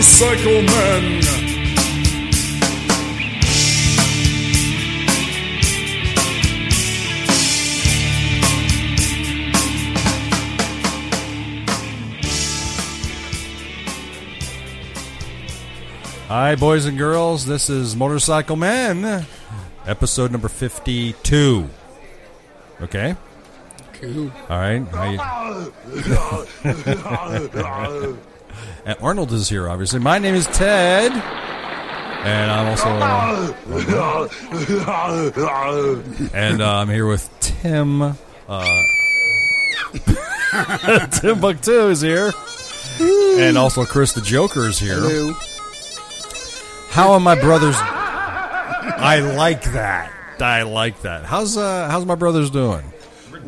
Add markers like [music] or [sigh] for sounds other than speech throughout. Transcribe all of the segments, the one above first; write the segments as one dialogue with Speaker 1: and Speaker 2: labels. Speaker 1: Psycho Man. Hi, boys and girls. This is Motorcycle Man, episode number 52. Okay?
Speaker 2: Cool.
Speaker 1: All right. How you- And Arnold is here, obviously. My name is Ted. And I'm also. and uh, I'm here with Tim. Uh, [laughs] Tim Bucktu is here. And also Chris the Joker is here.
Speaker 2: Hello.
Speaker 1: How are my brothers? I like that. I like that. How's uh, how's my brothers doing?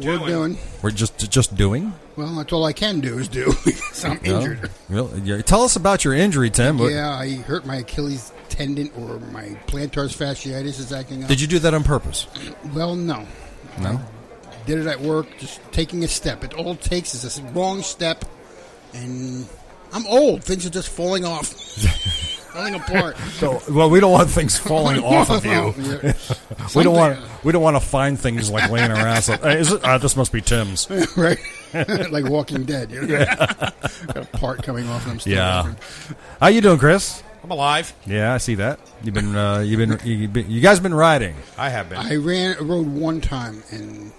Speaker 2: We're doing.
Speaker 1: We're just just doing.
Speaker 2: Well, that's all I can do is do. [laughs] 'cause I'm
Speaker 1: No?
Speaker 2: injured.
Speaker 1: Really? Yeah. Tell us about your injury, Tim. What-
Speaker 2: Yeah, I hurt my Achilles tendon or my plantar fasciitis is acting up.
Speaker 1: Did you do that on purpose?
Speaker 2: Well, no.
Speaker 1: No.
Speaker 2: Did it at work, just taking a step. It all it takes is this wrong step, and I'm old. Things are just
Speaker 1: [laughs]
Speaker 2: falling off, falling apart.
Speaker 1: So, well, we don't want things
Speaker 2: [laughs]
Speaker 1: falling off of you.
Speaker 2: Yeah.
Speaker 1: We don't
Speaker 2: Something-
Speaker 1: want we don't want to find things like laying around. So, hey, is it, uh, this must be Tim's.
Speaker 2: uh, [laughs] right? like Walking Dead. You know? Got [laughs] a part coming off, and I'm still
Speaker 1: Yeah.
Speaker 2: laughing.
Speaker 1: How you doing, Chris?
Speaker 3: I'm alive.
Speaker 1: Yeah, I see that. You've been uh, you've been you, you've been- you guys been riding.
Speaker 3: I have been.
Speaker 2: I ran rode one time and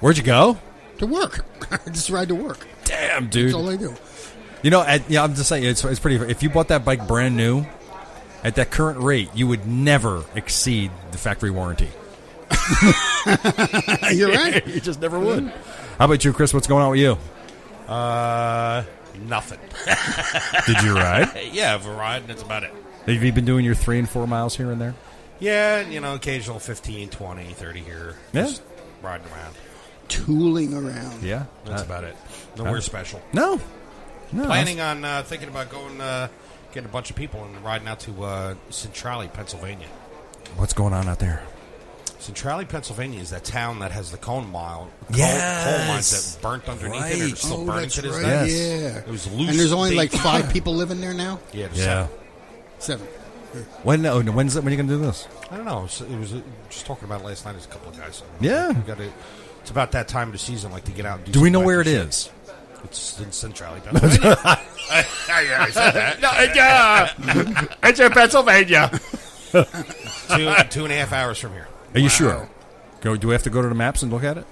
Speaker 1: Where'd you go?
Speaker 2: to work. [laughs] just ride to work.
Speaker 1: Damn,
Speaker 2: That's all
Speaker 1: dude.
Speaker 2: I do.
Speaker 1: You know, at, yeah, I'm just saying it's it's pretty. If you bought that bike brand new, at that current rate, you would never exceed the factory warranty.
Speaker 2: You're right.
Speaker 1: you just never would. How about you, Chris? What's going on with you?
Speaker 3: Uh, nothing.
Speaker 1: Did you ride?
Speaker 3: yeah, I've arrived. That's about it.
Speaker 1: Have you been doing your three and four miles here and there?
Speaker 3: Yeah, you know, occasional 15, 20, 30 here.
Speaker 1: Yeah.
Speaker 3: Just riding around.
Speaker 2: Tooling around.
Speaker 1: Yeah,
Speaker 3: That's
Speaker 1: Uh,
Speaker 3: about it. Nowhere special.
Speaker 1: No, no.
Speaker 3: Planning on uh, thinking about going, uh, getting a bunch of people and riding out to uh, Centrale, Pennsylvania.
Speaker 1: What's going on out there?
Speaker 3: Centrale, Pennsylvania is that town that has the cone mile, coal, coal
Speaker 1: Yes.
Speaker 3: mines that burnt underneath it and
Speaker 1: Right.
Speaker 3: are still
Speaker 2: oh,
Speaker 3: burning
Speaker 2: that's
Speaker 3: to this
Speaker 2: right.
Speaker 3: day.
Speaker 1: Yes.
Speaker 2: Yeah.
Speaker 3: It was loose
Speaker 2: And there's only
Speaker 3: big-
Speaker 2: like five people living there now.
Speaker 3: Yeah, there's
Speaker 1: Yeah.
Speaker 3: yeah.
Speaker 2: Seven.
Speaker 1: When? Oh, when's it, when are you gonna do this?
Speaker 3: I don't know. So it was uh, just talking about it last night. There's a couple of guys.
Speaker 1: Yeah.
Speaker 3: we got to. It's about that time of the season, like to get out. And do
Speaker 1: Do we
Speaker 3: some
Speaker 1: know where it
Speaker 3: biking
Speaker 1: is?
Speaker 3: shit. It's in Centralia.
Speaker 1: [laughs]
Speaker 3: Pennsylvania. I said that. uh,
Speaker 1: It's in
Speaker 3: [laughs]
Speaker 1: Pennsylvania.
Speaker 3: two, two and a half hours from here.
Speaker 1: Are you sure? Go. Do we have to go to the maps and look at it?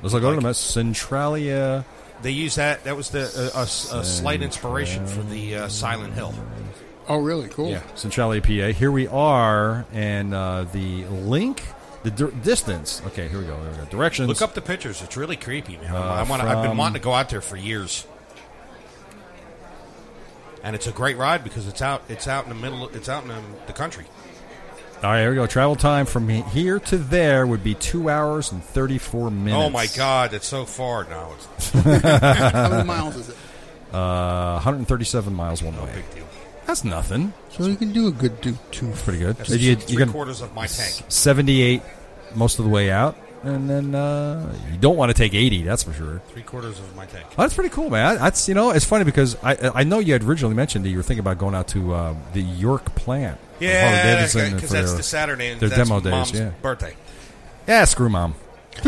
Speaker 1: Let's go to the maps. Centralia.
Speaker 3: They use that. That was the uh, a, s- a slight inspiration for the uh, Silent Hill.
Speaker 2: Oh, really? Cool.
Speaker 3: Yeah.
Speaker 1: Centralia, PA. Here we are, and uh, the link, the dir- distance. Okay, here we go. Here we go. Directions.
Speaker 3: Look up the pictures. It's really creepy, man. I want. to I've
Speaker 1: Uh, from-
Speaker 3: been wanting to go out there for years. And it's a great ride because it's out. It's out in the middle. It's out in the, the country.
Speaker 1: All right, here we go. Travel time from he- here to there would be two hours and thirty-four minutes.
Speaker 3: Oh my God! That's so far now. It's
Speaker 2: How
Speaker 3: [laughs]
Speaker 2: many miles is it?
Speaker 1: Uh, 137 miles one
Speaker 3: no
Speaker 1: way.
Speaker 3: big deal.
Speaker 1: That's nothing.
Speaker 2: So you can do a good do two.
Speaker 1: Pretty good.
Speaker 3: That's
Speaker 1: You-
Speaker 3: three
Speaker 1: you can-
Speaker 3: quarters of my tank.
Speaker 1: 78 most of the way out, and then uh, you don't want to take 80. That's for sure.
Speaker 3: Three quarters of my tank.
Speaker 1: Oh, that's pretty cool, man. That's you know, it's funny because I I know you had originally mentioned that you were thinking about going out to uh, the York plant. of Harley
Speaker 3: Yeah,
Speaker 1: Davidson
Speaker 3: because
Speaker 1: for
Speaker 3: that's
Speaker 1: their-
Speaker 3: the Saturday. And
Speaker 1: their
Speaker 3: that's
Speaker 1: demo days,
Speaker 3: Mom's
Speaker 1: yeah.
Speaker 3: birthday.
Speaker 1: Yeah, screw mom.
Speaker 3: And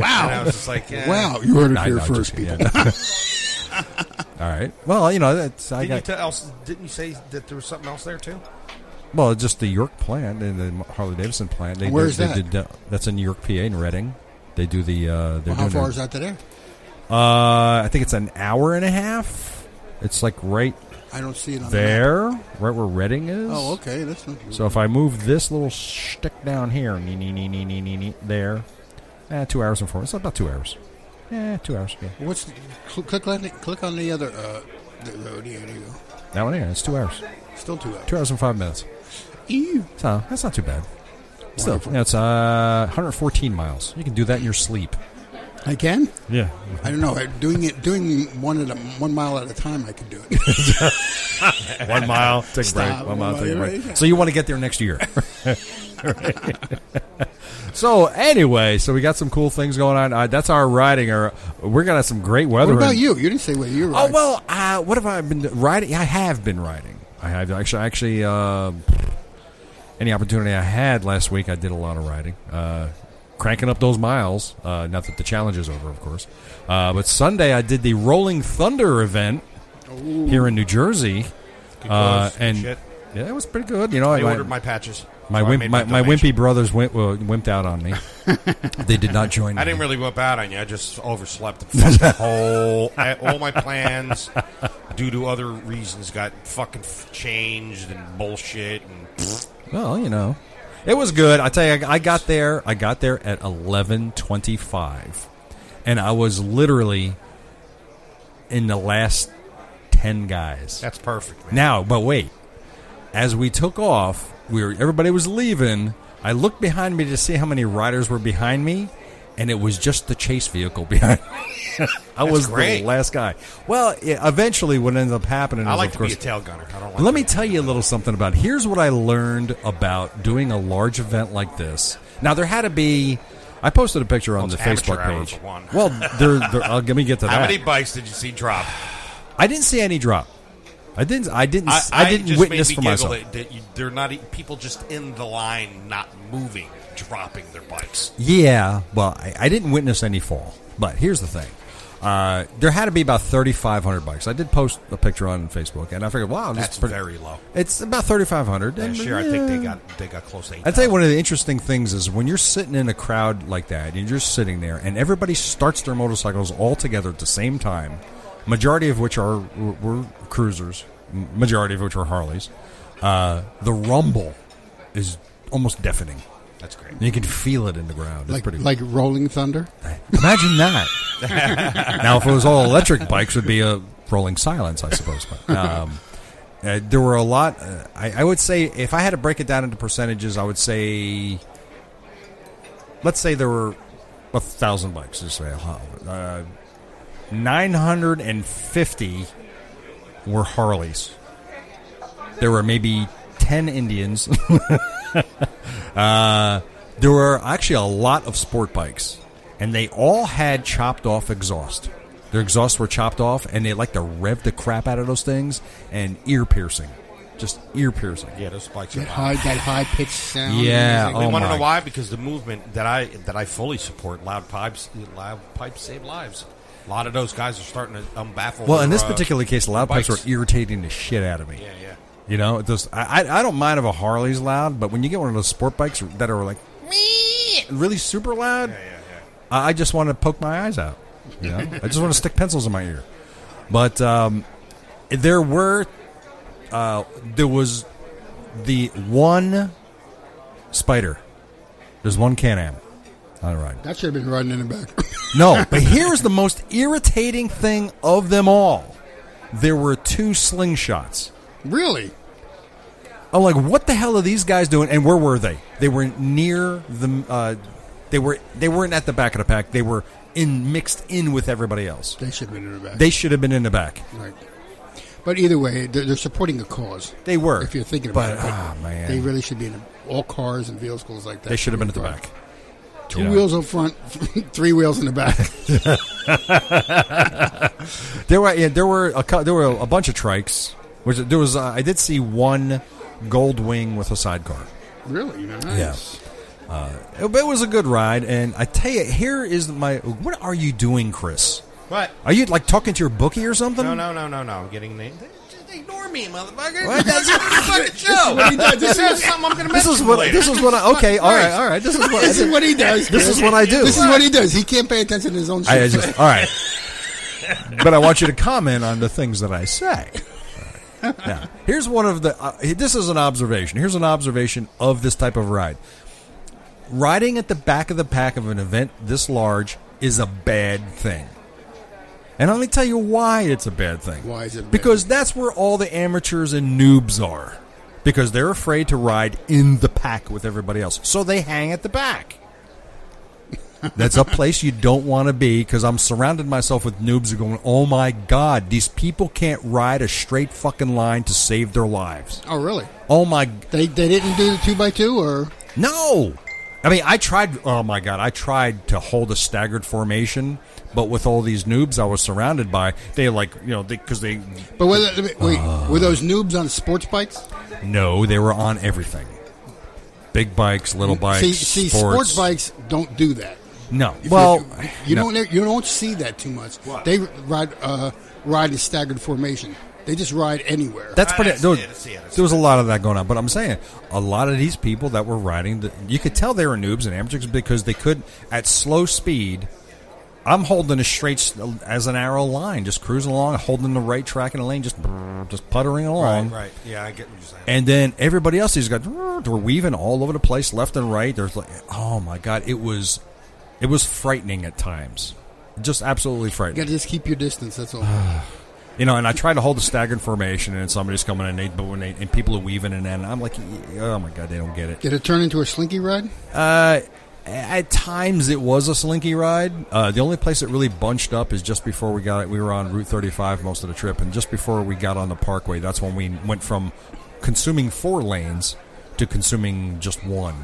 Speaker 3: I was just
Speaker 1: [laughs]
Speaker 3: like, eh.
Speaker 2: Wow, you heard it
Speaker 1: I
Speaker 2: here
Speaker 1: know, I'm
Speaker 2: first,
Speaker 1: just-
Speaker 2: people.
Speaker 1: yeah. [laughs] All right. Well, you know, that's I
Speaker 3: Didn't you
Speaker 1: got
Speaker 3: tell else? Didn't you say that there was something else there too?
Speaker 1: well, just the York plant and the Harley Davidson plant. They
Speaker 2: Where's
Speaker 1: they
Speaker 2: that?
Speaker 1: Did, uh, that's in New York, PA, in Reading. They do the. Uh, they're
Speaker 2: Well, how
Speaker 1: doing
Speaker 2: far
Speaker 1: their-
Speaker 2: is that to there?
Speaker 1: Uh, I think it's an hour and a half. It's like right
Speaker 2: I don't see it on the map.
Speaker 1: there, right where Reading is.
Speaker 2: Oh, okay. That's not
Speaker 1: So if I move this little shtick down here, nee, nee, nee, nee, nee, nee, nee, there, eh, two hours and four. It's about two hours. Yeah, two hours. Yeah,
Speaker 2: What's the, cl- click on the, click on the other uh, the road? Yeah, there you go.
Speaker 1: that one here. It's two hours.
Speaker 2: Still two hours.
Speaker 1: Two hours and five minutes.
Speaker 2: Ew.
Speaker 1: So that's not too bad. Still, you know, it's uh, 114 miles. You can do that in your sleep.
Speaker 2: I can.
Speaker 1: Yeah.
Speaker 2: I don't know. I- Doing it, doing one at a one mile at a time, I could do it.
Speaker 1: One
Speaker 2: [laughs]
Speaker 1: mile, take
Speaker 2: Stop. break. One mile, take a break.
Speaker 1: So you want to get there next year? [laughs] So anyway, so we got some cool things going on. Uh, that's our riding. Or we're gonna have some great weather.
Speaker 2: What about
Speaker 1: in-
Speaker 2: you? You didn't say whether you were.
Speaker 1: Oh well, uh, what have I been do- riding? I have been riding. I have actually actually uh, any opportunity I had last week, I did a lot of riding, uh, cranking up those miles. Uh, not that the challenge is over, of course, uh, but Sunday I did the Rolling Thunder event here in New Jersey,
Speaker 3: Good
Speaker 1: uh,
Speaker 3: clothes, good
Speaker 1: and
Speaker 3: shit.
Speaker 1: yeah, it was pretty good. You know,
Speaker 3: I
Speaker 1: I-
Speaker 3: ordered my patches.
Speaker 1: my
Speaker 3: So I
Speaker 1: wimp,
Speaker 3: made
Speaker 1: my, my
Speaker 3: donation.
Speaker 1: wimpy brothers wimp, well, wimped out on me.
Speaker 3: [laughs]
Speaker 1: they did not join.
Speaker 3: I
Speaker 1: me.
Speaker 3: didn't really whip out on you. I just overslept and fucked
Speaker 1: [laughs]
Speaker 3: the whole. I, all my plans, due to other reasons, got fucking f- changed and bullshit. And
Speaker 1: Well, you know, it was good. I tell you, I I got there. I got there at eleven twenty-five, and I was literally in the last ten guys.
Speaker 3: that's perfect, man.
Speaker 1: Now, but wait. As we took off, we were everybody was leaving. I looked behind me to see how many riders were behind me, and it was just the chase vehicle [laughs] behind. me. I was
Speaker 3: great.
Speaker 1: the last guy. Well, yeah, eventually, what ended up happening?
Speaker 3: I
Speaker 1: is,
Speaker 3: like
Speaker 1: of
Speaker 3: to
Speaker 1: course,
Speaker 3: be a tail gunner. I don't like.
Speaker 1: let me
Speaker 3: to-
Speaker 1: tell you a little something about. Here's what I learned about doing a large event like this. Now there had to be. I posted a picture
Speaker 3: Well,
Speaker 1: on the
Speaker 3: it's amateur
Speaker 1: Facebook
Speaker 3: hour
Speaker 1: page.
Speaker 3: for one.
Speaker 1: Well, there, there, uh, let me get
Speaker 3: [laughs]
Speaker 1: to
Speaker 3: How
Speaker 1: that.
Speaker 3: many bikes did you see drop?
Speaker 1: I didn't see any drop. I didn't. I didn't. I, didn't
Speaker 3: just
Speaker 1: witness
Speaker 3: made
Speaker 1: for
Speaker 3: me
Speaker 1: myself.
Speaker 3: giggle That, that you, they're not e- people just in the line, not moving, dropping their bikes.
Speaker 1: Yeah, well, I, I didn't witness any fall, but here's the thing: uh, there had to be about 3,500 bikes. I did post a picture on Facebook, and I figured, wow, this
Speaker 3: That's
Speaker 1: is pretty-
Speaker 3: very low.
Speaker 1: It's about 3,500.
Speaker 3: Last
Speaker 1: and,
Speaker 3: year, I think they
Speaker 1: yeah.
Speaker 3: got they got close to.
Speaker 1: I
Speaker 3: 8,000.
Speaker 1: tell you, one of the interesting things is when you're sitting in a crowd like that, and you're sitting there, and everybody starts their motorcycles all together at the same time. Majority of which are were, were cruisers, m- majority of which were Harleys. Uh, the rumble is almost deafening.
Speaker 3: That's great.
Speaker 1: You can feel it in the ground. It's
Speaker 2: like
Speaker 1: pretty
Speaker 2: like Rolling Thunder.
Speaker 1: Imagine that. [laughs] now, if it was all electric bikes, it would be a rolling silence, I suppose. But, um, uh, there were a lot. Uh, I, I would say, if I had to break it down into percentages, I would say, let's say there were a thousand bikes. Just say uh, nine hundred and fifty were Harleys. There were maybe ten Indians. [laughs] Uh, There were actually a lot of sport bikes, and they all had chopped off exhaust. Their exhausts were chopped off, and they like to rev the crap out of those things and ear piercing, just ear piercing.
Speaker 3: Yeah, those bikes are
Speaker 2: That
Speaker 3: loud.
Speaker 2: high that high pitched sound.
Speaker 1: Yeah.
Speaker 2: and
Speaker 1: Oh,
Speaker 3: We want to
Speaker 1: my.
Speaker 3: know why because the movement that I that I fully support, loud pipes, loud pipes save lives. A lot of those guys are starting to. I'm baffled.
Speaker 1: Well, in
Speaker 3: their,
Speaker 1: this
Speaker 3: uh,
Speaker 1: particular case, loud pipes were
Speaker 3: bikes.
Speaker 1: irritating the shit out of me.
Speaker 3: Yeah, yeah.
Speaker 1: You know, it just I, I I don't mind if a Harley's loud, but when you get one of those sport bikes that are like "Meep," really super loud,
Speaker 3: Yeah, yeah, yeah.
Speaker 1: I I just want to poke my eyes out. You know, I just want to stick pencils in my ear. But um, there were, uh, there was the one spider. There's one Can Am. All right.
Speaker 2: That should have been riding in the back. [laughs]
Speaker 1: No, but here's the most irritating thing of them all. There were two slingshots.
Speaker 2: really?
Speaker 1: I'm like, what the hell are these guys doing? And where were they? They were near the. Uh, they were. They weren't at the back of the pack. They were in mixed in with everybody else.
Speaker 2: They should have been in the back.
Speaker 1: They should have been in the back.
Speaker 2: right. But either way, they're, they're supporting a cause.
Speaker 1: They were.
Speaker 2: If you're thinking
Speaker 1: But,
Speaker 2: about it,
Speaker 1: ah, man.
Speaker 2: they really should be in the, all cars and vehicles like that.
Speaker 1: They should have been at the back.
Speaker 2: Two
Speaker 1: You know.
Speaker 2: wheels up front, [laughs] three wheels in
Speaker 1: [laughs]
Speaker 2: the back.
Speaker 1: There were yeah, there were a cou- there were a bunch of trikes. Which there was uh, I did see one gold wing with a sidecar.
Speaker 2: really? Nice.
Speaker 1: It, it was a good ride, and I tell you, here is my. What are you doing, Chris?
Speaker 3: What?
Speaker 1: Are you like talking to your bookie or something?
Speaker 3: No, no, no, no, no. I'm getting named. Just ignore me, motherfucker.
Speaker 1: What?
Speaker 3: That's your
Speaker 2: [laughs]
Speaker 3: fucking show.
Speaker 1: what he does. This
Speaker 3: This is something I'm going to
Speaker 1: This
Speaker 3: mention
Speaker 1: is what.
Speaker 3: later.
Speaker 1: This is what. I, okay. All right. All right. This is what.
Speaker 2: This is
Speaker 1: [laughs]
Speaker 2: what he does.
Speaker 1: This is what I do.
Speaker 2: This is what he does. He can't pay attention to his own shit.
Speaker 1: I just. All right.
Speaker 2: [laughs]
Speaker 1: But I want you to comment on the things that I say. Now, here's one of the. Uh, this is an observation. Here's an observation of this type of ride. Riding at the back of the pack of an event this large is a bad thing. And let me tell you why it's a bad thing.
Speaker 2: Why is it bad?
Speaker 1: Because that's where all the amateurs and noobs are. Because they're afraid to ride in the pack with everybody else. So they hang at the
Speaker 2: [laughs]
Speaker 1: back. That's a place you don't want to be because I'm surrounded myself with noobs who are going, oh my God, these people can't ride a straight fucking line to save their lives.
Speaker 2: [laughs] oh, really?
Speaker 1: Oh my, g-
Speaker 2: They they didn't do the two by two, or
Speaker 1: no! I mean, I tried. Oh my god, I tried to hold a staggered formation, but with all these noobs I was surrounded by, they like you know because they,
Speaker 2: But were, the- wait, were those noobs on sports bikes?
Speaker 1: no, they were on everything, big bikes, little bikes,
Speaker 2: see, see, sports. bikes don't do that.
Speaker 1: No,
Speaker 2: If
Speaker 1: well,
Speaker 2: you, you
Speaker 1: no.
Speaker 2: don't you don't see that too much. They ride uh, ride in staggered formation. They just ride anywhere.
Speaker 1: That's pretty.
Speaker 3: I see
Speaker 1: there,
Speaker 3: it, I see it, I see
Speaker 1: there was a lot of that going on, but I'm saying a lot of these people that were riding, the, you could tell they were noobs and amateurs because they could at slow speed. I'm holding a straight s- as an arrow line, just cruising along, holding the right track in the lane, just brrr, just puttering along.
Speaker 3: Right, right. Yeah, I get what you're saying.
Speaker 1: And then everybody else, these guys, brrr, they're weaving all over the place, left and right. There's like, oh my god, it was, it was frightening at times, just absolutely
Speaker 2: you got
Speaker 1: frightening.
Speaker 2: to just keep your distance.
Speaker 1: [sighs]
Speaker 2: That's all.
Speaker 1: You know, and I try to hold a staggered formation, and somebody's coming in, and, they, but when they, and people are weaving, and then I'm like, oh my god, they don't get it.
Speaker 2: Did it turn into a slinky ride?
Speaker 1: Uh, at times, it was a slinky ride. Uh, the only place it really bunched up is just before we got it. We were on Route 35 most of the trip, and just before we got on the Parkway, that's when we went from consuming four lanes to consuming just one.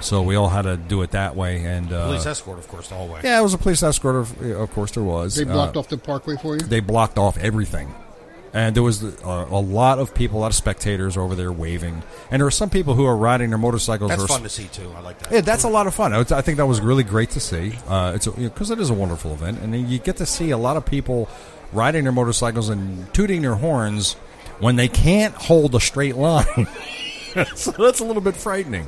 Speaker 1: So we all had to do it that way, and uh,
Speaker 3: Police escort, of course, the whole way.
Speaker 1: yeah, it was a police escort. Of, of course, there was.
Speaker 2: They
Speaker 1: Uh,
Speaker 2: blocked off the parkway for you.
Speaker 1: they blocked off everything. And there was uh, a lot of people, a lot of spectators over there waving. And there were some people who are riding their motorcycles.
Speaker 3: That's
Speaker 1: or-
Speaker 3: fun to see too. I like that.
Speaker 1: Yeah, that's a lot of fun. I, would- I think that was really great to see. Uh, it's because you know, 'cause it is a wonderful event, and then you get to see a lot of people riding their motorcycles and tooting their horns when they can't hold a straight line. [laughs] so that's a little bit frightening.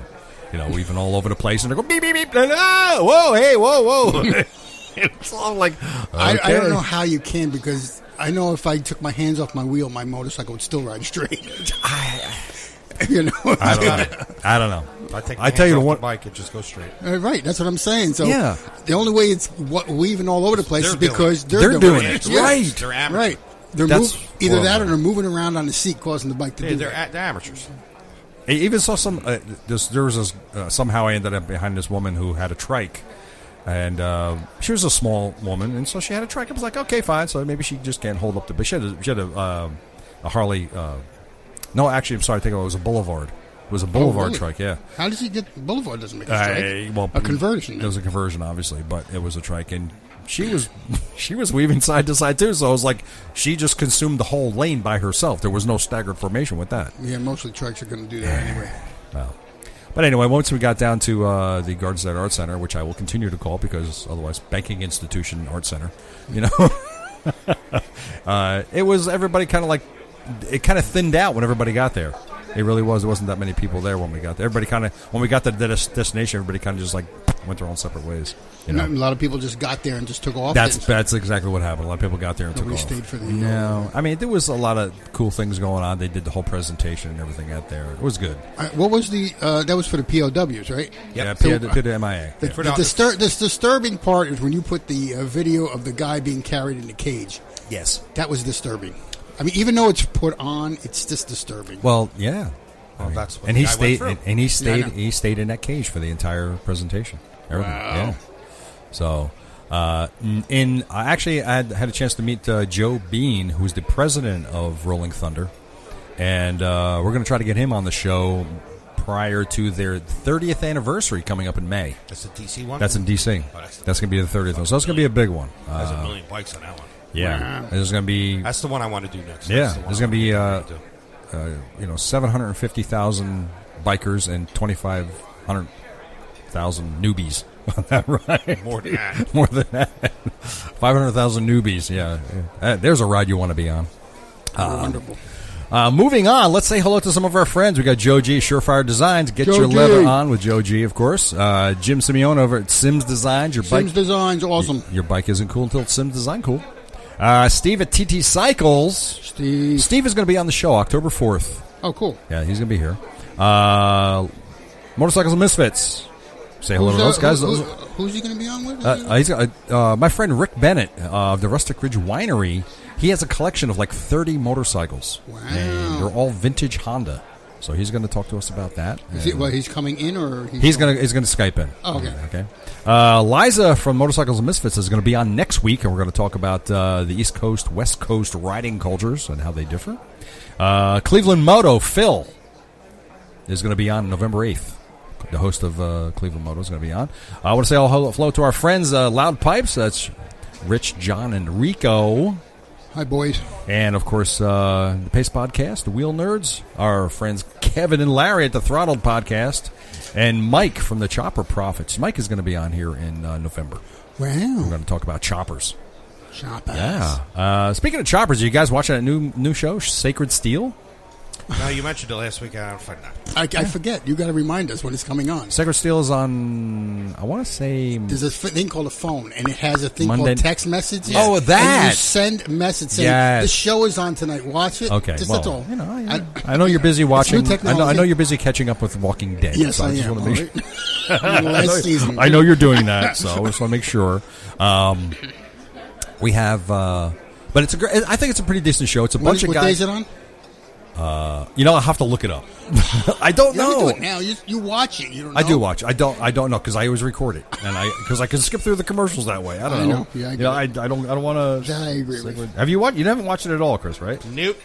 Speaker 1: You know, weaving all over the place, and they're going beep beep beep. And, ah, whoa, hey, whoa, whoa. [laughs] it's all like
Speaker 2: I, I
Speaker 1: okay.
Speaker 2: don't know how you can because I know if I took my hands off my wheel, my motorcycle would still ride [laughs] straight. [laughs] you know,
Speaker 1: I don't know. I don't know.
Speaker 3: I take.
Speaker 1: I tell you
Speaker 3: the
Speaker 1: what.
Speaker 3: bike, it just goes straight.
Speaker 2: Uh, right. That's what I'm saying. So
Speaker 1: Yeah.
Speaker 2: the only way it's what, weaving all over the place
Speaker 3: They're
Speaker 2: is because
Speaker 1: doing it.
Speaker 2: they're,
Speaker 1: They're
Speaker 2: doing,
Speaker 1: doing it.
Speaker 2: Yeah.
Speaker 1: Right.
Speaker 3: They're amateurs.
Speaker 2: Right. They're
Speaker 1: That's
Speaker 2: mov- either that or
Speaker 1: horrible.
Speaker 2: they're moving around on the seat, causing the bike to
Speaker 3: They,
Speaker 2: do
Speaker 3: they're,
Speaker 2: that.
Speaker 3: at, they're amateurs.
Speaker 1: I even saw some. Uh, this there was this, uh, somehow I ended up behind this woman who had a trike, and uh, she was a small woman, and so she had a trike. I was like, okay, fine. So maybe she just can't hold up the. But she had a, she had a, um a Harley. Uh, no, actually, I'm sorry. I think it was a Boulevard. It was a Boulevard
Speaker 2: Oh, really?
Speaker 1: trike. Yeah.
Speaker 2: How does he get Boulevard? Doesn't make a
Speaker 1: I-
Speaker 2: strike.
Speaker 1: well,
Speaker 2: a conversion.
Speaker 1: It was a conversion, obviously, but it was a trike, and she was [laughs] she was weaving side to side too. So I was like, she just consumed the whole lane by herself. There was no staggered formation with that.
Speaker 2: yeah, mostly trucks are going to do that anyway.
Speaker 1: Wow. But anyway, once we got down to uh, the Gardens at Art Center, which I will continue to call because otherwise, banking institution art center, you know, [laughs] uh, it was everybody kind of like it kind of thinned out when everybody got there. It really was. There wasn't that many people there when we got there. Everybody kind of when we got to the des- destination, everybody kind of just like went their own separate ways. You know,
Speaker 2: A lot of people just got there and just took off.
Speaker 1: that's
Speaker 2: It's-
Speaker 1: that's exactly what happened. A lot of people got there and
Speaker 2: Nobody
Speaker 1: took off.
Speaker 2: stayed for the-
Speaker 1: no. I mean, there was a lot of cool things going on. They did the whole presentation and everything out there. It was good.
Speaker 2: All right, what was the? Uh, that was for the POWs, right?
Speaker 1: Yeah,
Speaker 2: So,
Speaker 1: P- P- P- MIA.
Speaker 2: The,
Speaker 1: Yeah.
Speaker 2: the distur- this disturbing part is when you put the uh, video of the guy being carried in the cage.
Speaker 1: Yes.
Speaker 2: That was disturbing. I mean, even though it's put on, it's just disturbing.
Speaker 1: Well, yeah.
Speaker 3: Well, that's what
Speaker 1: and
Speaker 3: the
Speaker 1: he
Speaker 3: guy
Speaker 1: stayed
Speaker 3: Went
Speaker 1: and,
Speaker 3: through.
Speaker 1: and he
Speaker 2: I
Speaker 1: stayed
Speaker 2: know.
Speaker 1: he stayed in that cage for the entire presentation. Everything.
Speaker 2: Wow.
Speaker 1: Yeah. So uh, n- in I actually I had, had a chance to meet uh, Joe Bean, who's the president of Rolling Thunder, and uh, we're going to try to get him on the show prior to their 30th anniversary coming up in May.
Speaker 3: That's the DC one.
Speaker 1: That's in DC.
Speaker 3: Oh, that's the-
Speaker 1: That's going to be the 30th one. So that's going to be a big one. Uh,
Speaker 3: There's a million bikes on that one.
Speaker 1: yeah, there's going to be
Speaker 3: That's the one I want to do next.
Speaker 1: Yeah,
Speaker 3: That's the one
Speaker 1: there's
Speaker 3: I
Speaker 1: gonna be,
Speaker 3: wanna
Speaker 1: uh, uh, you know, 750,000 bikers and 2,500,000 newbies [laughs] on that ride. [laughs]
Speaker 3: do. more than that.
Speaker 1: More than that. 500,000 newbies, yeah. Uh, there's a ride you want to be on.
Speaker 2: Wonderful.
Speaker 1: Uh, moving on, let's say hello to some of our friends. We got Joe G, Surefire Designs. Get
Speaker 2: Joe
Speaker 1: your
Speaker 2: G.
Speaker 1: leather on with Joe G, of course. Uh, Jim Simeone over at Sims Designs. Your bike
Speaker 2: Sims Designs, awesome.
Speaker 1: your bike isn't cool until it's Sims Design cool. Uh, Steve at TT Cycles.
Speaker 2: Steve.
Speaker 1: Steve is going to be on the show October 4th.
Speaker 2: Oh, cool.
Speaker 1: Yeah, he's gonna be here. Uh, Motorcycles and Misfits. Say hello to
Speaker 2: Who's, uh,
Speaker 1: those guys.
Speaker 2: who-
Speaker 1: Those-
Speaker 2: who- who's he going to be on with?
Speaker 1: uh, uh, he's got, uh, uh, my friend Rick Bennett uh, of the Rustic Ridge Winery. He has a collection of like thirty motorcycles.
Speaker 2: Wow.
Speaker 1: And they're all vintage Honda. So he's going to talk to us about that.
Speaker 2: Is he, well, he's coming in, or he's,
Speaker 1: He's gonna he's gonna Skype in.
Speaker 2: Oh, okay.
Speaker 1: Okay. Uh, Liza from Motorcycles and Misfits is going to be on next week, and we're going to talk about uh, the East Coast West Coast riding cultures and how they differ. Uh, Cleveland Moto Phil is going to be on November eighth. the host of uh, Cleveland Moto, is going to be on. I want to say all hello, hello to our friends, uh, Loud Pipes. That's Rich, John, and Rico.
Speaker 2: Hi, boys.
Speaker 1: And of course, uh, the Pace Podcast, the Wheel Nerds, our friends Kevin and Larry at the Throttled Podcast, and Mike from the Chopper Profits. Mike is going to be on here in uh, November. We're
Speaker 2: Wow.
Speaker 1: going to talk about choppers.
Speaker 2: Chop ass.
Speaker 1: Uh, speaking of choppers, you guys watching that new new show, Sacred Steel?
Speaker 3: Now you mentioned it last week. I don't find that.
Speaker 2: I, I forget. You got to remind us when it's coming on.
Speaker 1: Sacred Steel is on. I want to say
Speaker 2: There's a f- thing called a phone, and it has a thing
Speaker 1: Monday-
Speaker 2: called text message.
Speaker 1: Oh,
Speaker 2: And
Speaker 1: that.
Speaker 2: you send a message saying
Speaker 1: Yes.
Speaker 2: the show is on tonight. Watch it.
Speaker 1: Okay,
Speaker 2: Just
Speaker 1: well,
Speaker 2: that's all.
Speaker 1: You know, yeah.
Speaker 2: I-
Speaker 1: I, know you're busy watching. I know, I know
Speaker 2: technology.
Speaker 1: you're busy catching up with Walking Dead.
Speaker 2: yes,
Speaker 1: so
Speaker 2: I,
Speaker 1: I, just
Speaker 2: am.
Speaker 1: want
Speaker 2: all
Speaker 1: to make
Speaker 2: right?
Speaker 1: [laughs]
Speaker 2: From Last season.
Speaker 1: I know you're doing that, so I just want to make sure. Um, we have, uh, but it's a great. I think it's a pretty decent show. It's a
Speaker 2: What,
Speaker 1: bunch of
Speaker 2: what day is
Speaker 1: guys.
Speaker 2: it on?
Speaker 1: You know, I will have to look it up. [laughs] I don't
Speaker 2: You don't do
Speaker 1: know.
Speaker 2: it now. You, you watch it. You don't.
Speaker 1: I do
Speaker 2: know.
Speaker 1: watch. I don't. I don't know because I always record it, and I because I can skip through the commercials that way. I don't
Speaker 2: I know. Yeah, I
Speaker 1: you
Speaker 2: get
Speaker 1: know,
Speaker 2: it.
Speaker 1: I, I don't. I don't want to.
Speaker 2: That I agree with.
Speaker 1: Have you watched? You haven't watched it at all, Chris, right?
Speaker 3: Nope.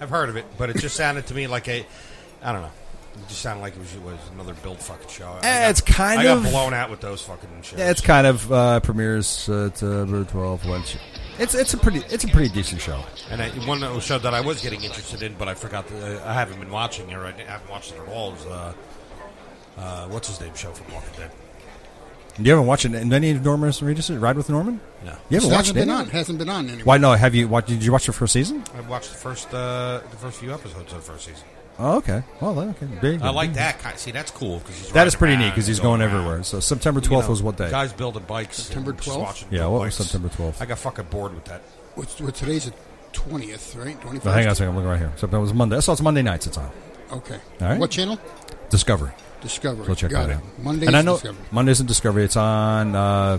Speaker 3: I've heard of it, but it
Speaker 1: [laughs]
Speaker 3: just sounded to me like a. I don't know. It just sounded like it was, it was another build fucking show. I
Speaker 1: Eh,
Speaker 3: got-
Speaker 1: it's kind
Speaker 3: I got
Speaker 1: of-
Speaker 3: blown out with those fucking shows.
Speaker 1: Yeah, it's kind of uh, premieres uh, to twelve. Once it's it's a pretty it's a pretty decent show.
Speaker 3: And I, one that was show that I was getting interested in, but I forgot. that uh, I haven't been watching it. Right? I haven't watched it at all. Is uh, uh, what's his name show from Walking Dead?
Speaker 1: You haven't watched it, and any of Norman's Reedus Ride with Norman?
Speaker 3: No.
Speaker 1: you haven't watched
Speaker 2: It hasn't
Speaker 1: it.
Speaker 2: been on. Hasn't been on anyway.
Speaker 1: Why no? Have you watched? Did you watch the first season?
Speaker 3: I watched the first uh, the first few episodes of the first season.
Speaker 1: Oh, okay. Well, okay. There you go.
Speaker 3: I like that. kind. See, that's cool because he's
Speaker 1: That is
Speaker 3: riding
Speaker 1: pretty
Speaker 3: around
Speaker 1: neat because
Speaker 3: and
Speaker 1: he's going
Speaker 3: around.
Speaker 1: everywhere. So September
Speaker 3: You know,
Speaker 1: twelfth was what day?
Speaker 3: Guys building bikes. and
Speaker 2: September
Speaker 3: just
Speaker 2: 12th?
Speaker 3: watching
Speaker 1: Yeah,
Speaker 3: build
Speaker 1: what was
Speaker 3: bikes.
Speaker 1: September 12th?
Speaker 3: I got fucking bored with that.
Speaker 2: What's, what today's the twentieth, right? Twenty
Speaker 1: No,
Speaker 2: first.
Speaker 1: hang on a second. I'm looking right here. September was Monday. So it's Monday nights. It's on
Speaker 2: Okay.
Speaker 1: All right.
Speaker 2: What channel?
Speaker 1: Discovery.
Speaker 2: Discovery.
Speaker 1: So check
Speaker 2: got
Speaker 1: that
Speaker 2: it.
Speaker 1: out.
Speaker 2: Mondays.
Speaker 1: and I know
Speaker 2: Discovery.
Speaker 1: Mondays in Discovery. It's on. Uh,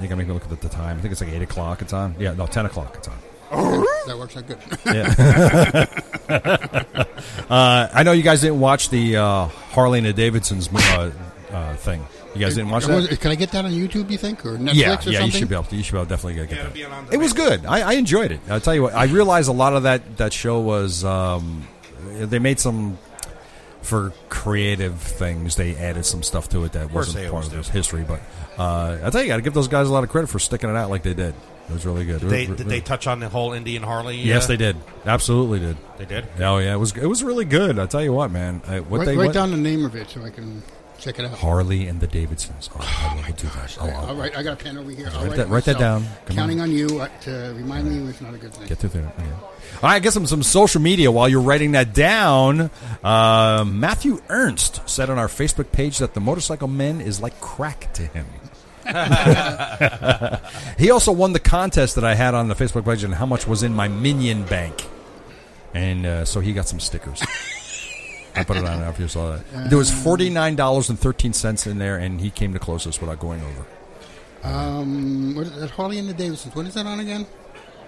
Speaker 1: you gotta make me look at the time. I think it's like eight o'clock. It's on. Yeah, no, ten o'clock. It's on.
Speaker 2: That
Speaker 1: [laughs]
Speaker 2: works out good. [laughs]
Speaker 1: Uh, I know you guys didn't watch the uh, Harley and the Davidson's uh, uh, thing. You guys didn't watch that?
Speaker 2: Can I get that on YouTube? You think or Netflix
Speaker 1: Yeah,
Speaker 2: or something?
Speaker 1: yeah, you should be able to. You should be able definitely get
Speaker 3: Yeah, it'll
Speaker 1: that.
Speaker 3: be on
Speaker 1: It was
Speaker 3: demand.
Speaker 1: good. I, I enjoyed it. I'll tell you what. I realized a lot of that that show was um, they made some for creative things. They added some stuff to it that
Speaker 3: course they
Speaker 1: wasn't part
Speaker 3: always
Speaker 1: of
Speaker 3: do.
Speaker 1: this history. But uh, I tell you, got to give those guys a lot of credit for sticking it out like they did. It was really good.
Speaker 3: They, did they touch on the whole Indian Harley?
Speaker 1: yes,
Speaker 3: uh,
Speaker 1: they did. Absolutely did.
Speaker 3: They did.
Speaker 1: Oh yeah, it was it was really good. I tell you what, man. I, what
Speaker 2: Write,
Speaker 1: they
Speaker 2: write
Speaker 1: what-
Speaker 2: down the name of it so I can check it out.
Speaker 1: Harley and the Davidsons. Oh, I will do that. I'll- I'll-
Speaker 2: All right, I got a pen over here. I'll
Speaker 1: Write
Speaker 2: write
Speaker 1: that-
Speaker 2: it
Speaker 1: write that
Speaker 2: myself.
Speaker 1: down. Come
Speaker 2: Counting on, you uh, to remind me it's not a good thing.
Speaker 1: Get to there. Okay. All right, get some some social media while you're writing that down. Uh, Matthew Ernst said on our Facebook page that the motorcycle men is like crack to him. [laughs] he also won the contest that I had on the Facebook page and how much was in my minion bank, and uh, so he got some stickers. I put it on after you saw that. There was forty nine dollars and thirteen cents in there, and he came the closest without going over.
Speaker 2: Um, what is that? Harley and the Davidsons. When is that on again?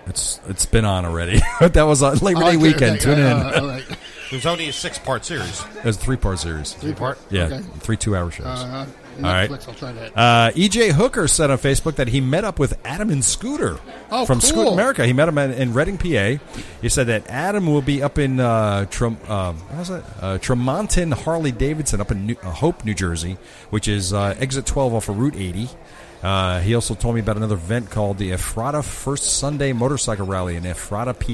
Speaker 1: It's it's been on already. [laughs] that was on Labor
Speaker 2: Oh,
Speaker 1: Day
Speaker 2: okay,
Speaker 1: weekend.
Speaker 2: okay,
Speaker 1: Tune in.
Speaker 2: uh, all right.
Speaker 3: It was only a six part series.
Speaker 1: It was a three part series.
Speaker 2: Three part.
Speaker 1: Yeah,
Speaker 2: Okay.
Speaker 1: three two hour shows. Uh,
Speaker 2: Uh,
Speaker 1: right.
Speaker 2: Netflix,
Speaker 1: Uh,
Speaker 2: I'll try that.
Speaker 1: EJ E Hooker said on Facebook that he met up with Adam and Scooter
Speaker 2: Oh,
Speaker 1: from
Speaker 2: cool.
Speaker 1: Scoot America. He met him in, in Reading, PA. He said that Adam will be up in uh, Trem- uh, what was it? Uh, Tremonton Harley Davidson up in New- uh, Hope, New Jersey, which is uh, exit 12 off of Route 80. Uh, he also told me about another event called the Ephrata First Sunday Motorcycle Rally in Ephrata, PA.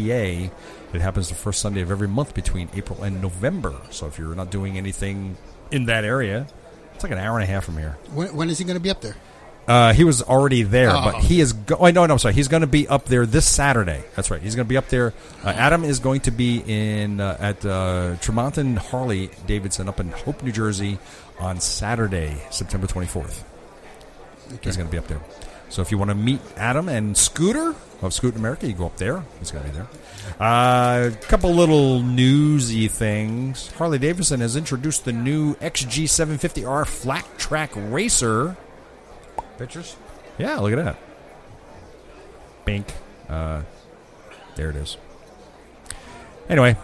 Speaker 1: It happens the first Sunday of every month between April and November. So if you're not doing anything in that area, it's like an hour and a half from here.
Speaker 2: when, when is he going to be up there?
Speaker 1: Uh, he was already there,
Speaker 2: Oh.
Speaker 1: but he is. Go- oh, no, no, I'm sorry. He's going to be up there this Saturday. That's right. He's going to be up there. Uh, Adam is going to be in uh, at uh, Tremonton Harley Davidson up in Hope, New Jersey, on Saturday, September 24th. He's going to be up there. So if you want to meet Adam and Scooter of Scoot America, you go up there. He's going to be there. A uh, couple little newsy things. Harley Davidson has introduced the new XG750R flat track racer.
Speaker 3: Pictures?
Speaker 1: Yeah, look at that. Bink. Uh, there it is. Anyway,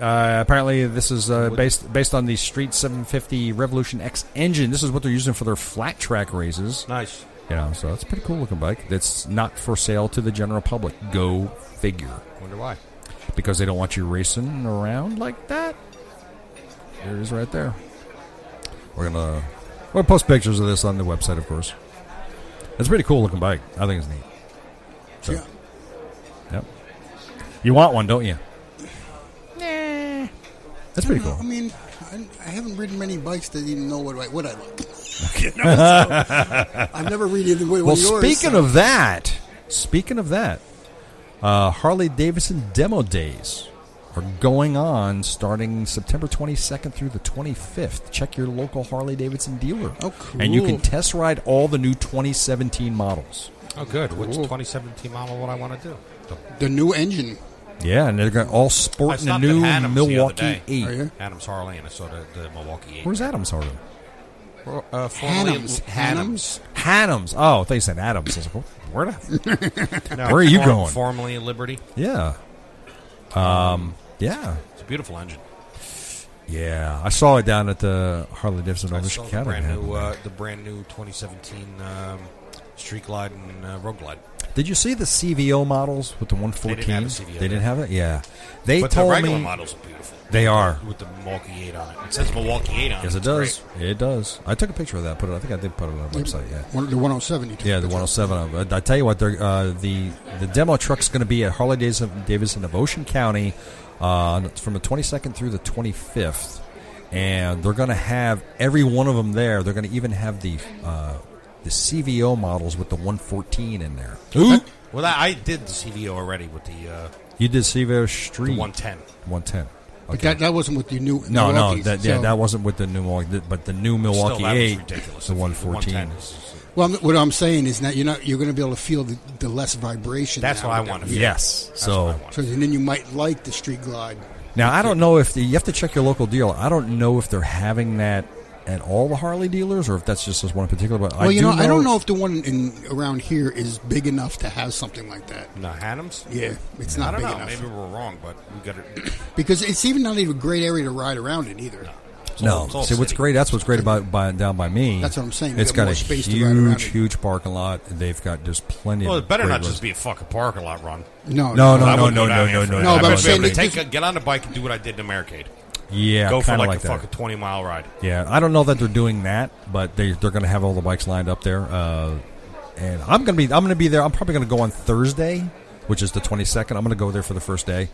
Speaker 1: uh, apparently this is uh, based based on the Street 750 Revolution X engine. This is what they're using for their flat track races.
Speaker 3: Nice.
Speaker 1: You know, so it's a pretty cool looking bike. That's not for sale to the general public. Go figure,
Speaker 3: Wonder why.
Speaker 1: because they don't want you racing around like that. There it is, right there. We're gonna we'll post pictures of this on the website, of course. It's a pretty cool looking bike. I think it's neat. So,
Speaker 2: Yeah.
Speaker 1: Yep. You want one, don't you? That's pretty
Speaker 2: No,
Speaker 1: cool.
Speaker 2: I mean, I, I haven't ridden many bikes that even know what I, what I like. [laughs] I've never ridden even what
Speaker 1: Well,
Speaker 2: what yours. uh,
Speaker 1: speaking of that, speaking of that, uh, Harley Davidson demo days are going on starting September 22nd through the 25th. Check your local Harley Davidson dealer.
Speaker 2: Oh,
Speaker 1: And you can
Speaker 2: cool.
Speaker 1: test ride all the new 2017 models.
Speaker 3: Oh, good. What's
Speaker 2: Cool.
Speaker 3: 2017 model? What I want to do?
Speaker 2: the new engine,
Speaker 1: Yeah, and they're gonna all
Speaker 3: I
Speaker 1: sporting the
Speaker 3: stopped
Speaker 1: new
Speaker 3: at Adams the other
Speaker 1: Milwaukee
Speaker 3: day.
Speaker 1: 8.
Speaker 2: Are you?
Speaker 3: Adams Harley, and I saw the, the Milwaukee 8.
Speaker 1: Where's Adams Harley?
Speaker 3: uh, formerly-
Speaker 2: Hannums,
Speaker 3: Hannums.
Speaker 2: Hannums.
Speaker 1: Adams. Oh, I thought you said Adams. I was like, where the? [laughs]
Speaker 3: No,
Speaker 1: Where are you
Speaker 3: for-
Speaker 1: going?
Speaker 3: Formerly in Liberty.
Speaker 1: Yeah. Um, yeah.
Speaker 3: It's a beautiful engine.
Speaker 1: Yeah. I saw it down at the Harley Davidson
Speaker 3: I
Speaker 1: over
Speaker 3: saw the
Speaker 1: Chicago.
Speaker 3: brand new, uh, the brand new 2017 um, Street Glide and uh, Road Glide.
Speaker 1: Did you see the CVO models with the
Speaker 3: They
Speaker 1: 114?
Speaker 3: didn't have a CVO,
Speaker 1: They didn't
Speaker 3: no.
Speaker 1: have it? Yeah. They
Speaker 3: but
Speaker 1: told
Speaker 3: the regular
Speaker 1: me.
Speaker 3: models are beautiful.
Speaker 1: They are.
Speaker 3: with the Milwaukee 8 on it. It says Milwaukee 8 on it.
Speaker 1: Yes, it
Speaker 3: It's
Speaker 1: does.
Speaker 3: great.
Speaker 1: It does. I took a picture of that. Put it. I think I did put it on our website. Yeah.
Speaker 2: one, the 107. you took
Speaker 1: Yeah, the
Speaker 2: a picture of.
Speaker 1: 107. of it. I tell you what, they're, uh, the the demo truck's going to be at Harley Davidson Davidson of Ocean County uh, from the 22nd through the 25th, and they're going to have every one of them there. They're going to even have the uh, the CVO models with the 114 in there.
Speaker 3: Well, I, I did the CVO already with the, uh,
Speaker 1: You did CVO
Speaker 3: the
Speaker 1: Street
Speaker 3: 110.
Speaker 1: 110.
Speaker 2: But that, that wasn't with the new.
Speaker 1: No, no,
Speaker 2: Milwaukees,
Speaker 1: that, yeah,
Speaker 2: so-
Speaker 1: that wasn't with the new Milwaukee, but the new Milwaukee
Speaker 3: Still, that was
Speaker 1: Eight,
Speaker 3: ridiculous.
Speaker 1: the one fourteen.
Speaker 3: 110 is-
Speaker 2: Well, I'm- what I'm saying is that you're not you're going to be able to feel the, the less vibration.
Speaker 3: That's
Speaker 2: now
Speaker 3: what I
Speaker 2: with
Speaker 3: want to
Speaker 2: that.
Speaker 3: feel.
Speaker 1: Yes.
Speaker 3: That's what I
Speaker 1: So
Speaker 3: want.
Speaker 2: So then you might like the Street Glide.
Speaker 1: now I don't know if the, you have to check your local dealer. I don't know if they're having that at all the Harley dealers, or if that's just this one in particular. But
Speaker 2: Well,
Speaker 1: I
Speaker 2: you
Speaker 1: do
Speaker 2: know, I don't know if the one in around here is big enough to have something like that.
Speaker 3: No, Hannums?
Speaker 2: Yeah, it's
Speaker 3: I
Speaker 2: not
Speaker 3: don't
Speaker 2: big
Speaker 3: know.
Speaker 2: enough
Speaker 3: Maybe we're wrong, but we
Speaker 2: [clears throat]
Speaker 3: got it.
Speaker 2: because it's even not even a great area to ride around in either.
Speaker 3: It's all-
Speaker 1: No,
Speaker 3: it's all
Speaker 1: see what's
Speaker 3: city.
Speaker 1: great. That's what's great about by, down by me.
Speaker 2: That's what I'm saying. You
Speaker 1: It's got
Speaker 2: got more
Speaker 1: a
Speaker 2: space to ride around
Speaker 1: huge,
Speaker 2: in.
Speaker 1: huge parking lot. They've got just plenty.
Speaker 3: Well,
Speaker 1: of
Speaker 3: it better
Speaker 1: great
Speaker 3: not just
Speaker 1: roads.
Speaker 3: be a fucking parking lot run.
Speaker 2: No,
Speaker 1: No, no,
Speaker 3: I
Speaker 1: no,
Speaker 3: wouldn't
Speaker 1: no,
Speaker 3: go down
Speaker 1: no, no,
Speaker 3: there for
Speaker 1: no.
Speaker 3: that.
Speaker 2: No,
Speaker 3: I
Speaker 2: but I'm
Speaker 3: better be
Speaker 2: saying
Speaker 3: able to
Speaker 2: they
Speaker 3: take
Speaker 2: just-
Speaker 3: a, get on the bike and do what I did in Americade.
Speaker 1: yeah,
Speaker 3: Go for
Speaker 1: kinda
Speaker 3: like, a
Speaker 1: that.
Speaker 3: fucking twenty mile ride.
Speaker 1: Yeah, I don't know that they're doing that, but they they're going to have all the bikes lined up there. Uh, and I'm going to be I'm going to be there. I'm probably going to go on Thursday, which is the 22nd. I'm going to go there for the first day,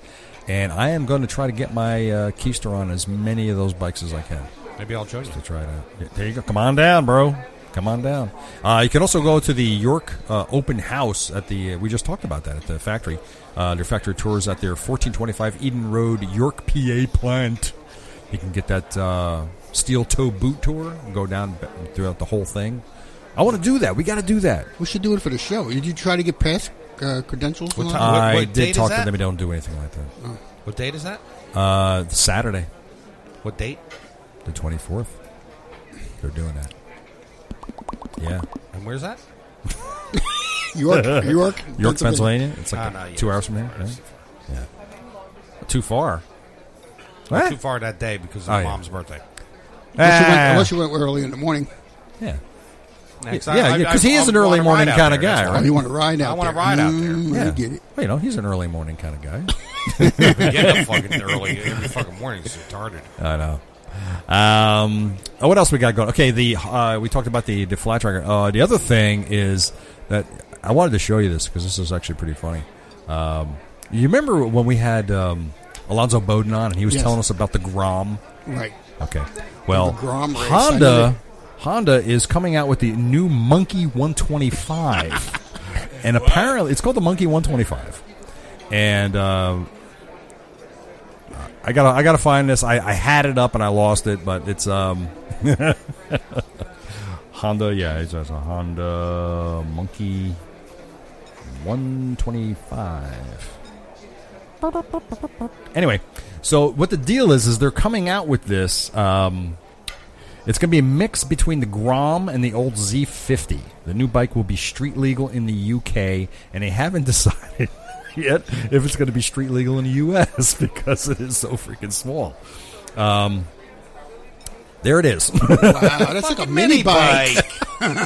Speaker 1: and I am going to try to get my uh, Keister on as many of those bikes as I can
Speaker 3: Maybe I'll join you.
Speaker 1: to try to. Yeah, there you go. Come on down, bro. Come on down. Uh, you can also go to the York uh, open house at the. we just talked about that at the factory. Uh, their factory tours at their 1425 Eden Road York, PA plant. You can get that uh, steel toe boot tour. and Go down b- throughout the whole thing. I want to do that. We got to do that.
Speaker 2: we should do it for the show. Did you try to get past uh, credentials?
Speaker 3: What
Speaker 2: and all
Speaker 3: time-
Speaker 2: that?
Speaker 3: what
Speaker 1: I
Speaker 3: date
Speaker 1: did
Speaker 3: is
Speaker 1: talk to
Speaker 3: that?
Speaker 1: them. They don't do anything like that.
Speaker 3: What date is that?
Speaker 1: Uh, Saturday,
Speaker 3: What date?
Speaker 1: the 24th. They're doing that. Yeah,
Speaker 3: And where's that?
Speaker 2: York, York,
Speaker 1: York, Pennsylvania. It's like
Speaker 3: Ah,
Speaker 1: a-
Speaker 3: no, yeah,
Speaker 1: two
Speaker 3: it's
Speaker 1: hours from here.
Speaker 3: far.
Speaker 1: right?
Speaker 3: It's far.
Speaker 1: Too far.
Speaker 3: Too far that day because of
Speaker 1: Oh, yeah.
Speaker 3: mom's birthday.
Speaker 2: Unless you, went,
Speaker 1: Ah.
Speaker 2: unless you went early in the morning.
Speaker 1: yeah.
Speaker 3: Next,
Speaker 1: Yeah, yeah, 'cause he is an early
Speaker 3: wanna
Speaker 1: morning
Speaker 3: ride out
Speaker 1: kinda
Speaker 3: there, that's
Speaker 1: guy,
Speaker 2: Oh,
Speaker 1: right?
Speaker 2: you want to ride out?
Speaker 3: I wanna
Speaker 2: there.
Speaker 3: ride out there.
Speaker 2: Mm, I
Speaker 1: Yeah.
Speaker 2: get it.
Speaker 1: Well, you know, he's an early morning kind of guy. [laughs]
Speaker 3: why We [laughs] get up fucking early every fucking morning. It's retarded.
Speaker 1: I know. Um, oh, what else we got going? Okay, the uh, we talked about the the fly tracker. Uh, the other thing is that I wanted to show you this because this is actually pretty funny. Um, you remember when we had um, Alonzo Bowden on and he was
Speaker 2: Yes.
Speaker 1: telling us about the Grom?
Speaker 2: Right.
Speaker 1: Okay. Well,
Speaker 2: The Grom race, I knew
Speaker 1: Honda Honda is coming out with the new Monkey
Speaker 2: [laughs]
Speaker 1: 125, and apparently it's called the Monkey 125, and. um I gotta, I gotta find this. I, I had it up and I lost it, but it's um, [laughs] Honda. Yeah, it's, it's a Honda Monkey 125. Anyway, so what the deal is is they're coming out with this. Um, it's going to be a mix between the Grom and the old Z50. The new bike will be street legal in the UK, and they haven't [laughs] decided yet if it's going to be street legal in the US [laughs] because it is so freaking small. Um, there it is. [laughs]
Speaker 2: Wow, that's like a mini bike.
Speaker 1: it's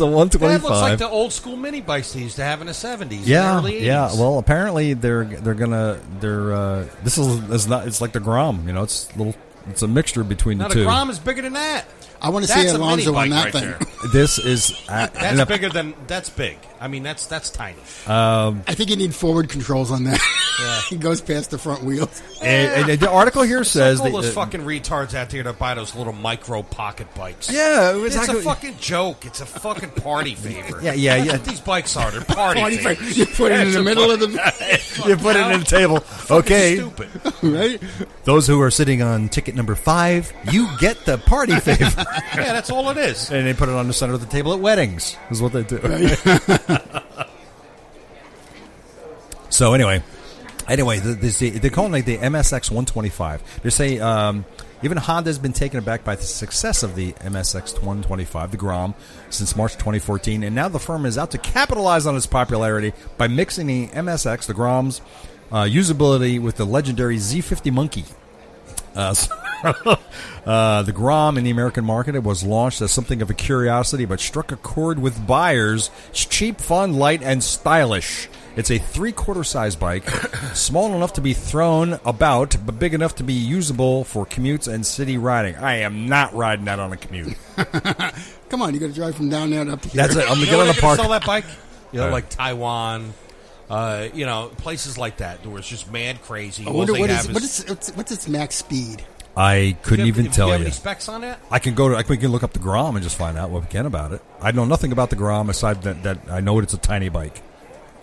Speaker 1: a 125.
Speaker 3: That looks like the old school mini bikes they used to have in the seventies.
Speaker 1: Yeah,
Speaker 3: early 80s.
Speaker 1: yeah. Well, apparently they're they're gonna they're uh, this is is not it's like the Grom, you know, it's little It's a mixture between
Speaker 3: Now
Speaker 1: the
Speaker 3: the
Speaker 1: two.
Speaker 3: Grom is bigger than that.
Speaker 1: Uh,
Speaker 2: I want to see
Speaker 3: That's a mini
Speaker 2: Alonzo on
Speaker 3: bike
Speaker 2: that
Speaker 3: right
Speaker 2: thing.
Speaker 3: there.
Speaker 1: This is uh,
Speaker 3: That's
Speaker 1: and a-
Speaker 3: bigger than that's big. I mean, that's that's tiny.
Speaker 2: I think you need forward controls on that. [laughs] he goes past the front
Speaker 3: [laughs]
Speaker 2: wheels. [laughs]
Speaker 1: and- and Eh, the article here says
Speaker 3: all
Speaker 1: that-
Speaker 3: those
Speaker 1: uh,
Speaker 3: fucking retards out there that buy those little micro pocket bikes.
Speaker 1: Yeah, it was
Speaker 3: it's
Speaker 1: like-
Speaker 3: a fucking joke. It's a fucking
Speaker 1: [laughs]
Speaker 3: party favor.
Speaker 1: Yeah, yeah,
Speaker 3: That's
Speaker 1: yeah.
Speaker 3: what these bikes are. They're party,
Speaker 2: Party favor.
Speaker 3: favors.
Speaker 2: You put it in
Speaker 3: That's
Speaker 2: the
Speaker 3: a
Speaker 2: middle of the-
Speaker 3: fucking-
Speaker 1: [laughs] you put it in the table. [laughs] Okay,
Speaker 3: Stupid.
Speaker 2: Right?
Speaker 1: those who are sitting on ticket number five, you get the party
Speaker 3: [laughs]
Speaker 1: favor.
Speaker 3: Yeah, that's all it is.
Speaker 1: and they put it on the center of the table at weddings. Is what they do. [laughs] so anyway, anyway, the, this, they're calling like the MSX 125. They say um, even Honda has been taken aback by the success of the MSX 125, the Grom, since March 2014, and now the firm is out to capitalize on its popularity by mixing the MSX, the Grom's uh, usability with the legendary Z50 Monkey. Uh, so- uh, the Grom in the American market it was launched as something of a curiosity, but struck a chord with buyers. It's cheap, fun, light, and stylish. It's a three-quarter size bike, [coughs] small enough to be thrown about, but big enough to be usable for commutes and city riding. I am not riding that on a
Speaker 3: [laughs]
Speaker 1: commute.
Speaker 2: Come on, you got to drive from down there to up here.
Speaker 1: That's it. I'm gonna
Speaker 3: You
Speaker 1: get
Speaker 3: know
Speaker 1: on
Speaker 3: where
Speaker 1: the
Speaker 3: they're gonna
Speaker 1: park.
Speaker 3: sell that bike? You know,
Speaker 1: Uh,
Speaker 3: like Taiwan, uh, you know, places like that where it's just mad crazy.
Speaker 2: I
Speaker 3: All
Speaker 2: wonder
Speaker 3: they
Speaker 2: what
Speaker 3: have
Speaker 2: is, what is what's, what's its max
Speaker 1: [laughs]
Speaker 2: speed?
Speaker 1: I couldn't
Speaker 3: Do you have-
Speaker 1: even
Speaker 3: do you
Speaker 1: tell
Speaker 3: have
Speaker 1: you.
Speaker 3: Any specs on it?
Speaker 1: I can go to. I can- we can look up the Grom and just find out what we can about it. I know nothing about the Grom aside that, that I know it's a tiny bike.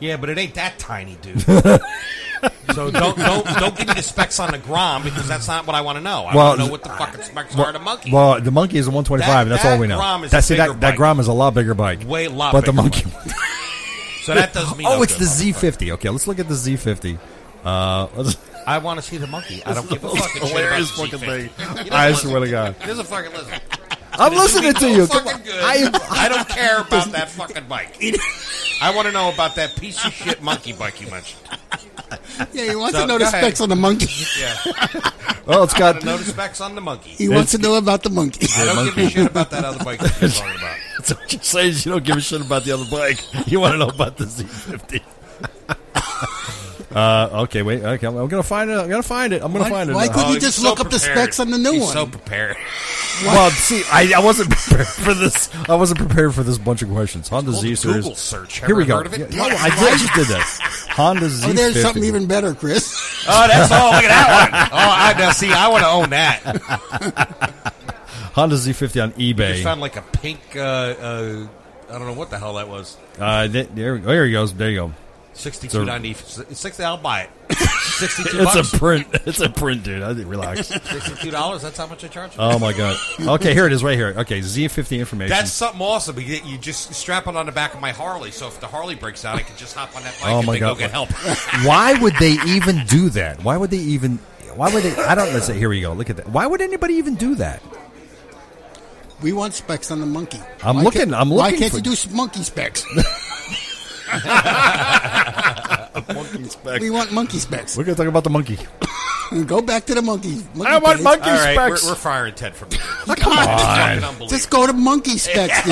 Speaker 3: Yeah, but it ain't that tiny,
Speaker 1: [laughs]
Speaker 3: dude. so don't don't don't give me the specs on the Grom because that's not what I want to know. I
Speaker 1: Well,
Speaker 3: want to know what the fucking specs are. The monkey.
Speaker 1: Well, the monkey is a 125,
Speaker 3: That-
Speaker 1: and that's
Speaker 3: that
Speaker 1: all we know.
Speaker 3: Grom is
Speaker 1: That-
Speaker 3: a
Speaker 1: see,
Speaker 3: bigger
Speaker 1: that, that
Speaker 3: bike.
Speaker 1: Grom is a lot bigger bike.
Speaker 3: Way lot
Speaker 1: But the
Speaker 3: bigger
Speaker 1: monkey.
Speaker 3: so that doesn't mean.
Speaker 1: [laughs] oh,
Speaker 3: no
Speaker 1: it's the
Speaker 3: good.
Speaker 1: Z50. Okay, let's look at the Z50. Uh, [laughs] let's-
Speaker 3: I want to see the monkey. I don't
Speaker 1: [laughs]
Speaker 3: give a fucking
Speaker 1: hilarious
Speaker 3: shit about the
Speaker 1: fucking
Speaker 3: Z50.
Speaker 1: thing.
Speaker 3: He doesn't
Speaker 1: I
Speaker 3: listen.
Speaker 1: swear to God.
Speaker 3: he doesn't fucking listen.
Speaker 1: I'm listening to you. Come on.
Speaker 3: I, [laughs]
Speaker 1: I,
Speaker 3: don't care about that fucking bike. I want to know about that piece of shit monkey bike you mentioned.
Speaker 2: Yeah, he wants
Speaker 3: So,
Speaker 2: to know the
Speaker 3: go ahead.
Speaker 2: specs on the monkey.
Speaker 3: Yeah,
Speaker 1: well, it's
Speaker 3: I
Speaker 1: got
Speaker 3: know the specs on the monkey.
Speaker 2: He wants to know about the monkey.
Speaker 3: I don't give a shit about that other bike that you're talking about.
Speaker 1: So what you're saying is you don't give a shit about the other bike. [laughs] You want to know about the Z50. [laughs] uh, okay, wait. Okay, I'm gonna find it. I'm gonna find it. I'm gonna
Speaker 2: Why-
Speaker 1: find it.
Speaker 2: why
Speaker 1: now.
Speaker 2: couldn't
Speaker 3: Oh,
Speaker 2: you
Speaker 3: he's
Speaker 2: just
Speaker 3: so
Speaker 2: look up the
Speaker 3: prepared.
Speaker 2: specs on the new
Speaker 3: He's
Speaker 2: one?
Speaker 3: So prepared.
Speaker 1: Well, see, I, I wasn't [laughs] prepared for this. I wasn't prepared for this bunch of questions. Honda
Speaker 3: Well,
Speaker 1: Z series.
Speaker 3: Google search.
Speaker 1: Here we
Speaker 3: Ever
Speaker 1: go.
Speaker 3: heard of it?
Speaker 1: Yeah, no, I did, I just
Speaker 3: [laughs]
Speaker 1: did this. Honda Z.
Speaker 2: [laughs] Oh, there's something even better, Chris. [laughs]
Speaker 3: Oh, that's all. Look at that one. Oh, I now see. I want to own that.
Speaker 1: Honda Z50 on
Speaker 3: Just
Speaker 1: eBay.
Speaker 3: found like a pink. Uh, uh, I don't know what the hell that was.
Speaker 1: Uh, th- there, we go. there he goes. There you go.
Speaker 3: Sixty-two ninety. Sixty. I'll buy
Speaker 1: [laughs]
Speaker 3: it. Sixty-two.
Speaker 1: It's
Speaker 3: bucks.
Speaker 1: a print. [laughs] It's a print, dude. I didn't relax.
Speaker 3: Sixty-two dollars. That's how much I charge.
Speaker 1: Oh my god. Okay, here it is, right here. Okay, Z50 information.
Speaker 3: That's something awesome. You, you just strap it on the back of my Harley, so if the Harley breaks down, I can just hop on that bike
Speaker 1: Oh
Speaker 3: and
Speaker 1: my
Speaker 3: then
Speaker 1: God.
Speaker 3: go get help.
Speaker 1: [laughs] Why would they even do that? Why would they even? Why would they? I don't. Let's say. Here we go. Look at that. Why would anybody even do that?
Speaker 2: We want specs on the monkey.
Speaker 1: I'm
Speaker 2: Why
Speaker 1: looking-
Speaker 2: can't-
Speaker 1: I'm
Speaker 2: Why
Speaker 1: looking
Speaker 2: can't
Speaker 1: for-
Speaker 2: you do s-
Speaker 1: [laughs]
Speaker 2: monkey specs? we want monkey specs.
Speaker 1: We're gonna talk about the [laughs] monkey.
Speaker 2: Go back to the monkey. monkey
Speaker 1: I want
Speaker 2: page.
Speaker 1: monkey
Speaker 3: All right, we're,
Speaker 1: specs.
Speaker 3: we're firing Ted from here.
Speaker 1: Come on.
Speaker 2: Just go to monkey specs, dude.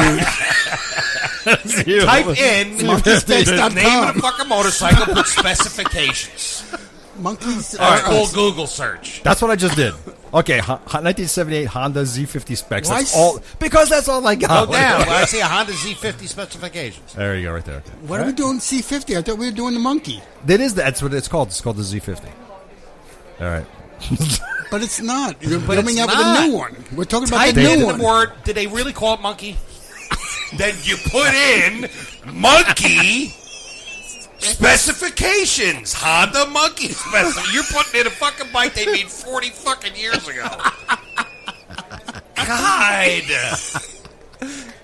Speaker 2: [laughs]
Speaker 3: Type in the
Speaker 1: [laughs]
Speaker 2: Monkeyspecs.com.
Speaker 3: name of the fucking motorcycle, put specifications. [laughs]
Speaker 2: Monkeys.
Speaker 3: All right,
Speaker 2: are-
Speaker 3: full Google search.
Speaker 1: That's what I just did. Okay, ho- ho- 1978 Honda Z50 specs.
Speaker 2: Why
Speaker 1: That's
Speaker 2: s-
Speaker 1: all because that's all I got.
Speaker 3: Oh, [laughs] damn.
Speaker 1: [laughs]
Speaker 3: I see a Honda Z50 specifications.
Speaker 1: There you go, right there. Okay.
Speaker 2: What are we doing C50? I thought we were doing the monkey.
Speaker 1: That is that's what it's called. It's called the Z50. All right.
Speaker 2: But it's not. You're
Speaker 3: But
Speaker 2: coming
Speaker 3: it's
Speaker 2: out with a
Speaker 3: not.
Speaker 2: new one. We're talking about
Speaker 3: Type
Speaker 2: the
Speaker 3: in
Speaker 2: new
Speaker 3: the
Speaker 2: one.
Speaker 3: word. Did they really call it monkey? [laughs] then you put in monkey specifications. Honda monkey specifications. You're putting in a fucking bike they made 40 fucking years ago. God.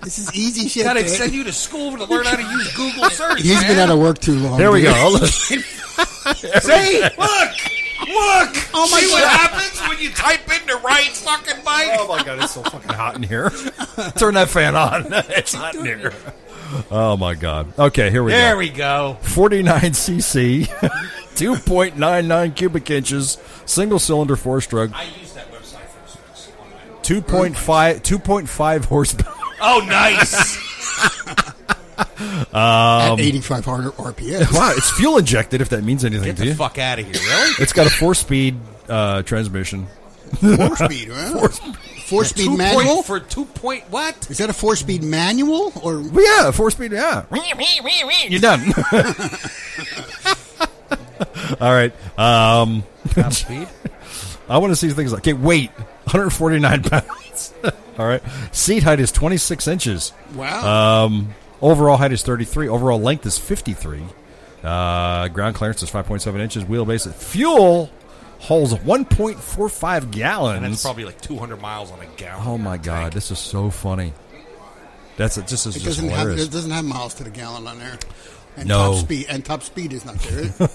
Speaker 2: This is easy shit.
Speaker 3: God, I'd
Speaker 2: dude.
Speaker 3: send you to school to learn how to use [laughs] Google search.
Speaker 2: He's been
Speaker 3: man.
Speaker 2: out of work too long.
Speaker 1: There we
Speaker 2: dude.
Speaker 1: go.
Speaker 3: See? Look! Look!
Speaker 2: Oh, my
Speaker 3: See what
Speaker 2: God. Oh
Speaker 3: happens when you type in the right fucking bike?
Speaker 1: my god, it's so fucking hot in here. [laughs] Turn that fan on. [laughs] It's hot in here. Oh my god. Okay, here we
Speaker 3: there
Speaker 1: go.
Speaker 3: we go.
Speaker 1: 49 [laughs] cc, 2.99 cubic inches, single cylinder four stroke,
Speaker 3: I use that website for this.
Speaker 1: 2.5 2.5 horsepower.
Speaker 3: Oh, nice!
Speaker 2: At 8,500 RPS.
Speaker 1: [laughs] Wow, it's fuel injected if that means
Speaker 3: [laughs]
Speaker 1: anything
Speaker 3: Get
Speaker 1: to you. [laughs]
Speaker 3: the fuck out of here, really?
Speaker 1: It's got a four-speed uh, transmission.
Speaker 2: Four speed, huh? Four, speed
Speaker 3: Two
Speaker 2: manual.
Speaker 3: point for two point
Speaker 1: [laughs]
Speaker 3: what?
Speaker 2: Is that a four speed manual or
Speaker 1: But yeah, four speed. Yeah, you're done. [laughs] All right. Um,
Speaker 3: Top speed.
Speaker 1: I want to see things like okay, weight 149 [laughs] pounds. All right. Seat height is 26 inches.
Speaker 2: wow?
Speaker 1: Um, overall height is 33. Overall length is 53. Uh, ground clearance is 5.7 inches. Wheelbase fuel holds 1.45 gallons.
Speaker 3: And that's probably like 200 miles on a gallon.
Speaker 1: oh my god, this is so funny. That's it. Just is
Speaker 2: it
Speaker 1: just
Speaker 2: doesn't have
Speaker 1: hilarious.
Speaker 2: it doesn't have miles to the gallon on there. And
Speaker 1: No.
Speaker 2: top speed and top speed is not there. is it?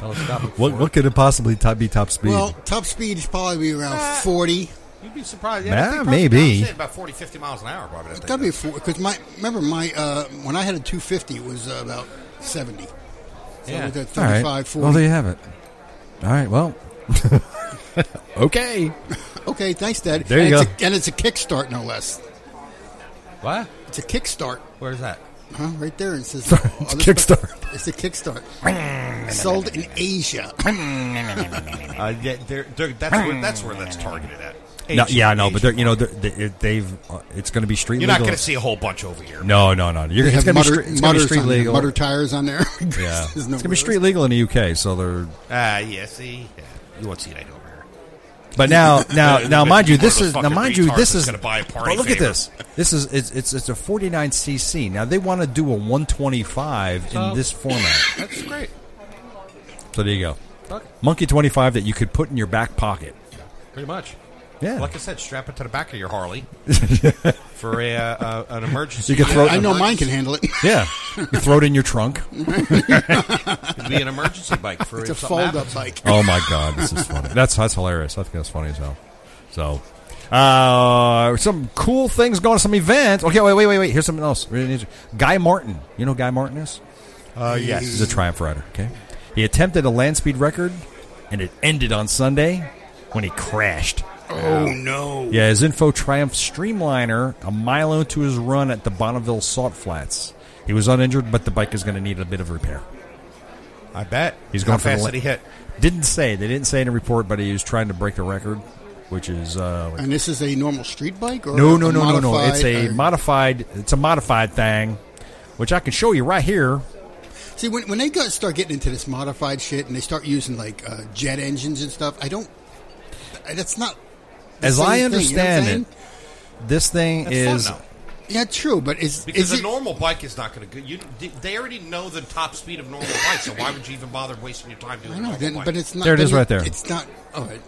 Speaker 3: Well, it's not
Speaker 1: What, what could it possibly top, be top speed?
Speaker 2: well, top speed is probably around
Speaker 3: Ah.
Speaker 2: forty.
Speaker 3: You'd be surprised.
Speaker 1: Yeah,
Speaker 3: I think
Speaker 1: maybe.
Speaker 3: probably- I'd say about 40, 50 miles an hour, probably. I think.
Speaker 2: It's gotta be four because my remember my uh, when I had a two fifty it was uh, about seventy. So
Speaker 3: Yeah.
Speaker 2: with that
Speaker 1: All right.
Speaker 2: 35, 40.
Speaker 1: Well, there you have it. All right. Well. [laughs] okay.
Speaker 2: Okay, thanks, Dad.
Speaker 1: There
Speaker 2: and
Speaker 1: you
Speaker 2: it's
Speaker 1: go.
Speaker 2: A, and it's a kickstart, no less.
Speaker 3: What?
Speaker 2: It's a kickstart,
Speaker 3: Where's that?
Speaker 2: huh? Right there, and it says
Speaker 1: It's
Speaker 2: oh, this-
Speaker 1: Kickstart.
Speaker 2: It's a kickstart.
Speaker 1: [laughs]
Speaker 2: Sold in Asia.
Speaker 3: Uh, yeah, they're, they're, that's, where, that's where that's targeted at.
Speaker 1: No,
Speaker 3: Asian-
Speaker 1: yeah, no, but they're,
Speaker 3: Asian
Speaker 1: you know
Speaker 3: market.
Speaker 1: they're, they, it- they've uh, it's going to be street
Speaker 3: you're
Speaker 1: legal.
Speaker 3: not going to see a whole bunch over here.
Speaker 1: No, no, no. You're
Speaker 2: They
Speaker 1: gonna, it's going
Speaker 2: have
Speaker 1: to be
Speaker 2: mutter,
Speaker 1: street, it's gonna be
Speaker 2: mutters
Speaker 1: street
Speaker 2: on there,
Speaker 1: legal.
Speaker 2: mutter tires on there. [laughs]
Speaker 1: yeah, it's
Speaker 2: There's no
Speaker 1: going to be
Speaker 2: wheels.
Speaker 1: street legal in the UK. So they're
Speaker 3: Ah, yeah, see, yeah. you won't see that over here.
Speaker 1: but
Speaker 3: [laughs]
Speaker 1: now now
Speaker 3: Yeah,
Speaker 1: now
Speaker 3: but
Speaker 1: mind you
Speaker 3: one of
Speaker 1: this
Speaker 3: those
Speaker 1: is now
Speaker 3: fucking
Speaker 1: mind you
Speaker 3: retards
Speaker 1: this
Speaker 3: that's
Speaker 1: is
Speaker 3: gonna buy a party
Speaker 1: but look at
Speaker 3: favor.
Speaker 1: this this is it's it's, it's a 49 cc. Now they want to do a 125 in
Speaker 3: So-
Speaker 1: this format.
Speaker 3: That's great.
Speaker 1: So there you go, Monkey 25 that you could put in your back pocket.
Speaker 3: Pretty much.
Speaker 1: Yeah.
Speaker 3: Like I said, strap it to the back of your
Speaker 1: [laughs]
Speaker 3: Harley for a, uh, uh, an emergency.
Speaker 1: You can throw-
Speaker 2: I know mine can
Speaker 3: emergency-
Speaker 2: handle it.
Speaker 1: Yeah, you throw it in your trunk.
Speaker 3: It'd be an emergency bike for
Speaker 2: [laughs] [laughs] It's a
Speaker 3: if something
Speaker 2: fold
Speaker 3: happens.
Speaker 2: up bike.
Speaker 1: Oh my god, this is funny. That's that's hilarious. I think that's funny as hell. So, uh, some cool things going. Some events. Okay, wait, wait, wait, wait. Here's something else. Really interesting. Guy Martin. You know who Guy Martin is?
Speaker 3: Uh, yes.
Speaker 1: He's a Triumph rider. Okay, he attempted a land speed record, and it ended on Sunday when he crashed.
Speaker 2: Oh no!
Speaker 1: Yeah, his info Triumph Streamliner a mile into his run at the Bonneville Salt Flats. He was uninjured, but the bike is going to need a bit of repair.
Speaker 3: I bet
Speaker 1: He's going
Speaker 3: How
Speaker 1: for the
Speaker 3: fast.
Speaker 1: le-
Speaker 3: did he hit?
Speaker 1: Didn't say. They didn't say in a report, but he was trying to break the record, which is uh, like
Speaker 2: And this is a normal street bike, or
Speaker 1: No,
Speaker 2: a
Speaker 1: no, no, no, no.
Speaker 2: modified, uh,
Speaker 1: It's a
Speaker 2: or-
Speaker 1: modified. It's a modified thing, which I can show you right here.
Speaker 2: See, when, when they go, start getting into this modified shit and they start using like uh, jet engines and stuff, I don't. I- That's not. the
Speaker 1: As
Speaker 2: same
Speaker 1: I
Speaker 2: thing,
Speaker 1: understand
Speaker 2: you know what I'm
Speaker 1: it, this thing
Speaker 3: That's
Speaker 1: is
Speaker 3: fun, though.
Speaker 2: saying? Yeah, true, but is
Speaker 3: Because
Speaker 2: is
Speaker 3: a
Speaker 2: it?
Speaker 3: normal bike is not going to. You they already know the top speed of normal bikes, so why would you even bother wasting your time doing? a
Speaker 2: I know,
Speaker 3: normal
Speaker 2: then,
Speaker 3: bike?
Speaker 2: but it's not.
Speaker 1: There it
Speaker 2: then
Speaker 1: is right there.
Speaker 2: It's not. oh, All right.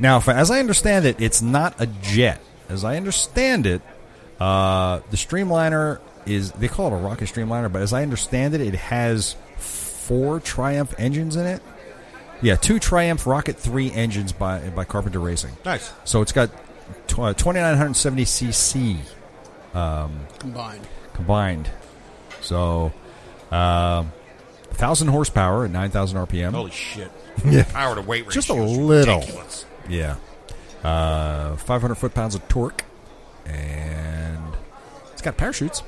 Speaker 1: now, if- as I understand it, it's not a jet. As I understand it, uh, the Streamliner is they call it a rocket Streamliner, but as I understand it, it has four Triumph engines in it. Yeah, two Triumph Rocket Three engines by by Carpenter Racing.
Speaker 3: nice.
Speaker 1: So it's got tw- uh, 2970 cc.
Speaker 2: Combined.
Speaker 1: combined. So, uh, thousand horsepower at nine thousand RPM.
Speaker 3: Holy shit!
Speaker 1: [laughs] Yeah.
Speaker 3: Power to weight ratio.
Speaker 1: Just a
Speaker 3: is
Speaker 1: little.
Speaker 3: Ridiculous.
Speaker 1: Yeah, uh, five hundred foot pounds of torque, and it's
Speaker 3: [laughs]
Speaker 1: got parachutes.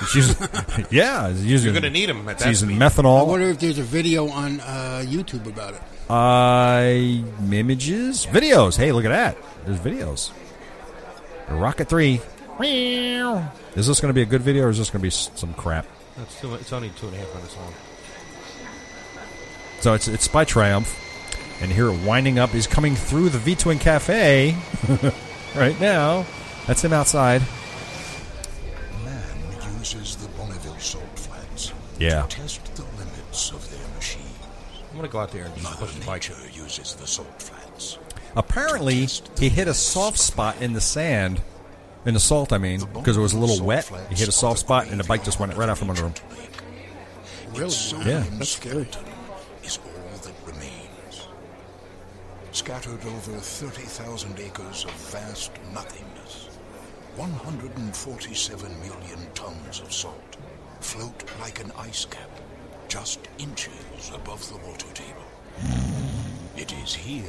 Speaker 1: It's using, [laughs] yeah, it's using,
Speaker 3: You're going to need them at
Speaker 1: it's
Speaker 3: that
Speaker 1: using
Speaker 3: speed.
Speaker 2: I
Speaker 1: methanol.
Speaker 2: wonder if there's a video on uh, YouTube about it.
Speaker 1: Uh, images, videos. Hey, look at that. There's videos. The Rocket three. Is this going to be a good video or is this going to be s- some crap?
Speaker 3: That's two, it's only two and a half minutes long.
Speaker 1: So it's it's by Triumph, and here winding up is coming through the V
Speaker 3: [laughs]
Speaker 1: Twin Cafe right now. That's him outside.
Speaker 4: Man uses the Bonneville salt flats
Speaker 1: Yeah.
Speaker 4: to test the limits of their machine.
Speaker 3: I'm going to go out there and just
Speaker 4: Mother
Speaker 3: push the bike.
Speaker 4: Nature uses the salt flats.
Speaker 1: Apparently, he hit a soft spot in the sand, in the salt. I mean, because it was a little wet. He hit a soft spot, and the bike just went right out from under him.
Speaker 2: Really?
Speaker 1: Yeah.
Speaker 4: That's skeleton is all that remains. Scattered over 30,000 acres of vast nothingness, 147 million tons of salt float like an ice cap, just inches above the water table. It is here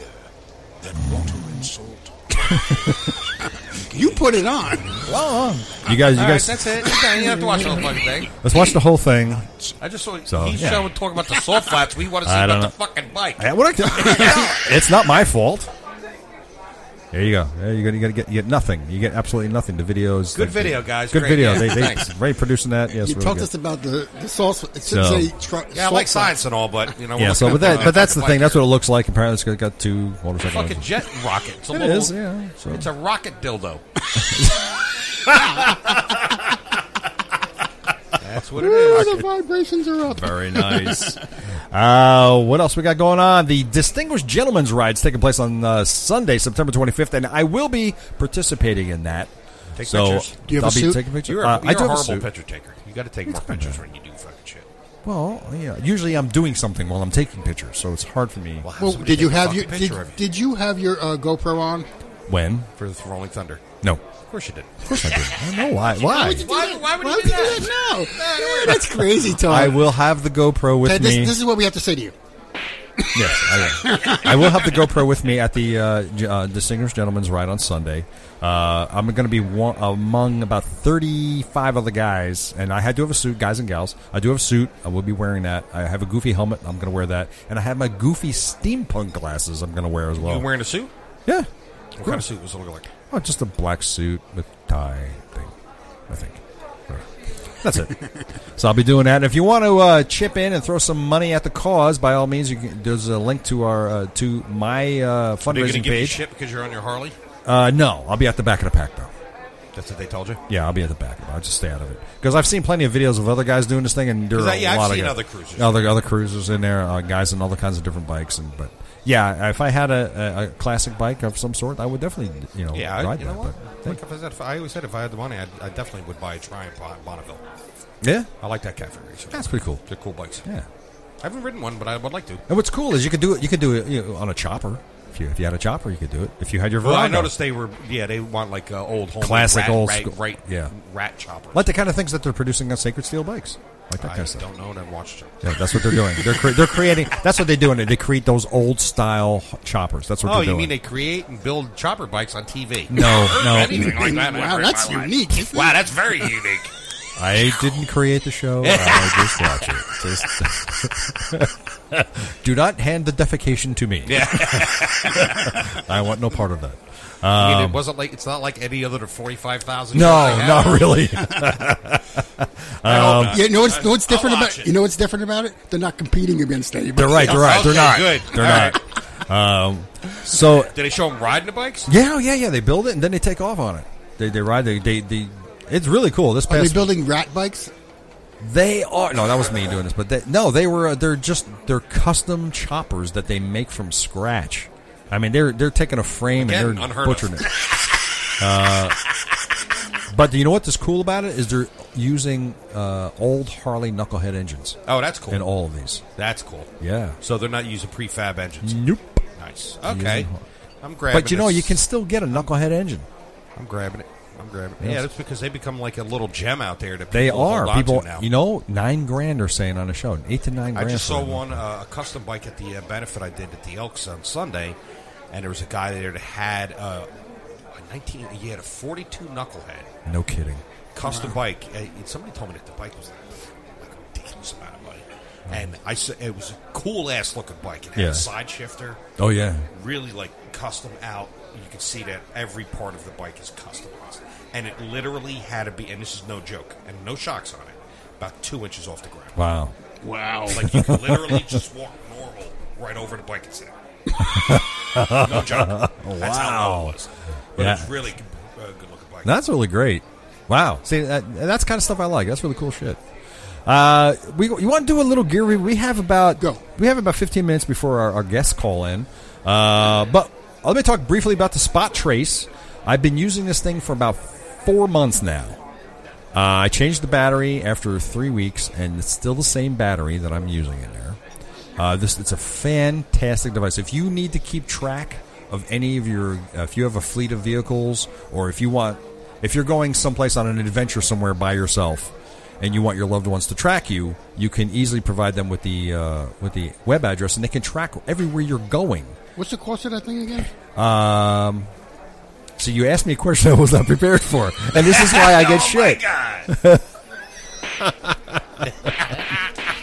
Speaker 4: that water and salt.
Speaker 2: You put it on.
Speaker 1: Well, you guys,
Speaker 3: Oh, All
Speaker 1: you
Speaker 3: right,
Speaker 1: guys,
Speaker 3: that's it. You're done. You don't have to watch the whole fucking thing.
Speaker 1: let's watch the whole thing.
Speaker 3: I just saw
Speaker 1: So,
Speaker 3: he's
Speaker 1: yeah.
Speaker 3: showing talking about the soft flats. We want to see
Speaker 1: I
Speaker 3: about
Speaker 1: don't
Speaker 3: the
Speaker 1: know.
Speaker 3: fucking bike.
Speaker 1: Yeah, what I- [laughs] it's not my fault. There you go. There you go. You gotta get, you get nothing. You get absolutely nothing. The videos.
Speaker 3: Good
Speaker 1: they-
Speaker 3: video, guys.
Speaker 1: Good
Speaker 3: Great.
Speaker 1: video.
Speaker 3: Yeah,
Speaker 1: They, they,
Speaker 3: thanks.
Speaker 1: Ray producing that. Yes,
Speaker 2: you
Speaker 1: really
Speaker 2: talked
Speaker 1: good.
Speaker 2: us about the, the sauce. It should
Speaker 1: So-
Speaker 2: say tru-
Speaker 3: Yeah, I
Speaker 2: salt
Speaker 3: like
Speaker 2: sauce.
Speaker 3: science and all, but you know. we're
Speaker 1: Yeah. So,
Speaker 3: looking
Speaker 1: but
Speaker 3: at
Speaker 1: that, but that's the
Speaker 3: fucking
Speaker 1: thing.
Speaker 3: bike
Speaker 1: That's what it looks like. Apparently, it's got, got two motorcycles.
Speaker 3: here. fucking jet rocket. It's a
Speaker 1: It
Speaker 3: little,
Speaker 1: is, yeah, so.
Speaker 3: It's a rocket dildo. [laughs] that's what it is.
Speaker 2: Ooh, the vibrations are up.
Speaker 1: Very nice. uh, what else we got going on? The Distinguished Gentleman's Ride's taking place on uh, Sunday, September 25th, and I will be participating in that.
Speaker 3: Take
Speaker 1: so
Speaker 3: pictures.
Speaker 2: Do you have a
Speaker 1: I'll be
Speaker 2: suit?
Speaker 1: taking pictures.
Speaker 3: You're, a-
Speaker 1: Uh,
Speaker 3: you're
Speaker 1: I do
Speaker 3: a
Speaker 1: have
Speaker 3: horrible
Speaker 1: suit.
Speaker 3: picture taker. You got to take more pictures when you do fucking shit.
Speaker 1: Well, yeah. Usually I'm doing something while I'm taking pictures, so it's hard for me.
Speaker 3: Well, have
Speaker 2: Well,
Speaker 3: somebody
Speaker 2: did you
Speaker 3: take a
Speaker 2: have
Speaker 3: fucking
Speaker 2: your did,
Speaker 3: picture of you
Speaker 2: did you have your uh, GoPro on?
Speaker 1: When?
Speaker 3: for the Rolling Thunder?
Speaker 1: No.
Speaker 3: Of course you did.
Speaker 1: Of course I did. I don't know why. Why?
Speaker 3: Why- why would you do that?
Speaker 2: No, Yeah, that's crazy, Tom.
Speaker 1: I will have the GoPro with
Speaker 2: Ted, this,
Speaker 1: me.
Speaker 2: this is what we have to say to you.
Speaker 1: Yes, I will. I will have the GoPro with me at the uh, G- uh, Distinguished Gentleman's Ride on Sunday. Uh, I'm going to be one, among about 35 other guys, and I had to have a suit, guys and gals. I do have a suit. I will be wearing that. I have a goofy helmet. I'm going to wear that. And I have my goofy steampunk glasses I'm going to wear as well.
Speaker 3: You wearing a suit?
Speaker 1: yeah.
Speaker 3: What kind of suit was it look like?
Speaker 1: Oh, just a black suit with tie thing, I think. That's it. so I'll be doing that. And if you want to uh, chip in and throw some money at the cause, by all means, you can, there's a link to our uh, to my
Speaker 3: Are you going
Speaker 1: uh,
Speaker 3: to
Speaker 1: fundraising
Speaker 3: give you
Speaker 1: page.
Speaker 3: shit because you're on your Harley?
Speaker 1: Uh, no, I'll be at the back of the pack though.
Speaker 3: That's what they told you.
Speaker 1: Yeah, I'll be at the back. I'll just stay out of it because I've seen plenty of videos of other guys doing this thing, and there are
Speaker 3: 'Cause I- yeah,
Speaker 1: a
Speaker 3: I've
Speaker 1: lot
Speaker 3: seen
Speaker 1: of
Speaker 3: other cruisers.
Speaker 1: other other cruisers in there, uh, guys on other kinds of different bikes, and but yeah, if I had a, a, a classic bike of some sort, I would definitely you know
Speaker 3: Yeah, I,
Speaker 1: ride
Speaker 3: you know
Speaker 1: that.
Speaker 3: what?
Speaker 1: but-
Speaker 3: Like if I, said, if I always said if I had the money, I'd, I definitely would buy a Triumph Bon- Bonneville.
Speaker 1: yeah,
Speaker 3: I like that cat racer.
Speaker 1: that's pretty cool.
Speaker 3: They're cool bikes.
Speaker 1: Yeah.
Speaker 3: I haven't ridden one, but I would like to.
Speaker 1: And what's cool is you could do it. You could do it you know, on a chopper. If you if you had a chopper, you could do it. If you had your
Speaker 3: Well,
Speaker 1: Virago,
Speaker 3: I noticed they were, yeah, they want like uh, old home
Speaker 1: Classic
Speaker 3: rat,
Speaker 1: old
Speaker 3: rat,
Speaker 1: school-
Speaker 3: right,
Speaker 1: yeah.
Speaker 3: rat chopper.
Speaker 1: like the kind of things that they're producing on Sacred Steel bikes, like that
Speaker 3: I
Speaker 1: kind of stuff.
Speaker 3: don't know. and I've watched it.
Speaker 1: Yeah, that's what they're doing. They're cre- they're creating. That's what they're doing. They create those old style choppers. That's what
Speaker 3: Oh,
Speaker 1: they're
Speaker 3: you
Speaker 1: doing.
Speaker 3: mean they create and build chopper bikes on TV?
Speaker 1: no, no,
Speaker 3: [laughs] Anything like that? I've
Speaker 2: Wow,
Speaker 3: heard in
Speaker 2: that's
Speaker 3: my life.
Speaker 2: unique. Isn't
Speaker 3: Wow,
Speaker 2: it?
Speaker 3: that's
Speaker 1: [laughs]
Speaker 3: very unique.
Speaker 1: I didn't create the show. I just watch it. Just [laughs] do not hand the defecation to me.
Speaker 3: Yeah.
Speaker 1: [laughs] I want no part of that.
Speaker 3: I mean, it wasn't like it's not like any other forty-five thousand.
Speaker 1: Um, No, not really. Um,
Speaker 2: Yeah, you know what's, you know what's different
Speaker 3: I'll
Speaker 2: about
Speaker 3: watch it.
Speaker 2: you know what's different about it? They're not competing against anybody.
Speaker 1: They're right. They're right.
Speaker 3: Okay,
Speaker 1: they're not.
Speaker 3: good. All
Speaker 1: They're not. Um, so
Speaker 3: Did they show them riding the bikes?
Speaker 1: Yeah, yeah, yeah. They build it and then they take off on it. They they ride. They they, they it's really cool. This
Speaker 2: Are
Speaker 1: past
Speaker 2: Oh, they building rat bikes?
Speaker 1: they are no, that was me doing this, but they, no, they were uh, they're just they're custom choppers that they make from scratch. I mean, they're they're taking a frame
Speaker 3: Again,
Speaker 1: and
Speaker 3: unheard
Speaker 1: they're
Speaker 3: of.
Speaker 1: butchering it. Uh, but you know what's cool about it is they're using uh, old Harley knucklehead engines
Speaker 3: Oh, that's cool.
Speaker 1: in all of these.
Speaker 3: That's cool.
Speaker 1: Yeah.
Speaker 3: So they're not using prefab engines.
Speaker 1: Nope.
Speaker 3: Nice. Okay.
Speaker 1: Mm. Using-
Speaker 3: I'm grabbing.
Speaker 1: But you know,
Speaker 3: this.
Speaker 1: you can still get a knucklehead engine.
Speaker 3: I'm grabbing it. I'm grabbing it.
Speaker 1: Yes.
Speaker 3: Yeah, that's because they become like a little gem out there. That
Speaker 1: They
Speaker 3: people hold
Speaker 1: are
Speaker 3: on
Speaker 1: people.
Speaker 3: to now.
Speaker 1: You know, nine grand are saying on a show, eight to nine
Speaker 3: I
Speaker 1: grand.
Speaker 3: just
Speaker 1: for
Speaker 3: saw
Speaker 1: them.
Speaker 3: one uh, a custom bike at the uh, benefit I did at the Elks on Sunday, and there was a guy there that had uh, a 19. He had a 42 knucklehead.
Speaker 1: No kidding.
Speaker 3: custom bike. Uh, and somebody told me that the bike was like a ridiculous amount of money, and I said it was a cool ass looking bike. It had
Speaker 1: Yeah.
Speaker 3: a side shifter,
Speaker 1: Oh yeah.
Speaker 3: really like custom out. You could see that every part of the bike is customized, and it literally had to be. And this is no joke, and no shocks on it. About two inches off the ground,
Speaker 1: Wow.
Speaker 2: Wow.
Speaker 3: like you could literally just walk normal right over the bike and [laughs] sit. no joke. That's how low
Speaker 1: Wow.
Speaker 3: it was. But it was
Speaker 1: Yeah.
Speaker 3: really uh, good looking bike.
Speaker 1: That's really great. Wow. See, that, that's kind of stuff I like. That's really cool shit. Uh, we you want to do a little gear review? We have about
Speaker 2: Go.
Speaker 1: We have about fifteen minutes before our, our guests call in. Uh, but let me talk briefly about the Spot Trace. I've been using this thing for about four months now. Uh, I changed the battery after three weeks, and it's still the same battery that I'm using in there. Uh, this it's a fantastic device. If you need to keep track of any of your, uh, if you have a fleet of vehicles, or if you want, if you're going someplace on an adventure somewhere by yourself, and you want your loved ones to track you, you can easily provide them with the uh, with the web address, and they can track everywhere you're going.
Speaker 2: What's the cost of that thing again?
Speaker 1: Um, So you asked me a question I was not prepared for, and this is why I get
Speaker 3: [laughs] oh my
Speaker 1: shit.
Speaker 3: [laughs] God.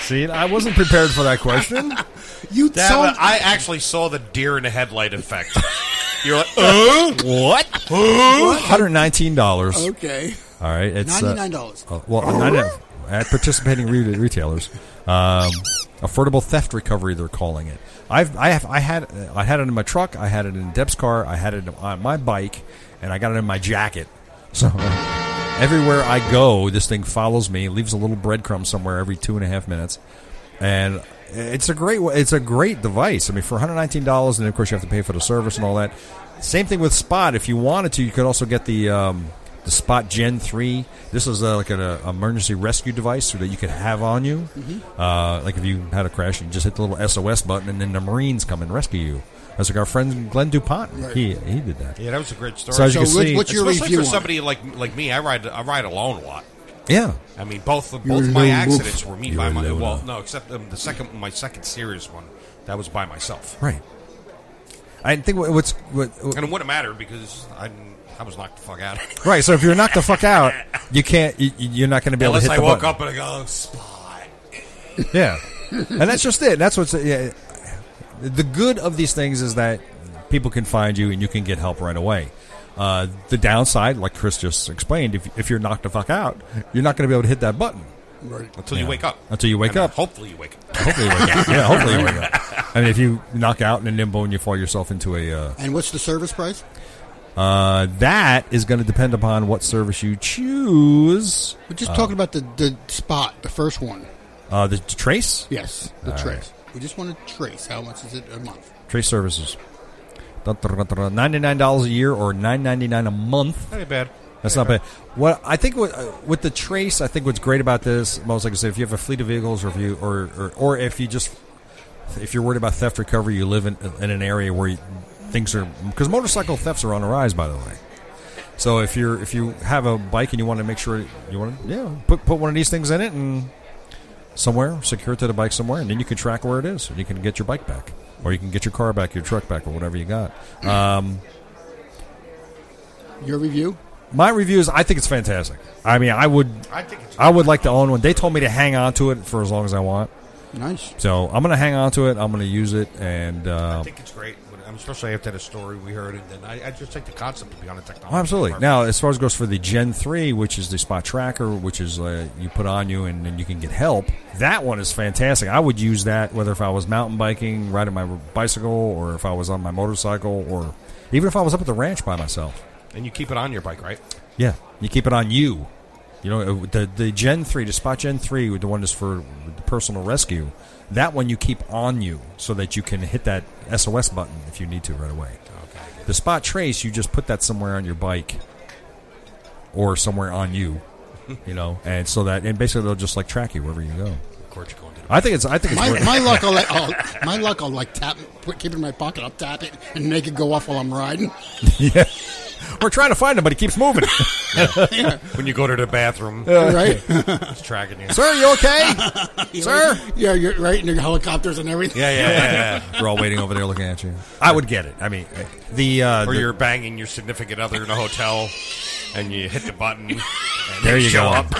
Speaker 1: See, I wasn't prepared for that question.
Speaker 2: You
Speaker 3: Damn
Speaker 2: saw
Speaker 3: it, I actually saw the deer in the headlight [laughs] effect. You're like, oh, [laughs] what?
Speaker 1: One hundred nineteen dollars. All
Speaker 2: okay.
Speaker 1: right, it's uh,
Speaker 2: Ninety-nine dollars.
Speaker 1: Uh, well, not at, at participating re- retailers, um, affordable theft recovery. They're calling it. I've I have I had I had it in my truck. I had it in Deb's car. I had it on my bike, and I got it in my jacket. So everywhere I go, this thing follows me. Leaves a little breadcrumb somewhere every two and a half minutes, and it's a great it's a great device. I mean, for one hundred nineteen dollars, and then of course you have to pay for the service and all that. Same thing with Spot. If you wanted to, you could also get the um, the Spot Gen three. This is uh like an uh, emergency rescue device that you could have on you. Uh, like if you had a crash, you just hit the little SOS button, and then the Marines come and rescue you. That's like our friend Glenn Dupont. He he did that.
Speaker 3: Yeah, that was a great story.
Speaker 1: So as you
Speaker 2: So
Speaker 1: can
Speaker 2: what-
Speaker 1: see,
Speaker 2: what's your
Speaker 3: Especially
Speaker 2: review
Speaker 3: for
Speaker 2: on it?
Speaker 3: somebody like like me, I ride I ride alone a lot.
Speaker 1: yeah.
Speaker 3: I mean, both both
Speaker 2: You're a
Speaker 3: my
Speaker 2: lone
Speaker 3: accidents were me
Speaker 1: You're
Speaker 3: by
Speaker 1: a
Speaker 3: my
Speaker 1: loner.
Speaker 3: well, no, except um, the second my second serious one that was by myself,
Speaker 1: Right. I think what- what's what, what-
Speaker 3: and it wouldn't matter because I I was knocked the fuck out [laughs]
Speaker 1: right. So if you're knocked the fuck out, you can't. You, you're not going to be able
Speaker 3: unless
Speaker 1: to hit
Speaker 3: I
Speaker 1: the
Speaker 3: woke up
Speaker 1: button.
Speaker 3: and I go spot.
Speaker 1: Yeah, and that's just it. That's what's yeah. The good of these things is that people can find you and you can get help right away. Uh, the downside, like Chris just explained, if, if you're knocked the fuck out, you're not going to be able to hit that button.
Speaker 3: until you
Speaker 1: Yeah.
Speaker 3: wake up.
Speaker 1: Until you wake
Speaker 3: I mean,
Speaker 1: up.
Speaker 3: Hopefully you wake up.
Speaker 1: Hopefully, you wake up. yeah, hopefully you wake up. I mean, if you knock out in a nimbo and you fall yourself into a uh,
Speaker 2: And what's the service price?
Speaker 1: uh, that is going to depend upon what service you choose.
Speaker 2: We're just talking about the, the spot, the first one.
Speaker 1: Uh, the trace,
Speaker 2: Yes, the
Speaker 1: All
Speaker 2: trace. We just want to trace. How much is it a month?
Speaker 1: trace services, ninety nine dollars a year or nine ninety nine a month.
Speaker 3: Not bad.
Speaker 1: That's not bad. What I think what, uh, with the trace, I think what's great about this, most like I said, if you have a fleet of vehicles, or if you or or, or if you just if you're worried about theft recovery, you live in in an area where you, things are because motorcycle thefts are on the rise, by the way. So if you're if you have a bike and you want to make sure you want to yeah put put one of these things in it and somewhere secure it to the bike somewhere and then you can track where it is and you can get your bike back or you can get your car back your truck back or whatever you got. Um,
Speaker 2: Your review?
Speaker 1: my review is I think it's fantastic. I mean I would
Speaker 3: I think it's
Speaker 1: I would like to own one. They told me to hang on to it for as long as I want,
Speaker 2: Nice.
Speaker 1: so I'm gonna hang on to it. I'm gonna use it, and
Speaker 3: I
Speaker 1: uh,
Speaker 3: think it's great. When- I'm especially after the story we heard, and then I, I just like the concept to be on a technology.
Speaker 1: oh, absolutely.
Speaker 3: department.
Speaker 1: Now, as far as goes for the Gen Three, which is the spot tracker, which is uh, you put on you and then you can get help. That one is fantastic. I would use that whether if I was mountain biking, riding my bicycle, or if I was on my motorcycle, or even if I was up at the ranch by myself.
Speaker 3: and you keep it on your bike, right?
Speaker 1: Yeah, you keep it on you. You know uh, the the Gen three, the Spot Gen three, with the one that's for the personal rescue. That one you keep on you so that you can hit that SOS button if you need to right away.
Speaker 3: Okay.
Speaker 1: The Spot Trace, you just put that somewhere on your bike or somewhere on
Speaker 3: [laughs]
Speaker 1: you, you know, and so that and basically they'll just like track you wherever you go.
Speaker 3: Of course, you're going to. The-
Speaker 1: I think it's I think it's
Speaker 2: My,
Speaker 1: great.
Speaker 2: my luck, I'll, let, I'll my luck, I'll like tap, put, keep it in my pocket. I'll tap it and make it go off while I'm [laughs] riding.
Speaker 1: yeah. We're trying to find him, but he keeps [laughs] moving.
Speaker 3: when you go to the bathroom,
Speaker 2: Right? [laughs]
Speaker 3: it's tracking
Speaker 1: [laughs]
Speaker 3: you.
Speaker 1: Sir, you okay? Sir?
Speaker 2: yeah, you're right. And your helicopters and everything.
Speaker 3: Yeah, yeah, yeah. yeah.
Speaker 1: We're all waiting over there looking at you. I would get it. I mean, the uh,
Speaker 3: or
Speaker 1: the-
Speaker 3: you're banging your significant other in a hotel, and you hit the button. And
Speaker 1: There
Speaker 3: they
Speaker 1: you
Speaker 3: show
Speaker 1: go.
Speaker 3: Up.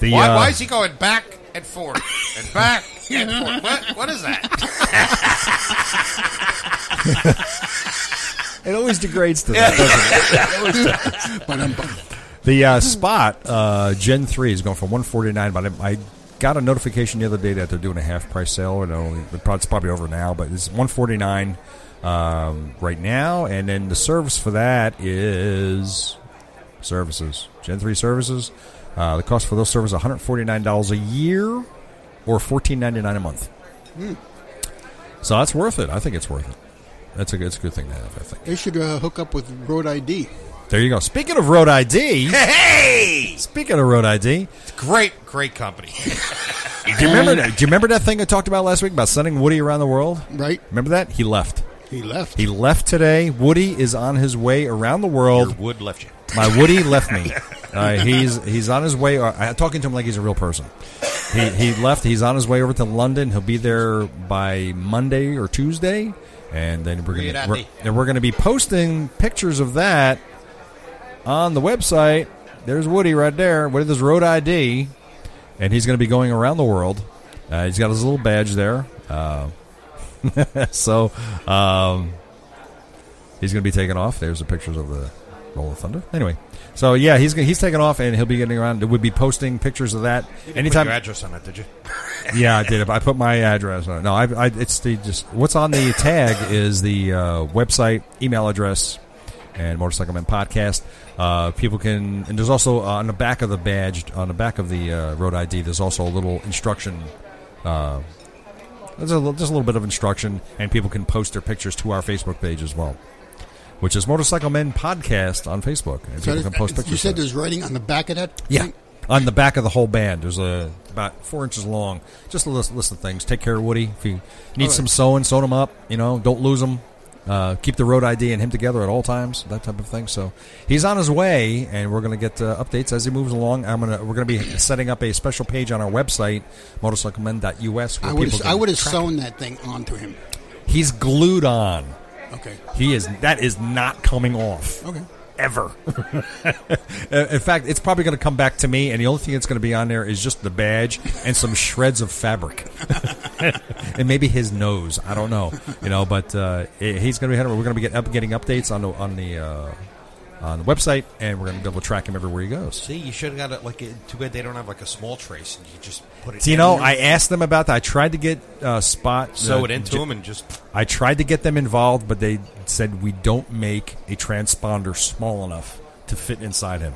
Speaker 1: the
Speaker 3: Why,
Speaker 1: uh,
Speaker 3: why is he going back and forth and back and forth?
Speaker 1: [laughs]
Speaker 3: What, what is that?
Speaker 1: It always degrades to that. doesn't it?
Speaker 2: But I'm,
Speaker 1: The uh, spot uh, Gen three is going for one forty nine, but I, I got a notification the other day that they're doing a half price sale, and only the product's probably over now, but it's one forty nine um, right now, and then the service for that is services Gen three services. Uh, the cost for those services one hundred forty nine dollars a year, or fourteen ninety nine a month. So that's worth it. I think it's worth it. That's a good, it's a good thing to have. I think.
Speaker 2: they should uh, hook up with Road ID.
Speaker 1: There you go. Speaking of Road ID.
Speaker 3: Hey,
Speaker 1: Speaking of Road ID,
Speaker 3: great, great company.
Speaker 1: do you remember? That, do you remember that thing I talked about last week about sending Woody around the world?
Speaker 2: Right?
Speaker 1: Remember that he left.
Speaker 2: He left.
Speaker 1: He left today. Woody is on his way around the
Speaker 3: Your
Speaker 1: world.
Speaker 3: wood left you.
Speaker 1: My Woody left me. Uh, he's he's on his way. uh, I'm talking to him like he's a real person. He he left. He's on his way over to London. He'll be there by Monday or Tuesday. and then we're
Speaker 2: Read
Speaker 1: gonna
Speaker 2: at
Speaker 1: we're,
Speaker 2: me.
Speaker 1: and we're gonna be posting pictures of that on the website. There's Woody right there with his road ID, and he's gonna be going around the world. Uh, he's got his little badge there, uh, [laughs] so um, he's gonna be taking off. There's the pictures of the roll of thunder. Anyway, so yeah, he's gonna- he's taking off, and he'll be getting around. We'll be posting pictures of that
Speaker 3: Put
Speaker 1: anytime.
Speaker 3: your address on it, did you?
Speaker 1: Yeah, I did. I put my address on it. No, I, I, it's the just what's on the tag is the uh, website, email address, and Motorcycle Man podcast. Uh, people can, and there's also uh, on the back of the badge, on the back of the uh, road ID, there's also a little instruction. Uh, there's a, little- just a little bit of instruction, and people can post their pictures to our Facebook page as well, which is Motorcycle Men Podcast on Facebook. And
Speaker 2: So
Speaker 1: people can post
Speaker 2: that-
Speaker 1: pictures.
Speaker 2: you said
Speaker 1: there.
Speaker 2: there's writing on the back of that?
Speaker 1: Yeah,
Speaker 2: thing?
Speaker 1: on the back of the whole band. There's a about four inches long. Just a list, list of things. Take care of Woody. If you need some sewing, sew them up. You know, don't lose them. Uh, keep the road ID and him together at all times. That type of thing. So he's on his way, and we're gonna get uh, updates as he moves along. I'm gonna we're gonna be setting up a special page on our website, motorcyclemen.us. Where
Speaker 2: I would
Speaker 1: people
Speaker 2: have,
Speaker 1: can
Speaker 2: I would have
Speaker 1: track
Speaker 2: sewn that thing onto him.
Speaker 1: it. He's glued on.
Speaker 2: Okay.
Speaker 1: He is that is not coming off
Speaker 2: Okay.
Speaker 1: ever. [laughs] Uh, In fact, it's probably going to come back to me, and the only thing that's going to be on there is just the badge and some shreds of fabric, [laughs] and maybe his nose. I don't know, you know. But uh, he- he's going to be heading. We're going to be get up, getting updates on the on the uh, on the website, and we're going to be able to track him everywhere he goes.
Speaker 3: See, you should have got it. Like, it- too bad they don't have like a small trace, and you just put it.
Speaker 1: So, you
Speaker 3: in
Speaker 1: know,
Speaker 3: there,
Speaker 1: I asked them about that. I tried to get uh, spot
Speaker 3: sew
Speaker 1: uh,
Speaker 3: it into
Speaker 1: J-
Speaker 3: them, and just
Speaker 1: I tried to get them involved, but they said we don't make a transponder small enough to fit inside him.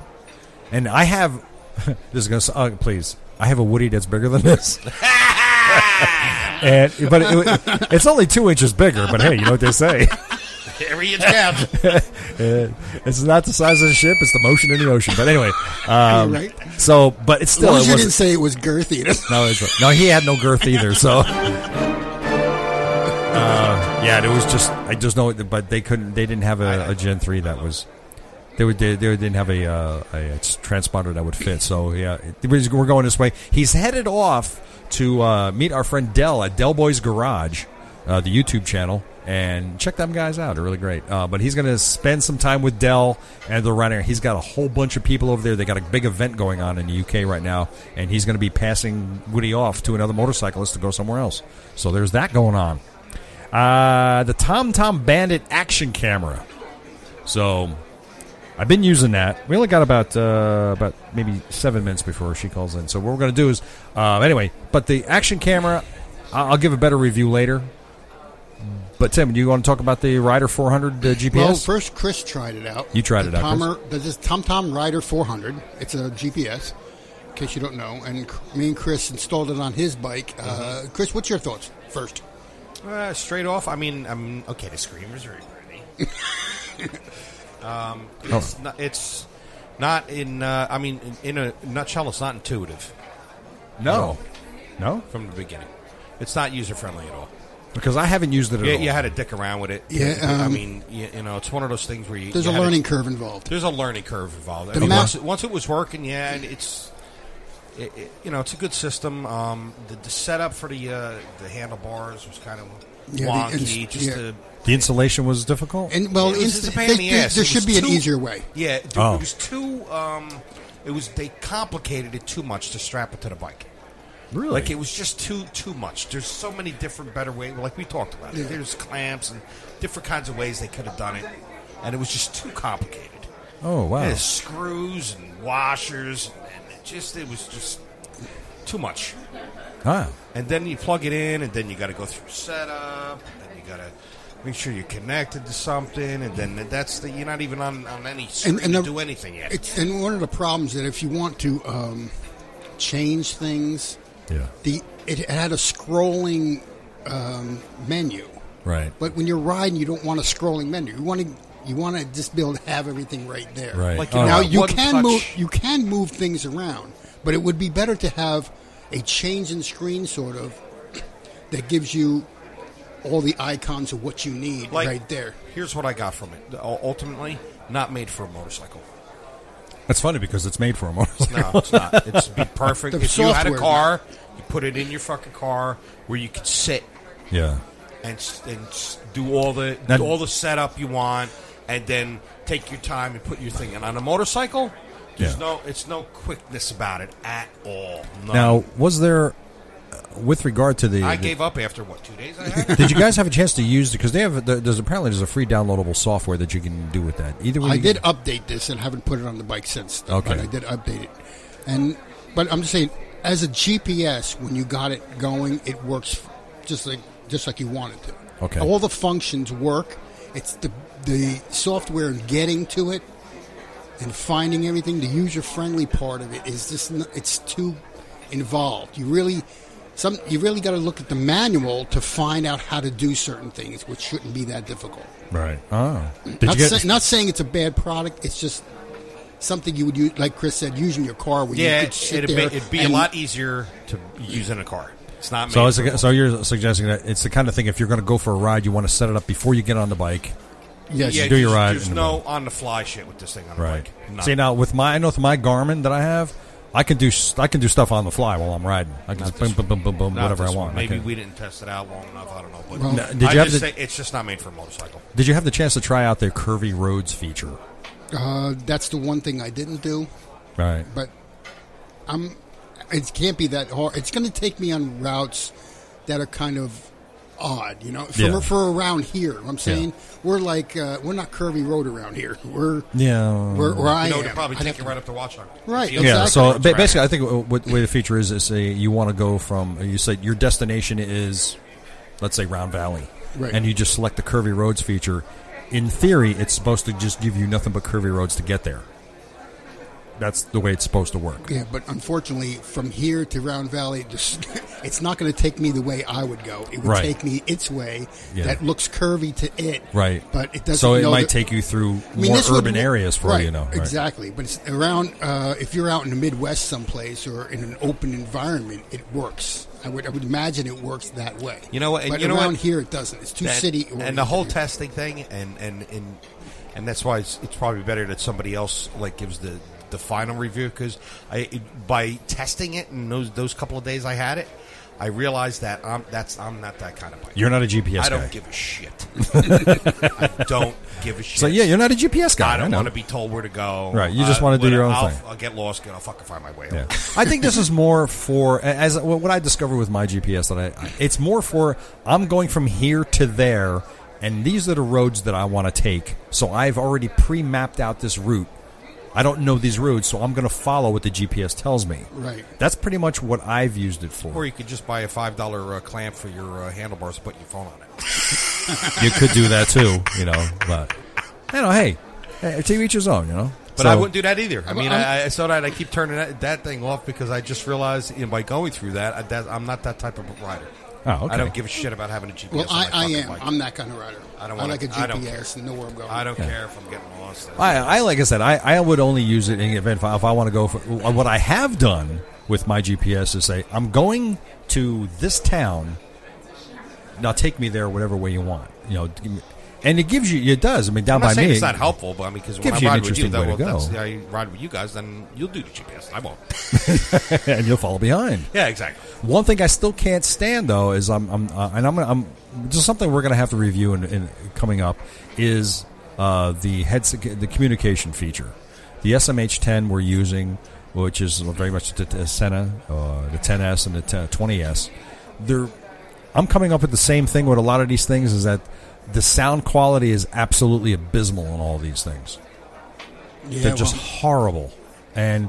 Speaker 1: And I have [laughs] this is going to uh, please. I have a Woody that's bigger than this, [laughs] and but it, it's only two inches bigger. But hey, you know what they say. [laughs]
Speaker 3: every inch counts.
Speaker 1: It's not the size of the ship; it's the motion in the ocean. But anyway, um,
Speaker 2: You're right.
Speaker 1: so but it's
Speaker 2: As
Speaker 1: still
Speaker 2: long
Speaker 1: it
Speaker 2: as you
Speaker 1: wasn't-
Speaker 2: didn't say it was girthy. [laughs]
Speaker 1: No, it's, no, he had no girth either. So, [laughs] uh, yeah, it was just I just know, but they couldn't. They didn't have a, a Gen three that was. They would. They, they didn't have a, uh, a transponder that would fit. So yeah, it, we're just- we're going this way. He's headed off to uh, meet our friend Dell at Dell Boy's Garage, uh, the YouTube channel. And check them guys out; they're really great. Uh, but he's going to spend some time with Dell and the runner. He's got a whole bunch of people over there. They got a big event going on in the UK right now, and he's going to be passing Woody off to another motorcyclist to go somewhere else. So there's that going on. Uh, the Tom Tom Bandit action camera. So I've been using that. We only got about uh, about maybe seven minutes before she calls in. So what we're going to do is uh, anyway. But the action camera, I- I'll give a better review later. But Tim, you want to talk about the Rider 400 uh, GPS?
Speaker 2: Well, first Chris tried it out.
Speaker 1: You tried
Speaker 2: The
Speaker 1: it out, Chris.
Speaker 2: Tomer, This is TomTom Rider 400. It's a GPS, in case you don't know. And C- me and Chris installed it on his bike. Uh,
Speaker 3: Mm-hmm.
Speaker 2: Chris, what's your thoughts first?
Speaker 3: [laughs] Uh, straight off, I mean, I'm okay. The screen was very pretty. um,
Speaker 1: Oh,
Speaker 3: it's, not, it's not in. Uh, I mean, in, in a nutshell, it's not intuitive
Speaker 1: no, no,
Speaker 3: from the beginning. It's not user friendly at all.
Speaker 1: because I haven't used it at
Speaker 3: You,
Speaker 1: all.
Speaker 3: you had to dick around with it.
Speaker 2: Yeah,
Speaker 3: I
Speaker 2: um,
Speaker 3: mean, you, you know, it's one of those things where you
Speaker 2: There's
Speaker 3: you
Speaker 2: a
Speaker 3: had to-
Speaker 2: learning curve involved.
Speaker 3: there's a learning curve involved. I
Speaker 2: The
Speaker 3: mean,
Speaker 2: map-
Speaker 3: once, once it was working, yeah, and it's it, it- you know it's a good system. Um, the, the setup for the uh, the handlebars was kind of
Speaker 2: Yeah, the
Speaker 3: wonky,
Speaker 2: ins-
Speaker 3: just
Speaker 2: yeah.
Speaker 3: to
Speaker 1: the installation was difficult.
Speaker 2: And well,
Speaker 3: it was
Speaker 2: inst-
Speaker 3: just a pain
Speaker 2: there,
Speaker 3: in the
Speaker 2: there-
Speaker 3: ass.
Speaker 2: there
Speaker 3: It
Speaker 2: should
Speaker 3: was
Speaker 2: be an
Speaker 3: too-
Speaker 2: easier way.
Speaker 3: Yeah, it,
Speaker 1: Oh.
Speaker 3: it was too. Um, it was they complicated it too much to strap it to the bike.
Speaker 1: really,
Speaker 3: Like it was just too too much. There's so many different better ways. Like we talked about, it. there's clamps and different kinds of ways they could have done it, and it was just too complicated.
Speaker 1: oh wow,
Speaker 3: There's screws and washers, and it just it was just too much.
Speaker 1: ah,
Speaker 3: And then you plug it in, and then you got to go through setup, and you got to make sure you're connected to something, and then that's the you're not even on, on any screen
Speaker 2: and
Speaker 3: to
Speaker 2: the-
Speaker 3: do anything yet.
Speaker 2: It's and one of the problems that if you want to um, change things,
Speaker 1: yeah,
Speaker 2: the it had a scrolling um, menu.
Speaker 1: right,
Speaker 2: But when you're riding, you don't want a scrolling menu. You want to you want to just be able to have everything right there.
Speaker 1: right.
Speaker 3: Like,
Speaker 1: Oh,
Speaker 2: Now
Speaker 3: Uh,
Speaker 2: you
Speaker 3: one
Speaker 2: can
Speaker 3: touch.
Speaker 2: move you can move things around, but it would be better to have a change in screen sort of that gives you all the icons of what you need
Speaker 3: Like-
Speaker 2: right there.
Speaker 3: Here's what I got from it. U- Ultimately, not made for a
Speaker 2: [laughs]
Speaker 3: motorcycle.
Speaker 1: that's funny because it's made for a motorcycle.
Speaker 3: No, it's not. It's be perfect.
Speaker 2: The
Speaker 3: if you had a
Speaker 2: software.
Speaker 3: car, you put it in your fucking car where you could sit
Speaker 1: [laughs] Yeah,
Speaker 3: and s- and s- do all the
Speaker 1: Now-
Speaker 3: do all the setup you want, and then take your time and put your thing in. On a motorcycle, there's
Speaker 1: Yeah.
Speaker 3: no it's no quickness about it at all. None.
Speaker 1: Now, was there, uh, with regard to the,
Speaker 3: I
Speaker 1: the-
Speaker 3: gave up after what two days I
Speaker 1: [laughs]
Speaker 3: had.
Speaker 1: [coughs] did you guys have a chance to use because they have there- there's apparently there's a free downloadable software that you can do with that. Either way,
Speaker 2: I
Speaker 1: you
Speaker 2: did
Speaker 1: can-
Speaker 2: update this and haven't put it on the bike since. though,
Speaker 1: Okay.
Speaker 2: But I did update it. And but I'm just saying, as a GPS, when you got it going, it works just like just like you want it to.
Speaker 1: Okay.
Speaker 2: All the functions work. It's the the software and getting to it and finding everything. The user friendly part of it is just n- it's too involved. You really some you really got to look at the manual to find out how to do certain things, which shouldn't be that difficult
Speaker 1: right. Oh, did
Speaker 2: not,
Speaker 1: you get?
Speaker 2: say- not saying it's a bad product. It's just something you would use, like Chris said, using your car. Where
Speaker 3: yeah,
Speaker 2: you could
Speaker 3: it,
Speaker 2: sit
Speaker 3: it'd be,
Speaker 2: there
Speaker 3: it'd be a
Speaker 2: and-
Speaker 3: lot easier to use in a car. It's not
Speaker 1: so,
Speaker 3: made
Speaker 1: it's
Speaker 3: for-
Speaker 1: a, so you're suggesting that it's the kind of thing if you're going to go for a ride, you want to set it up before you get on the bike.
Speaker 2: Yes,
Speaker 3: yeah,
Speaker 1: do your
Speaker 3: there's-
Speaker 1: ride
Speaker 3: There's
Speaker 1: in the
Speaker 3: no on the fly shit with this thing on the bike. None.
Speaker 1: See now with my I know with my Garmin that I have, I can do s- I can do stuff on the fly while I'm riding. I can just boom, boom, boom, boom, boom,
Speaker 3: Not
Speaker 1: whatever I
Speaker 3: this
Speaker 1: want.
Speaker 3: one.
Speaker 1: I
Speaker 3: Maybe
Speaker 1: can-
Speaker 3: we didn't test it out long enough. I don't know. But
Speaker 1: No, did you
Speaker 3: I
Speaker 1: have
Speaker 3: just
Speaker 1: the-
Speaker 3: say it's just not made for a motorcycle.
Speaker 1: Did you have the chance to try out their curvy roads feature?
Speaker 2: Uh, that's the one thing I didn't do,
Speaker 1: Right.
Speaker 2: but I'm. It can't be that hard. It's going to take me on routes that are kind of odd, you know. For,
Speaker 1: Yeah.
Speaker 2: for around here, I'm saying we're like uh, we're not curvy road around here. We're
Speaker 1: Yeah.
Speaker 2: we're where I
Speaker 3: You know,
Speaker 2: am.
Speaker 3: to probably
Speaker 2: I'd
Speaker 3: take
Speaker 2: have
Speaker 3: you
Speaker 2: to-
Speaker 3: right up to watch on.
Speaker 2: Right,
Speaker 3: Yeah.
Speaker 1: yeah,
Speaker 2: exactly.
Speaker 1: so ba- basically, I think what, what the way the feature is is a, you want to go from you said your destination is, let's say Round Valley,
Speaker 2: Right.
Speaker 1: and you just select the curvy roads feature. In theory, it's supposed to just give you nothing but curvy roads to get there. That's the way it's supposed to work.
Speaker 2: Yeah, but unfortunately, from here to Round Valley, [laughs] just, it's not going to take me the way I would go. It would
Speaker 1: Right.
Speaker 2: take me its way
Speaker 1: Yeah.
Speaker 2: that looks curvy to it.
Speaker 1: Right.
Speaker 2: But it doesn't.
Speaker 1: So it
Speaker 2: know
Speaker 1: might
Speaker 2: that-
Speaker 1: take you through
Speaker 2: I mean,
Speaker 1: more
Speaker 2: this would-
Speaker 1: urban areas for all
Speaker 2: right,
Speaker 1: you know. Right.
Speaker 2: Exactly. But it's around. Uh, if you're out in the Midwest someplace or in an open environment, it works. I would, I would imagine it works that way.
Speaker 3: You know what, and
Speaker 2: but
Speaker 3: you know
Speaker 2: around
Speaker 3: what?
Speaker 2: here it doesn't. It's too
Speaker 3: And-
Speaker 2: city.
Speaker 3: and the whole
Speaker 2: oriented.
Speaker 3: testing thing, and and and and that's why it's, it's probably better that somebody else like gives the the final review because I it- by testing it and those those couple of days I had it, I realized that I'm that's I'm not that kind of bike.
Speaker 1: You're not a GPS
Speaker 3: I don't
Speaker 1: guy.
Speaker 3: give a shit. [laughs] I don't give a shit.
Speaker 1: so yeah, you're not a GPS guy.
Speaker 3: I don't
Speaker 1: know.
Speaker 3: want to be told where to go.
Speaker 1: Right, you just wanna do
Speaker 3: when
Speaker 1: your own
Speaker 3: I'll,
Speaker 1: thing.
Speaker 3: I'll get lost and I'll fucking find my way.
Speaker 1: Yeah.
Speaker 3: home.
Speaker 1: I think this is more for as what I discovered with my GPS that I it's more for I'm going from here to there and these are the roads that I want to take. So I've already pre-mapped out this route. I don't know these roads, so I'm going to follow what the GPS tells me.
Speaker 2: Right.
Speaker 1: That's pretty much what I've used it
Speaker 3: Or
Speaker 1: for.
Speaker 3: you could just buy a five dollar uh, clamp for your uh, handlebars to put your phone on it.
Speaker 1: You could do that too, you know, but you know, hey, hey, to each his own, you know.
Speaker 3: But
Speaker 1: So-
Speaker 3: I wouldn't do that either. I
Speaker 2: I'm-
Speaker 3: mean,
Speaker 2: I'm-
Speaker 3: I, I saw that I keep turning that, that thing off because I just realized you know, by going through that, I, that I'm not that type of rider.
Speaker 1: Oh, okay.
Speaker 3: I don't give a shit about having a GPS.
Speaker 2: Well,
Speaker 3: on my
Speaker 2: I, I
Speaker 3: fucking
Speaker 2: am.
Speaker 3: bike.
Speaker 2: I'm that kind of rider.
Speaker 3: I don't
Speaker 2: I
Speaker 3: wanna-
Speaker 2: like a
Speaker 3: I don't
Speaker 2: GPS and know where I'm going.
Speaker 3: I don't care if I'm getting lost.
Speaker 1: I, I like I said, I, I would only use it in the event if I, if I want to go for what I have done with my GPS is say I'm going to this town. Now take me there, whatever way you want. You know, give me- and it gives you it does. I mean, down
Speaker 3: I'm not
Speaker 1: by
Speaker 3: saying
Speaker 1: me,
Speaker 3: it's not helpful, but I mean, because when
Speaker 1: Gives
Speaker 3: I
Speaker 1: you an
Speaker 3: ride with you,
Speaker 1: interesting
Speaker 3: that,
Speaker 1: way to
Speaker 3: well, that's,
Speaker 1: go.
Speaker 3: I ride with you guys, then you'll do the GPS. I won't. [laughs]
Speaker 1: and you'll follow behind.
Speaker 3: Yeah, exactly.
Speaker 1: One thing I still can't stand though is I'm, I'm uh, and I'm gonna I'm just something we're gonna have to review in, in coming up is uh, the heads the communication feature, the SMH10 we're using, which is very much the, the Senna, uh, the 10s and the 10, 20s. They're I'm coming up with the same thing with a lot of these things is that the sound quality is absolutely abysmal on all these things.
Speaker 2: Yeah,
Speaker 1: They're
Speaker 2: well,
Speaker 1: just horrible, and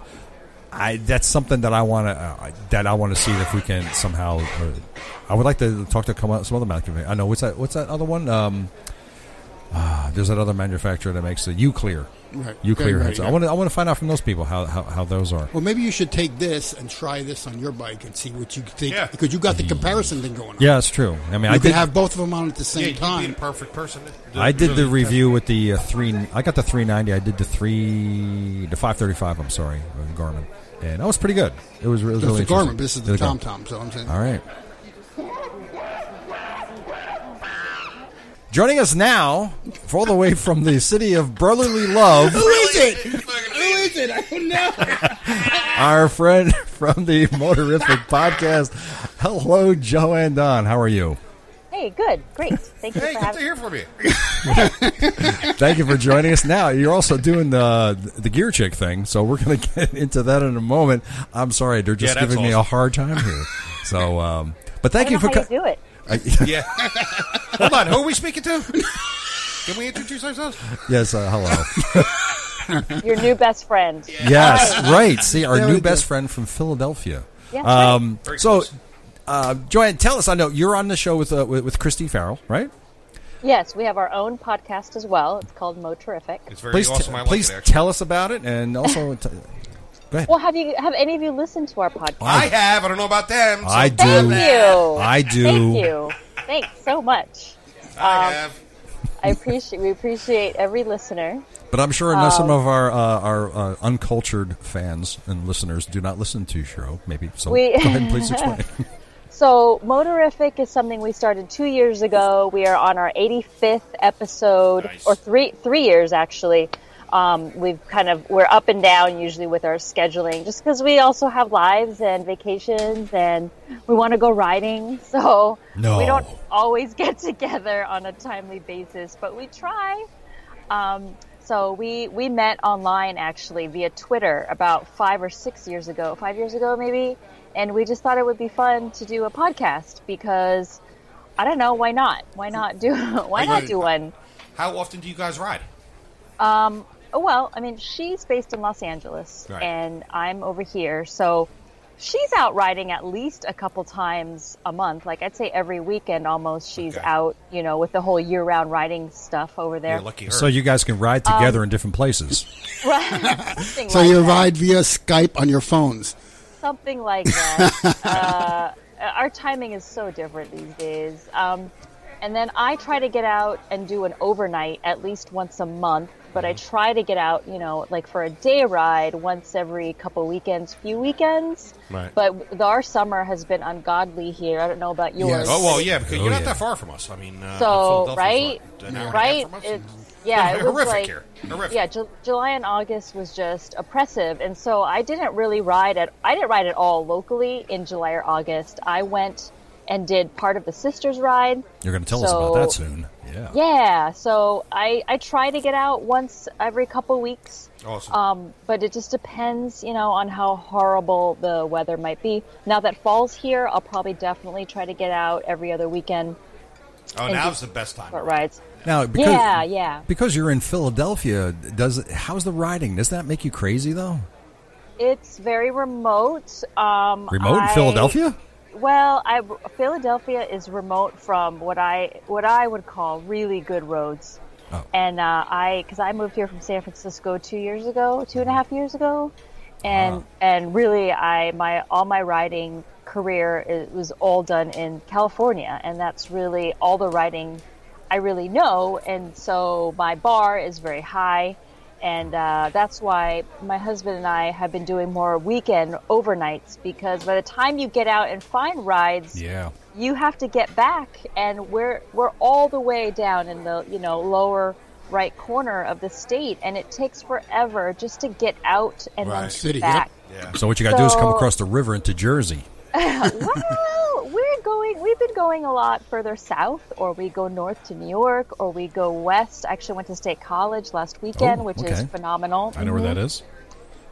Speaker 1: I that's something that I want to uh, that I want to see if we can somehow. Uh, I would like to talk to come out some other manufacturer. I know what's that? What's that other one? Um, ah, there's that other manufacturer that makes the U Clear.
Speaker 2: Right.
Speaker 1: U Clear
Speaker 2: Right,
Speaker 1: heads.
Speaker 2: right,
Speaker 1: I want to I want to find out from those people how, how, how those are.
Speaker 2: Well, maybe you should take this and try this on your bike and see what you think.
Speaker 3: Yeah.
Speaker 2: Because you got the comparison thing going on.
Speaker 1: Yeah, it's true. I mean,
Speaker 2: You
Speaker 1: I
Speaker 2: could
Speaker 1: did
Speaker 2: have both of them on at the
Speaker 3: Yeah,
Speaker 2: same
Speaker 3: you'd be
Speaker 2: time.
Speaker 3: the perfect person. to- to
Speaker 1: I did the
Speaker 3: really test
Speaker 1: review with the uh, three. I got the 390. I did the three the 535. I'm sorry, on Garmin, and that was pretty good. It was, it was
Speaker 2: That's
Speaker 1: really
Speaker 2: the Garmin,
Speaker 1: interesting.
Speaker 2: but this is the
Speaker 1: Did it go?
Speaker 2: Tom Tom. So I'm saying,
Speaker 1: All right. Joining us now, f- all the way from the city of Brotherly Love,
Speaker 2: who is it? Who is it? I don't know.
Speaker 1: [laughs] our friend from the Motorific Podcast. Hello, Joe and Don. How are you?
Speaker 5: Hey, good, great. Thank you
Speaker 3: Hey, good
Speaker 5: for
Speaker 3: to
Speaker 5: having.
Speaker 3: hear from you. [laughs]
Speaker 1: Thank you for joining us. Now you're also doing the the gear chick thing, so we're going to [laughs] get into that in a moment. I'm sorry, they're just
Speaker 3: Yeah, that's
Speaker 1: giving me a
Speaker 3: awesome.
Speaker 1: hard
Speaker 3: [laughs]
Speaker 1: time here. So, um, but
Speaker 5: I
Speaker 1: thank
Speaker 5: don't
Speaker 1: you
Speaker 5: know
Speaker 1: for
Speaker 5: how you
Speaker 1: co-
Speaker 5: do it.
Speaker 3: Yeah. Hold on. Who are we speaking to?
Speaker 1: [laughs]
Speaker 3: Can we introduce ourselves?
Speaker 1: yes. Uh,
Speaker 5: [laughs]
Speaker 1: hello.
Speaker 5: Your new best
Speaker 3: [laughs]
Speaker 5: friend.
Speaker 1: Yes, right. See, our
Speaker 2: There
Speaker 1: new
Speaker 2: we go.
Speaker 1: best friend from Philadelphia.
Speaker 5: Yeah,
Speaker 1: Um,
Speaker 3: Very
Speaker 1: so,
Speaker 3: close.
Speaker 1: uh, Joanne, tell us. I know you're on the show with uh, with, with Christy Farrell, right?
Speaker 5: Yes, we have our own podcast as well. It's called Mo Terrific.
Speaker 3: It's very
Speaker 1: Please, t-
Speaker 3: awesome. I like
Speaker 1: please
Speaker 3: it, actually.
Speaker 1: tell us about it, and
Speaker 5: [laughs]
Speaker 1: also, t- go ahead.
Speaker 5: Well, have you have any of you listened to our podcast?
Speaker 3: I have. I don't know about them. so-
Speaker 1: I do.
Speaker 5: Thank you.
Speaker 1: I do.
Speaker 5: Thank you. Thanks so much. Um,
Speaker 3: I have.
Speaker 5: I appreciate we appreciate every listener.
Speaker 1: But I'm sure unless
Speaker 5: Um,
Speaker 1: some of our uh, our uh, uncultured fans and listeners do not listen to your show, maybe. So
Speaker 5: We-
Speaker 1: go ahead and
Speaker 5: [laughs]
Speaker 1: please explain.
Speaker 5: So, Motorific is something we started two years ago. We are on our 85th episode,
Speaker 3: Nice.
Speaker 5: or three three years actually. Um, we've kind of we're up and down usually with our scheduling, just because we also have lives and vacations, and we want to go riding. [laughs] So
Speaker 1: No.
Speaker 5: we don't always get [laughs] together on a timely basis, but we try. Um, so we we met online actually via Twitter about five or six years ago, five years ago maybe, and we just thought it would be fun to do a podcast because I don't know why not? Why not do [laughs] why not do one?
Speaker 3: How often do you guys ride?
Speaker 5: Oh, well, I mean, she's based in Los Angeles
Speaker 3: Right.
Speaker 5: and I'm over here, so she's out riding at least a couple times a month. Like I'd say every weekend almost. She's
Speaker 3: Okay.
Speaker 5: out, you know, with the whole year-round riding stuff over there.
Speaker 3: You're lucky. Her.
Speaker 1: so you guys can ride
Speaker 5: Um,
Speaker 1: together in different places.
Speaker 5: Right. [laughs] Something
Speaker 2: So
Speaker 5: like
Speaker 2: you
Speaker 5: that.
Speaker 2: ride via Skype on your
Speaker 5: [laughs]
Speaker 2: phones.
Speaker 5: something
Speaker 3: [laughs]
Speaker 5: like that. uh, our timing is so different these days. Um, and then I try to get out and do an overnight at least once a month, but I
Speaker 3: Mm-hmm.
Speaker 5: try to get out, you know, like for a day ride once every couple weekends, few weekends.
Speaker 3: Right.
Speaker 5: But th- our summer has been ungodly here. I don't know about yours.
Speaker 3: Oh well, yeah, because
Speaker 1: Oh,
Speaker 3: you're not
Speaker 1: yeah.
Speaker 3: that far from us. I mean, uh,
Speaker 5: So
Speaker 3: Philadelphia's
Speaker 5: right,
Speaker 3: what, an hour and a half
Speaker 5: right.
Speaker 3: from us?
Speaker 5: It,
Speaker 3: It's
Speaker 5: yeah,
Speaker 3: been
Speaker 5: it
Speaker 3: [laughs]
Speaker 5: was
Speaker 3: horrific
Speaker 5: like
Speaker 3: here. Horrific.
Speaker 5: yeah, Ju- July and August was just oppressive, and so I didn't really ride at I didn't ride at all locally in July or August. I went and did part of the sisters ride.
Speaker 1: You're going to tell
Speaker 5: So-
Speaker 1: us about that soon. Yeah.
Speaker 5: Yeah, so I I try to get out once every couple weeks.
Speaker 3: Awesome.
Speaker 5: Um, but it just depends, you know, on how horrible the weather might be. Now that fall's here, I'll probably definitely try to get out every other weekend
Speaker 3: oh, now's the best time.
Speaker 5: for rides.
Speaker 1: Now, because,
Speaker 5: Yeah, yeah.
Speaker 1: Because you're in Philadelphia, does it- how's the riding? Does that make you crazy though?
Speaker 5: It's very remote. Um,
Speaker 1: Remote in
Speaker 5: I-
Speaker 1: Philadelphia?
Speaker 5: Well, I, Philadelphia is remote from what I what I would call really good roads,
Speaker 1: Oh.
Speaker 5: and uh, I because I moved here from San Francisco two years ago, two and a half years ago, and and really I my all my riding career it was all done in California, and that's really all the riding I really know, and so my bar is very high. And uh, that's why my husband and I have been doing more weekend overnights because by the time you get out and find rides,
Speaker 1: Yeah.
Speaker 5: you have to get back, and we're we're all the way down in the you know lower right corner of the state, and it takes forever just to get out and then
Speaker 3: Right.
Speaker 2: City, yep.
Speaker 5: back. [laughs]
Speaker 3: Yeah. Oh,
Speaker 1: So what you got to do is come
Speaker 5: So-
Speaker 1: across the river into Jersey. [laughs]
Speaker 5: well, we're going. We've been going a lot further south, or we go north to New York, or we go west. I actually went to state college last weekend,
Speaker 1: Oh,
Speaker 5: which
Speaker 1: okay.
Speaker 5: is phenomenal. Mm-hmm.
Speaker 1: I know where that is.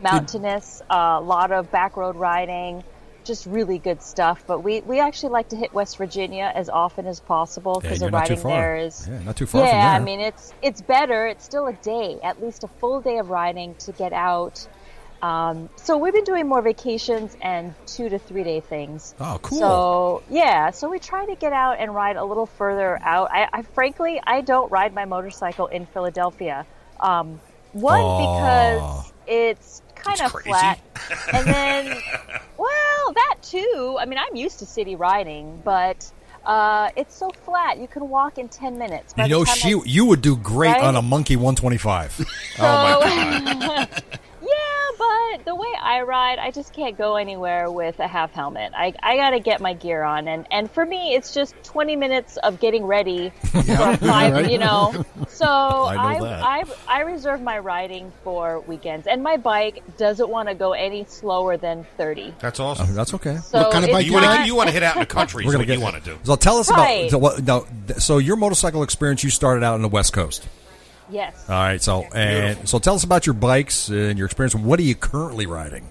Speaker 5: mountainous, a lot of back road riding, just really good stuff. But we, we actually like to hit West Virginia as often as possible
Speaker 1: Yeah,
Speaker 5: because
Speaker 1: you're
Speaker 5: the
Speaker 1: not too
Speaker 5: riding
Speaker 1: far.
Speaker 5: there is
Speaker 1: Yeah, not too far
Speaker 5: Yeah,
Speaker 1: from
Speaker 5: I
Speaker 1: there.
Speaker 5: mean it's it's better. It's still a day, at least a full day of riding to get out. Um, so we've been doing more vacations and two to three day things.
Speaker 1: Oh, cool.
Speaker 5: So yeah, so we try to get out and ride a little further out. I, I frankly I don't ride my motorcycle in Philadelphia. Um, one because it's kind of
Speaker 3: crazy.
Speaker 5: flat, and then well that too. I mean I'm used to city riding, but uh, it's so flat you can walk in ten minutes. By
Speaker 1: You
Speaker 5: the
Speaker 1: know,
Speaker 5: time
Speaker 1: she
Speaker 5: I-
Speaker 1: you would do great
Speaker 5: Right?
Speaker 1: on a monkey 125.
Speaker 5: [laughs]
Speaker 3: Oh my god.
Speaker 5: yeah, but I the way I ride, I just can't go anywhere with a half helmet. I, I gotta get my gear on, and and for me, it's just twenty minutes of getting ready from five,
Speaker 2: right.
Speaker 5: you know. So
Speaker 3: I
Speaker 5: I
Speaker 3: know
Speaker 5: I, I reserve my riding for weekends, and my bike doesn't want to go any slower than thirty.
Speaker 3: That's
Speaker 1: Oh,
Speaker 3: awesome.
Speaker 1: [laughs] that's okay.
Speaker 5: So
Speaker 2: kind of
Speaker 5: it's
Speaker 2: bike
Speaker 3: you want to
Speaker 5: not-
Speaker 3: you want to hit out in the country.
Speaker 1: [laughs] We're
Speaker 3: is
Speaker 1: gonna
Speaker 3: what
Speaker 1: get
Speaker 3: you want to do.
Speaker 1: So tell us
Speaker 5: Right.
Speaker 1: about so what, now, th- so your motorcycle experience. You started out on the West Coast.
Speaker 5: Yes.
Speaker 1: All right. So and so tell us about your bikes and your experience. What are you currently riding?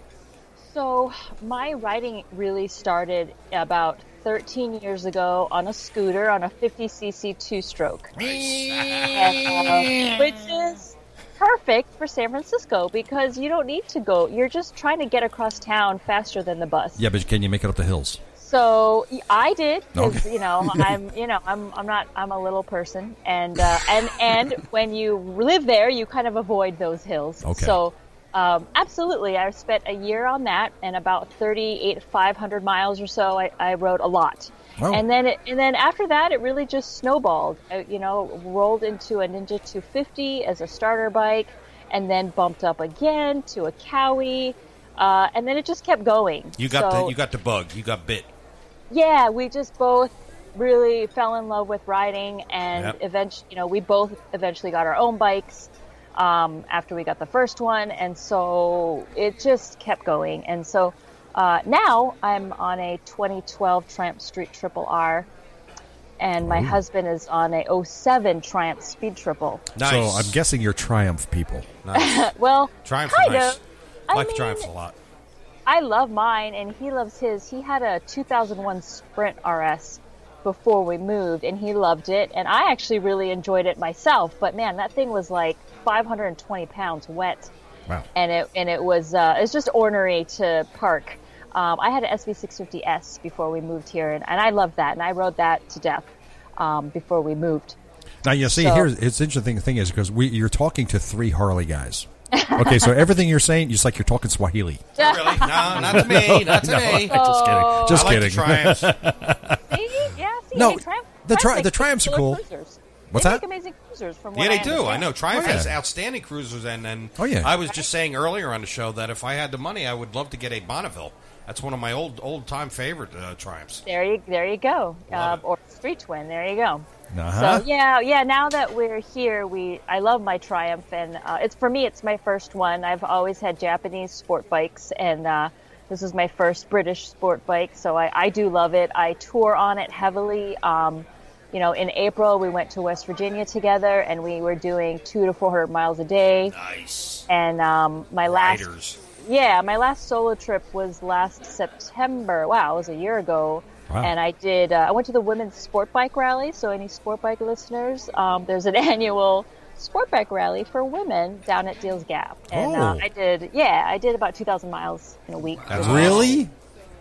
Speaker 5: So my riding really started about 13 years ago on a scooter on a 50cc two-stroke, And, uh, which is perfect for San Francisco because you don't need to go. You're just trying to get across town faster than the bus.
Speaker 1: Yeah, but can you make it up the hills?
Speaker 5: So y- I did 'cause,
Speaker 1: Okay.
Speaker 3: [laughs]
Speaker 5: you know I'm you know I'm I'm not I'm a little person and uh, and
Speaker 3: [laughs]
Speaker 5: and when you live there you kind of avoid those hills.
Speaker 1: Okay.
Speaker 5: So um, absolutely, I spent a year on that and about 38 500 miles or so. I, I rode a lot.
Speaker 1: Wow.
Speaker 5: And then it, and then after that, it really just snowballed. Uh, you know, rolled into a Ninja 250 as a starter bike, and then bumped up again to a Cowie, uh, and then it just kept going.
Speaker 3: You got
Speaker 5: So-
Speaker 3: the you got the bug. You got bit.
Speaker 5: yeah, we just both really fell in love with riding, and
Speaker 3: Yep.
Speaker 5: eventually, you know, we both eventually got our own bikes um, after we got the first one, and so it just kept going. And so uh, now I'm on a 2012 Triumph Street Triple R, and my husband is on a 07 Triumph Speed Triple.
Speaker 3: Nice.
Speaker 1: So I'm guessing you're Triumph people.
Speaker 3: nice.
Speaker 5: Well,
Speaker 3: Triumph's
Speaker 5: kind
Speaker 3: nice.
Speaker 5: of.
Speaker 3: I
Speaker 5: I
Speaker 3: like
Speaker 5: mean,
Speaker 3: Triumphs a
Speaker 5: [laughs]
Speaker 3: lot.
Speaker 5: I love mine, and he loves his. He had a 2001 Sprint RS before we moved, and he loved it. And I actually really enjoyed it myself. But man, that thing was like 520 pounds wet,
Speaker 1: Wow.
Speaker 5: and it and it was uh, it's just ornery to park. Um, I had an SV650S before we moved here, and, and I loved that, and I rode that to death um, before we moved.
Speaker 1: Now you see
Speaker 5: So-
Speaker 1: here, it's interesting. The thing is because we you're talking to three Harley
Speaker 5: [laughs]
Speaker 1: guys. Okay, so everything you're saying, just like you're talking Swahili.
Speaker 3: Not really? No, not
Speaker 1: [laughs]
Speaker 3: to me. Not to me.
Speaker 1: Just kidding.
Speaker 5: Oh.
Speaker 1: Just
Speaker 3: I like the
Speaker 1: kidding. [laughs]
Speaker 3: Triumphs.
Speaker 5: See? yeah, see,
Speaker 1: No,
Speaker 5: hey, Triumph-
Speaker 1: the tri-
Speaker 5: Triumph
Speaker 1: the
Speaker 5: makes
Speaker 1: Triumphs are
Speaker 5: killer
Speaker 1: cool.
Speaker 5: Cruisers.
Speaker 1: What's
Speaker 5: they
Speaker 1: that?
Speaker 5: Make amazing cruisers, from
Speaker 3: Yeah,
Speaker 5: what
Speaker 3: they
Speaker 5: I
Speaker 3: do. I
Speaker 5: understand.
Speaker 3: know Triumph
Speaker 1: Oh, yeah.
Speaker 3: has outstanding cruisers, and and
Speaker 1: Oh, yeah.
Speaker 3: I was just saying earlier on the show that if I had the money, I would love to get a Bonneville. That's one of my old old time favorite uh, Triumphs.
Speaker 5: There you, there you go.
Speaker 3: Love it.
Speaker 5: Um, or Street Twin. There you go.
Speaker 1: Uh-huh.
Speaker 5: So yeah, yeah. Now that we're here, we I love my Triumph, and uh, it's for me. It's my first one. I've always had Japanese sport bikes, and uh, this is my first British sport bike. So I, I do love it. I tour on it heavily. Um, you know, in April we went to West Virginia together, and we were doing two to four hundred miles a day.
Speaker 3: Nice
Speaker 5: And um, my last
Speaker 3: riders.
Speaker 5: yeah, my last solo trip was last September. Wow, it was a year ago.
Speaker 1: Wow.
Speaker 5: And I did. Uh, I went to the women's sport bike rally. So any sport bike listeners, um, there's an [laughs] annual sport bike rally for women down at Deals Gap. And uh,
Speaker 1: Oh.
Speaker 5: I did. Yeah, I did about 2,000 miles in a week.
Speaker 3: That's
Speaker 1: Really,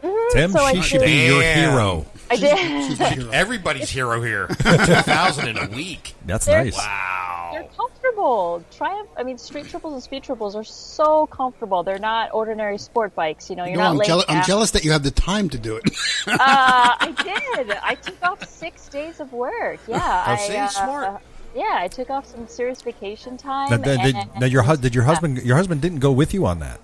Speaker 1: Tim?
Speaker 5: Mm-hmm. So I
Speaker 1: she should be
Speaker 3: did-
Speaker 1: your
Speaker 3: Damn.
Speaker 1: hero.
Speaker 5: I did. [laughs]
Speaker 2: She's a hero.
Speaker 3: Everybody's hero here. [laughs] Two thousand in a week.
Speaker 1: That's
Speaker 5: They're-
Speaker 1: nice.
Speaker 5: They're
Speaker 3: Wow.
Speaker 5: comfortable. Triumph. I mean, street triples and speed triples are so comfortable. They're not ordinary sport bikes. You know, you're
Speaker 2: No,
Speaker 5: not.
Speaker 2: I'm,
Speaker 5: laying
Speaker 2: jealous, I'm
Speaker 5: down.
Speaker 2: jealous that you have the time to do it. [laughs]
Speaker 5: Uh, I did. I took off six days of work. Yeah. I,
Speaker 3: Oh, see,
Speaker 5: uh, [laughs]
Speaker 3: smart.
Speaker 5: yeah, I took off some serious vacation time.
Speaker 1: Now, did, did,
Speaker 5: and-
Speaker 1: now your hu- did your husband your husband didn't go with you on that?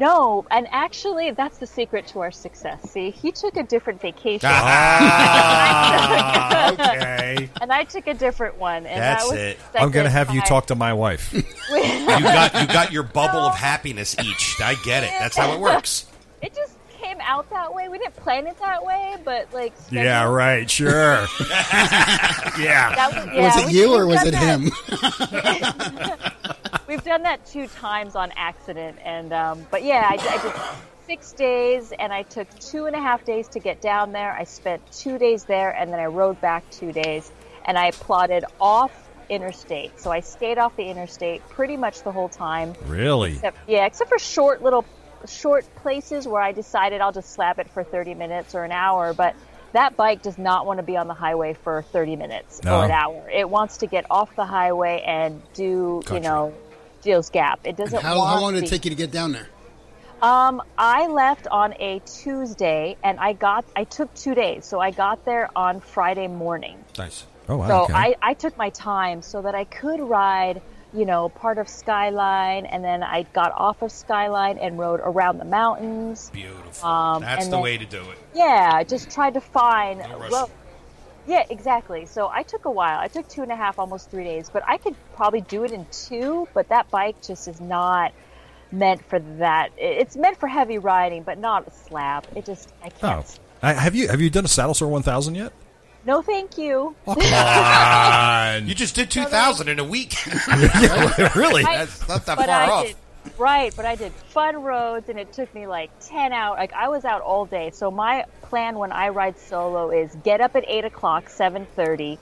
Speaker 5: No, and actually, that's the secret to our success. See, he took a different vacation,
Speaker 1: Uh-huh.
Speaker 3: Ah,
Speaker 5: [laughs]
Speaker 3: okay.
Speaker 5: and I took a different one. And
Speaker 3: That's
Speaker 5: that was
Speaker 3: it.
Speaker 1: I'm going to
Speaker 5: second
Speaker 1: have you
Speaker 5: time.
Speaker 1: talk to my
Speaker 5: [laughs]
Speaker 1: wife.
Speaker 3: You got you got your bubble of happiness each. I get it. That's how it works.
Speaker 5: It just came out that way. We didn't plan it that way, but like. scheduling-
Speaker 1: right.
Speaker 3: [laughs]
Speaker 1: Sure. yeah.
Speaker 5: That was, yeah,
Speaker 2: was it
Speaker 5: we-
Speaker 2: you or
Speaker 5: we've
Speaker 2: was
Speaker 5: done
Speaker 2: it
Speaker 5: that-
Speaker 2: him?
Speaker 5: We've done that two times on accident, and um, but yeah, I, I did six days, and I took two and a half days to get down there. I spent two days there, and then I rode back two days, and I plotted off interstate. So I stayed off the interstate pretty much the whole time.
Speaker 1: Really?
Speaker 5: Except, yeah, except for short little short places where I decided I'll just slap it for 30 minutes or an hour, but that bike does not want to be on the highway for 30 minutes
Speaker 1: No.
Speaker 5: or an hour. It wants to get off the highway and do,
Speaker 3: Country.
Speaker 5: you know, Deals Gap. It doesn't
Speaker 2: How,
Speaker 5: want
Speaker 2: how long did
Speaker 5: the-
Speaker 2: it take you to get down there?
Speaker 5: Um, I left on a Tuesday and I got I took 2 days. So I got there on Friday morning.
Speaker 3: Nice.
Speaker 1: Oh wow.
Speaker 5: So
Speaker 1: okay.
Speaker 5: I, I took my time so that I could ride you know, part of Skyline, and then I got off of Skyline and rode around the mountains.
Speaker 3: Beautiful.
Speaker 5: Um,
Speaker 3: That's
Speaker 5: and
Speaker 3: the
Speaker 5: then-
Speaker 3: way to do it.
Speaker 5: Yeah, I just tried to find.
Speaker 3: No rush.
Speaker 5: Well, yeah, exactly. So I took a while. I took two and a half, almost three days, but I could probably do it in two. But that bike just is not meant for that. I- It's meant for heavy riding, but not a slab. It just I
Speaker 1: Oh,
Speaker 5: can't.
Speaker 1: I, have you have you done a Saddle Sore 1000 yet?
Speaker 5: No, thank you. Uh,
Speaker 3: You just did 2,000 in a week. [laughs]
Speaker 1: [laughs] really?
Speaker 5: [laughs] I-
Speaker 3: That's not that
Speaker 5: but
Speaker 3: far
Speaker 5: I
Speaker 3: off.
Speaker 5: Did, right, but I did fun roads, and it took me like ten out. Like I was out all day. So my plan when I ride solo is get up at eight o'clock, seven thirty,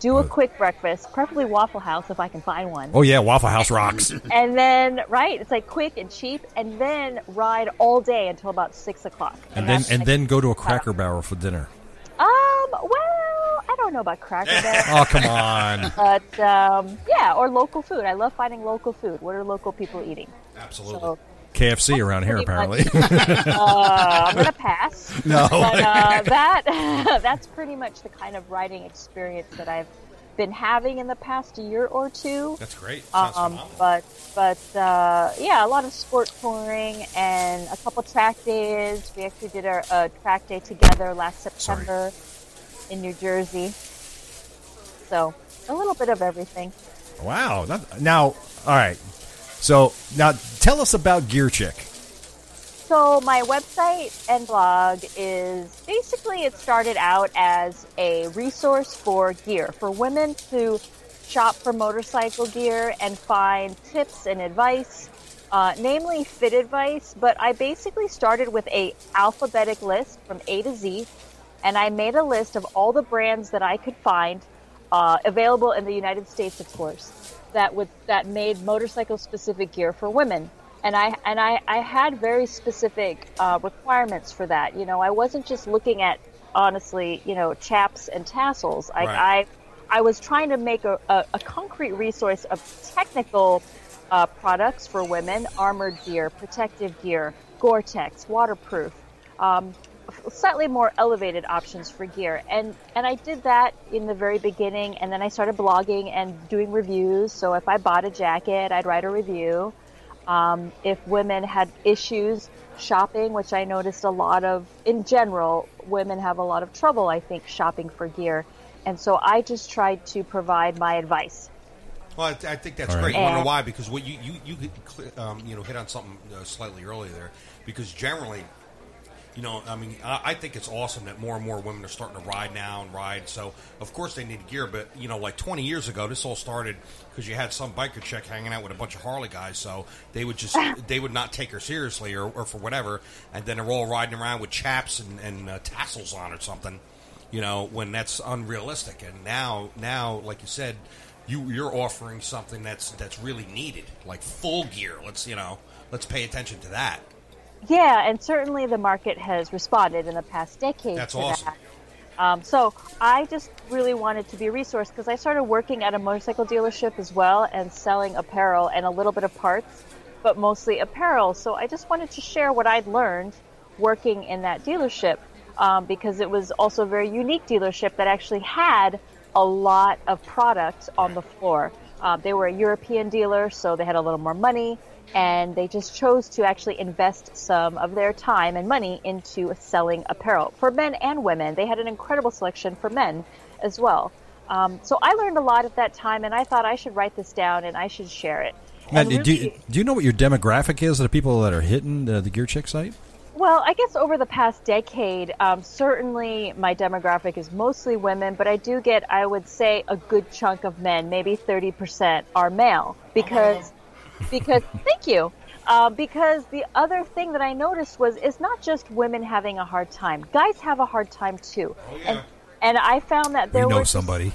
Speaker 5: do a quick breakfast, preferably Waffle House if I can find one.
Speaker 1: Oh yeah, Waffle House rocks.
Speaker 5: And then, right, it's like quick and cheap, and then ride all day until about six o'clock.
Speaker 1: And then
Speaker 5: that's
Speaker 1: and
Speaker 5: like-
Speaker 1: then go to a Cracker Barrel for dinner.
Speaker 5: Um, well, I don't know about Cracker Barrel,
Speaker 1: [laughs] Oh come on!
Speaker 5: but um, yeah, or local food. I love finding local food. What are local people eating?
Speaker 3: Absolutely.
Speaker 5: So
Speaker 1: KFC around here
Speaker 5: Pretty
Speaker 1: apparently. [laughs]
Speaker 5: much. [laughs] uh, I'm gonna pass. No, but uh, that [laughs] that's pretty much the kind of writing experience that I've been having in the past year or two.
Speaker 3: That's great. Sounds
Speaker 5: Um,
Speaker 3: phenomenal.
Speaker 5: but but uh, yeah, a lot of sport touring and a couple track days. We actually did our a track day together last September in New Jersey. So a little bit of everything.
Speaker 1: wow. That- now, all right. So now tell us about Gear Chick.
Speaker 5: So my website and blog is basically it started out as a resource for gear for women to shop for motorcycle gear and find tips and advice, uh, namely fit advice. But I basically started with a alphabetic list from A to Z, and I made a list of all the brands that I could find uh, available in the United States, of course, that would that made motorcycle specific gear for women. And I and I, I had very specific uh, requirements for that. You know, I wasn't just looking at honestly, you know, chaps and tassels. I,
Speaker 3: Right.
Speaker 5: I I was trying to make a, a, a concrete resource of technical uh, products for women: armored gear, protective gear, Gore-Tex, waterproof. Um, slightly more elevated options for gear and and I did that in the very beginning and then I started blogging and doing reviews so if I bought a jacket I'd write a review um, if women had issues shopping which I noticed a lot of in general women have a lot of trouble I think shopping for gear and so I just tried to provide my advice
Speaker 3: Well, I, I think that's
Speaker 1: All right.
Speaker 3: great. You want to know
Speaker 5: And-
Speaker 3: why? Because what you you you could cl- um, you know hit on something uh, slightly earlier there. Because generally, you know, I mean, I, I think it's awesome that more and more women are starting to ride now and ride. So of course they need gear, but you know, like 20 years ago, this all started because you had some biker chick hanging out with a bunch of Harley guys. So they would just they would not take her seriously or, or for whatever, and then they're all riding around with chaps and, and uh, tassels on or something you know when that's unrealistic and now now like you said you you're offering something that's that's really needed like full gear let's you know let's pay attention to that
Speaker 5: yeah and certainly the market has responded in the past decade
Speaker 3: That's
Speaker 5: to
Speaker 3: awesome.
Speaker 5: that Um, so I just really wanted to be a resource because I started working at a motorcycle dealership as well and selling apparel and a little bit of parts, but mostly apparel. So I just wanted to share what I'd learned working in that dealership um, because it was also a very unique dealership that actually had a lot of products on the floor. Uh, they were a European dealer, so they had a little more money, and they just chose to actually invest some of their time and money into selling apparel for men and women. They had an incredible selection for men as well. Um, so I learned a lot at that time, and I thought I should write this down and I should share it.
Speaker 1: Now,
Speaker 5: And
Speaker 1: do, you,
Speaker 5: Oh, really-
Speaker 1: do you know what your demographic is of the people that are hitting the, the Gear Chick site?
Speaker 5: Well, I guess over the past decade, um, certainly my demographic is mostly women, but I do get, I would say, a good chunk of men. Maybe thirty percent are male because, because [laughs] thank you. Uh, because the other thing that I noticed was it's not just women having a hard time; guys have a hard time too. And, and I found that
Speaker 1: We
Speaker 5: there
Speaker 1: know
Speaker 5: were just-
Speaker 1: somebody.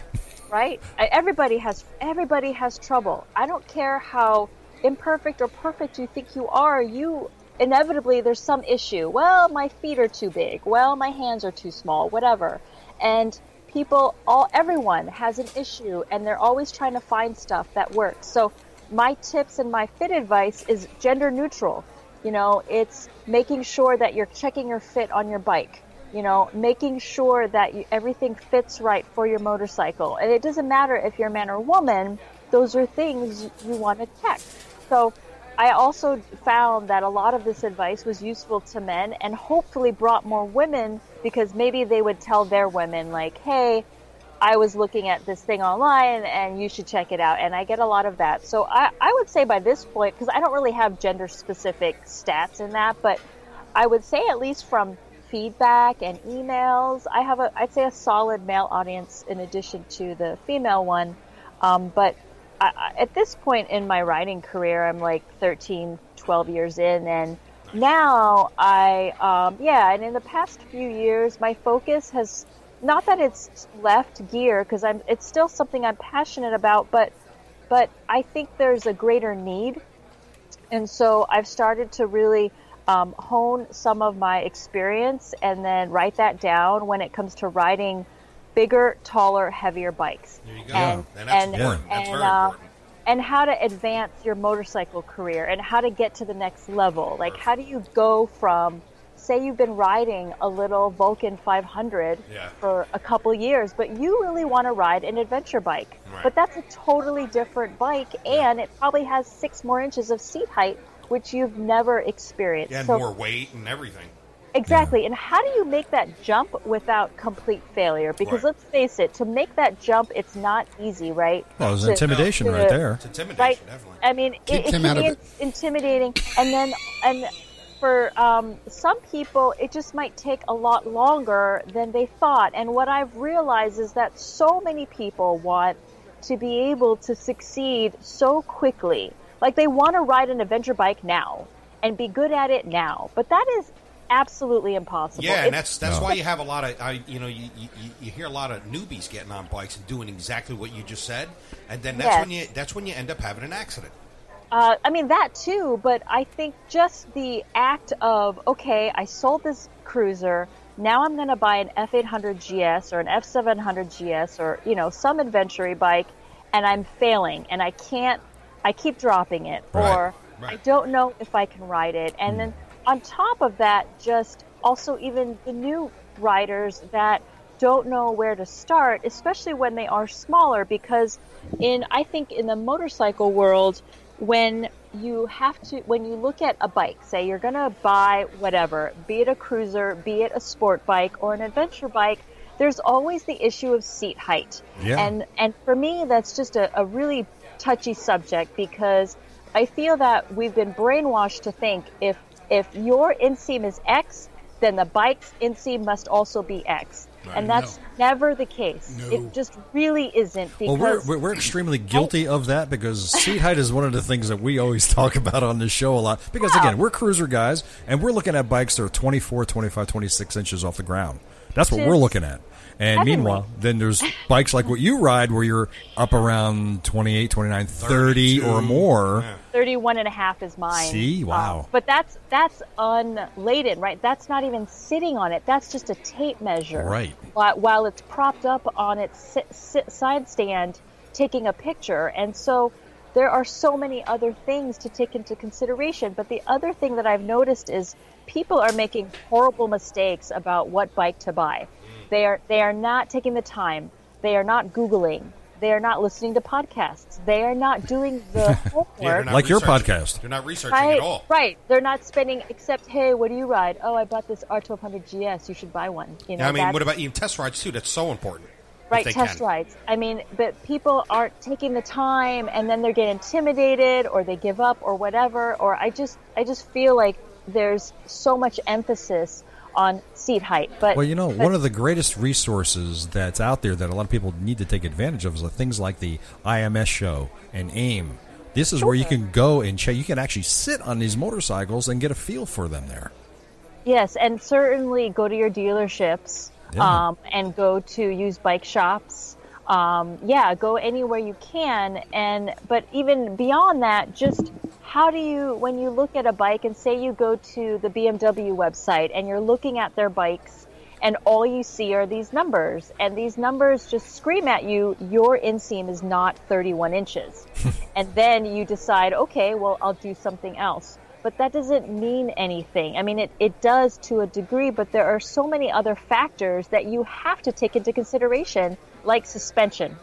Speaker 5: right? I- Everybody has everybody has trouble. I don't care how imperfect or perfect you think you are. You inevitably there's some issue. Well, my feet are too big. Well, my hands are too small. Whatever. And people, all everyone has an issue, and they're always trying to find stuff that works. So my tips and my fit advice is gender neutral. You know, it's making sure that you're checking your fit on your bike. You know, making sure that you, everything fits right for your motorcycle. And it doesn't matter if you're a man or woman. those are things you want to check. So I also found that a lot of this advice was useful to men and hopefully brought more women because maybe they would tell their women, like, hey, I was looking at this thing online and you should check it out. And I get a lot of that. So I, I would say by this point, because I don't really have gender specific stats in that, but I would say at least from feedback and emails, I have a, I'd say a solid male audience in addition to the female one. Um, but I, I- at this point in my writing career, I'm like 13, 12 years in, and now I, um, yeah, and in the past few years, my focus has not that it's left gear because I'm, it's still something I'm passionate about, but, but I think there's a greater need and so I've started to really um, hone some of my experience and then write that down when it comes to riding bigger, taller, heavier bikes.
Speaker 3: There you go.
Speaker 5: And,
Speaker 3: Yeah, and that's
Speaker 5: and,
Speaker 3: important. That's
Speaker 5: and,
Speaker 3: very
Speaker 5: uh,
Speaker 3: important.
Speaker 5: and how to advance your motorcycle career and how to get to the next level. Like, how do you go from, say, you've been riding a little Vulcan 500
Speaker 3: Yeah.
Speaker 5: for a couple years, but you really want to ride an adventure bike.
Speaker 3: Right.
Speaker 5: But that's a totally different bike, and it probably has six more inches of seat height, which you've never experienced.
Speaker 3: Yeah, and
Speaker 5: So-
Speaker 3: more weight and everything.
Speaker 5: Exactly. And how do you make that jump without complete failure? Because
Speaker 3: Right.
Speaker 5: let's face it, to make that jump, it's not easy, right?
Speaker 1: Well, there's
Speaker 5: To-
Speaker 1: intimidation right
Speaker 5: to-
Speaker 1: there.
Speaker 3: It's intimidating,
Speaker 5: right?
Speaker 3: definitely.
Speaker 5: I mean, it,
Speaker 2: Keep
Speaker 5: it
Speaker 2: him
Speaker 5: can
Speaker 2: out of
Speaker 5: be
Speaker 2: it.
Speaker 5: intimidating, and then and for um, some people, it just might take a lot longer than they thought. And what I've realized is that so many people want to be able to succeed so quickly, like they want to ride an adventure bike now and be good at it now, but that is absolutely impossible.
Speaker 3: Yeah,
Speaker 5: It's-
Speaker 3: and that's that's
Speaker 1: No.
Speaker 3: why you have a lot of I you know you, you you- you hear a lot of newbies getting on bikes and doing exactly what you just said, and then that's
Speaker 5: Yes.
Speaker 3: when you that's when you end up having an accident.
Speaker 5: Uh, I mean that too, but I think just the act of okay, I sold this cruiser. Now I'm going to buy an F800 GS or an F700 GS or you know some adventure bike, and I'm failing and I can't. I keep dropping it,
Speaker 1: Right.
Speaker 5: or
Speaker 3: Right.
Speaker 5: I don't know if I can ride it. And then on top of that, just also even the new riders that don't know where to start, especially when they are smaller, because in I think in the motorcycle world, when you have to when you look at a bike, say you're gonna buy whatever, be it a cruiser, be it a sport bike or an adventure bike, there's always the issue of seat height.
Speaker 1: Yeah.
Speaker 5: And Um, and for me that's just a, a really touchy subject because I feel that we've been brainwashed to think if if your inseam is X, then the bike's inseam must also be X. And that's never the case.
Speaker 2: No.
Speaker 5: It just really isn't
Speaker 1: Well,
Speaker 5: because
Speaker 1: we're, we're, we're extremely guilty of that because seat height is one of the things that we always talk about on this show a lot. Because, again, we're cruiser guys and we're looking at bikes that are 24, 25, 26 inches off the ground. That's what
Speaker 5: Just
Speaker 1: we're looking at. And
Speaker 5: heavenly.
Speaker 1: meanwhile, then there's bikes like what you ride where you're up around 28, 29, 30 or
Speaker 3: 32.
Speaker 1: more.
Speaker 3: Yeah.
Speaker 5: 31 and a half is mine.
Speaker 1: See? Wow.
Speaker 5: Um, but that's that's unladen, right? That's not even sitting on it. That's just a tape measure.
Speaker 1: Right.
Speaker 5: While, while it's propped up on its si- si- side stand taking a picture. And so there are so many other things to take into consideration. But the other thing that I've noticed is people are making horrible mistakes about what bike to buy. They are they are not taking the time. They are not googling. They are not listening to podcasts. They are not doing the homework.
Speaker 3: Yeah, they're not
Speaker 1: Like your
Speaker 3: researching.
Speaker 1: podcast.
Speaker 3: they're not researching
Speaker 5: Right,
Speaker 3: at all.
Speaker 5: right. They're not spending except, hey, what do you ride? Oh, I bought this R1200 GS. You should buy one. You know,
Speaker 3: Yeah, I mean,
Speaker 5: that's-
Speaker 3: what about you? Test rides too. That's so important. if
Speaker 5: right
Speaker 3: they
Speaker 5: test
Speaker 3: can.
Speaker 5: rides? I mean, but people aren't taking the time, and then they get intimidated, or they give up, or whatever. Or I just, I just feel like there's so much emphasis on seat height. But
Speaker 1: Well, you
Speaker 5: [laughs]
Speaker 1: know,
Speaker 5: but-
Speaker 1: one of the greatest resources that's out there that a lot of people need to take advantage of is the things like the IMS show and AIM. This is where you can go and check. You can actually sit on these motorcycles and get a feel for them there.
Speaker 5: Yes, and certainly go to your dealerships
Speaker 1: Yeah.
Speaker 5: um, and go to used bike shops. Um, yeah, go anywhere you can. And but even beyond that, just how do you when you look at a bike and say you go to the BMW website and you're looking at their bikes and all you see are these numbers and these numbers just scream at you your inseam is not 31 inches and then you decide okay well i'll do something else but that doesn't mean anything i mean it, it does to a degree but there are so many other factors that you have to take into consideration like suspension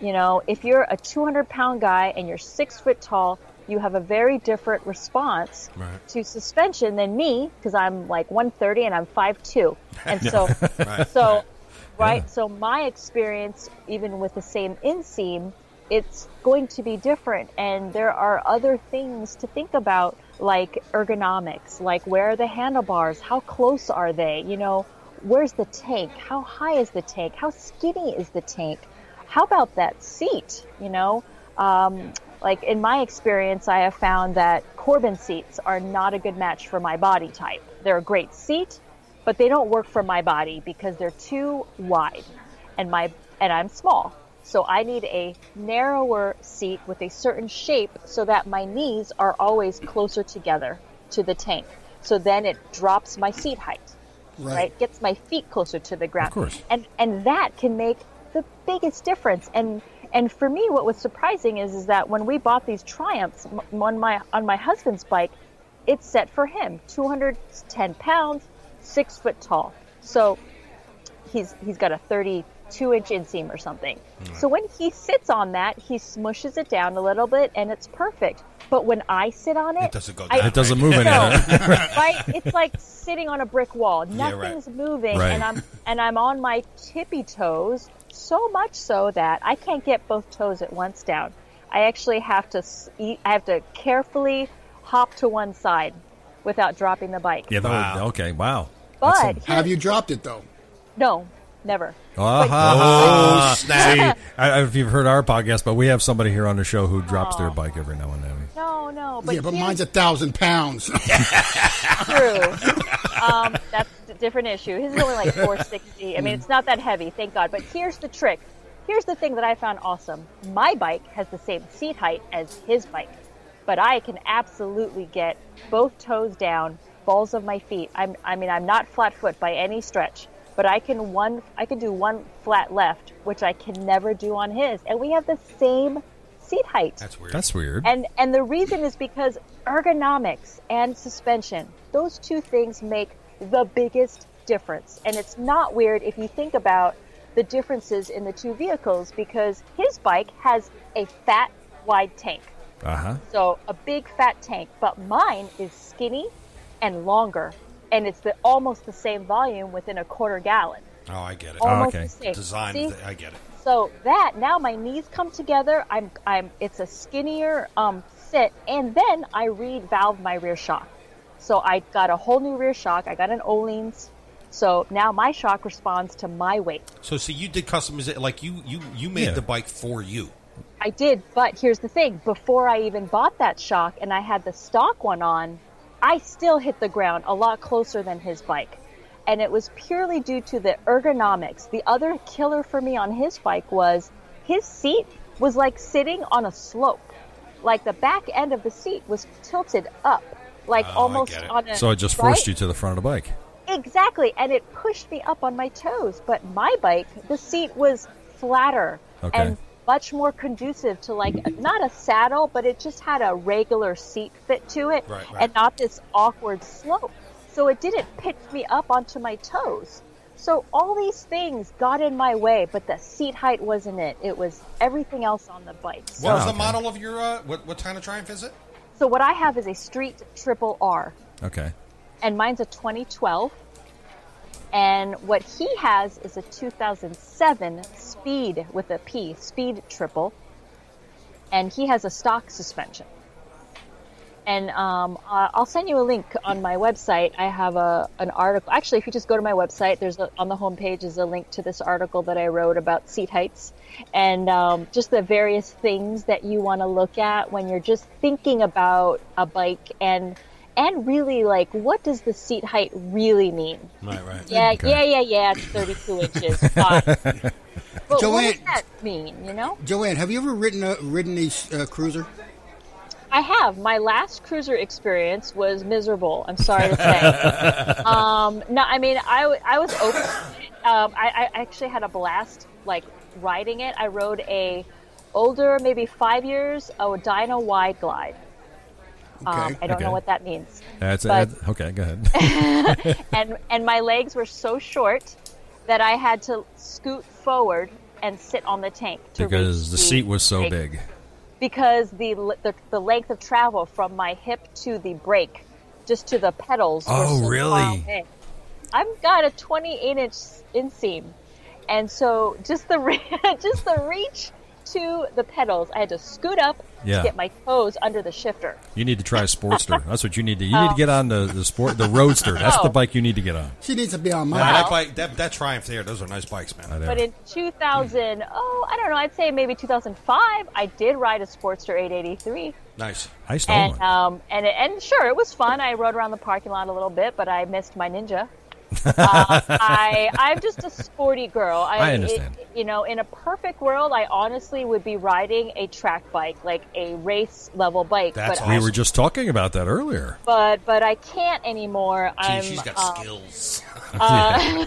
Speaker 5: You know, if you're a 200 pound guy and you're six foot tall, you have a very different response
Speaker 3: Right.
Speaker 5: to suspension than me because I'm like 130 and
Speaker 3: [laughs]
Speaker 5: I'm 5'2. And so,
Speaker 3: Right.
Speaker 5: so, right. So my experience, even with the same inseam, it's going to be different. And there are other things to think about, like ergonomics, like where are the handlebars? How close are they? You know, where's the tank? How high is the tank? How skinny is the tank? How about that seat? You know, um, like in my experience, I have found that Corbin seats are not a good match for my body type. They're a great seat, but they don't work for my body because they're too wide and my and I'm small. So I need a narrower seat with a certain shape so that my knees are always closer together to the tank. So then it drops my seat height
Speaker 2: Right.
Speaker 5: right? Gets my feet closer to the ground.
Speaker 1: Of course.
Speaker 5: And and that can make the biggest difference. And and for me, what was surprising is is that when we bought these Triumphs m- on my on my husband's bike, it's set for him, 210 pounds, six foot tall. So he's he's got a 32 inch inseam or something. So when he sits on that, he smushes it down a little bit, and it's perfect. But when I sit on it,
Speaker 3: It doesn't go
Speaker 5: I-
Speaker 3: down.
Speaker 1: It doesn't move
Speaker 5: no,
Speaker 1: anywhere.
Speaker 5: right? It's like sitting on a brick wall.
Speaker 3: Yeah, right.
Speaker 5: Nothing's moving,
Speaker 1: Right.
Speaker 5: and I'm and I'm on my tippy toes so much so that I can't get both toes at once down. I actually have to s- e- I have to carefully hop to one side without dropping the bike.
Speaker 1: Yeah, that
Speaker 3: Wow.
Speaker 1: would- Oh, okay, wow.
Speaker 5: but here-
Speaker 2: Have you dropped it though?
Speaker 5: no, never.
Speaker 1: Ah, ha, ha, ha.
Speaker 3: Oh, snap.
Speaker 1: See, I, I don't know if you've heard our podcast, but we have somebody here on the show who drops their bike every now and then.
Speaker 5: No, no. But
Speaker 2: yeah, but
Speaker 5: here's
Speaker 2: mine's a thousand pounds. [laughs]
Speaker 5: true. um, that's a different issue. His is only like 460. I mean, it's not that heavy, thank God. But here's the trick. Here's the thing that I found awesome. My bike has the same seat height as his bike, but I can absolutely get both toes down, balls of my feet. I'm, I mean, I'm not flat foot by any stretch, but I can one, I can do one flat left, which I can never do on his. And we have the same seat height.
Speaker 3: That's weird.
Speaker 1: That's weird.
Speaker 5: And and the reason is because ergonomics and suspension, those two things make the biggest difference. And it's not weird if you think about the differences in the two vehicles because his bike has a fat wide tank.
Speaker 1: Uh huh.
Speaker 5: So a big fat tank, but mine is skinny and longer and it's the, almost the same volume within a quarter gallon.
Speaker 3: oh, I get it.
Speaker 5: Almost
Speaker 1: okay.
Speaker 5: the same.
Speaker 3: Design.
Speaker 5: See?
Speaker 3: th- I get it.
Speaker 5: So that now my knees come together. I'm I'm it's a skinnier um sit, and then I revalved my rear shock. So I got a whole new rear shock. I got an Ohlins. So now my shock responds to my weight.
Speaker 3: So, see, you did customize Like you, you, you made
Speaker 1: Yeah.
Speaker 3: the bike for you.
Speaker 5: I did, but here's the thing. Before I even bought that shock and I had the stock one on, I still hit the ground a lot closer than his bike. And it was purely due to the ergonomics. The other killer for me on his bike was his seat was like sitting on a slope. Like the back end of the seat was tilted up, like
Speaker 3: Oh, I
Speaker 5: almost
Speaker 3: get it.
Speaker 5: on a
Speaker 1: So it just forced
Speaker 5: right?
Speaker 1: you to the front of the bike.
Speaker 5: Exactly, and it pushed me up on my toes. But my bike, the seat was flatter
Speaker 1: Okay.
Speaker 5: and much more conducive to like not a saddle, but it just had a regular seat fit to it,
Speaker 3: Right, right.
Speaker 5: and not this awkward slope. So it didn't pitch me up onto my toes. So all these things got in my way, but the seat height wasn't it. It was everything else on the bike. So,
Speaker 3: What was the
Speaker 1: okay.
Speaker 3: model of your? Uh, what what kind of Triumph is it?
Speaker 5: so what I have is a street triple R.
Speaker 1: Okay.
Speaker 5: and mine's a 2012. And what he has is a 2007 Speed with a P, Speed Triple. And he has a stock suspension. And um, I- I'll send you a link on my website. I have a an article. Actually, if you just go to my website, there's a, on the homepage is a link to this article that I wrote about seat heights and um, just the various things that you want to look at when you're just thinking about a bike and and really like what does the seat height really mean?
Speaker 3: Right, right.
Speaker 5: Yeah,
Speaker 1: Okay.
Speaker 5: yeah, yeah, yeah. It's 32 inches. Fine. But what does
Speaker 2: Joanne-
Speaker 5: that mean? You know.
Speaker 2: Joanne, have you ever ridden a ridden a uh, cruiser?
Speaker 5: I have. My last cruiser experience was miserable. I'm sorry to say.
Speaker 1: [laughs]
Speaker 5: um, no, I mean, I, w- I was open. to it. Um, I, I actually had a blast, like, riding it. I rode a older, maybe five years, a Dyno Wide Glide. Um,
Speaker 2: Okay.
Speaker 5: I don't
Speaker 1: Okay.
Speaker 5: know what that means.
Speaker 1: That's,
Speaker 5: But-
Speaker 1: that's okay. Go ahead. [laughs]
Speaker 5: and and my legs were so short that I had to scoot forward and sit on the tank to reach
Speaker 1: because the seat was so
Speaker 5: brake.
Speaker 1: big.
Speaker 5: Because the, l- the the length of travel from my hip to the brake, just to the pedals. were
Speaker 1: Oh,
Speaker 5: so far
Speaker 1: really?
Speaker 5: away. I've got a 28 inch inseam, and so just the re- [laughs] just the reach to the pedals, I had to scoot up
Speaker 1: Yeah.
Speaker 5: to get my toes under the shifter.
Speaker 1: You need to try a Sportster. That's what you need to. You need to get on the, the sport, the Roadster. That's the
Speaker 5: Oh.
Speaker 1: bike you need to get on.
Speaker 2: She needs to be on my.
Speaker 3: Nah,
Speaker 5: Wow.
Speaker 3: that, bike, that, that Triumph there, those are nice bikes, man.
Speaker 1: I know.
Speaker 5: But in 2000, oh, I don't know, I'd say maybe 2005, I did ride a Sportster 883.
Speaker 3: Nice.
Speaker 1: I stole
Speaker 5: And
Speaker 1: one.
Speaker 5: um, and and sure, it was fun. I rode around the parking lot a little bit, but I missed my ninja.
Speaker 3: [laughs]
Speaker 5: uh, I I'm just a sporty girl.
Speaker 1: I understand.
Speaker 5: it- you know, in a perfect world, I honestly would be riding a track bike, like a race level bike.
Speaker 3: That's
Speaker 5: but,
Speaker 1: we
Speaker 5: I,
Speaker 1: were
Speaker 3: awesome.
Speaker 1: just talking about that earlier.
Speaker 5: but but I can't anymore.
Speaker 3: Gee,
Speaker 5: I'm,
Speaker 3: she's got
Speaker 5: um,
Speaker 3: skills.
Speaker 5: Uh,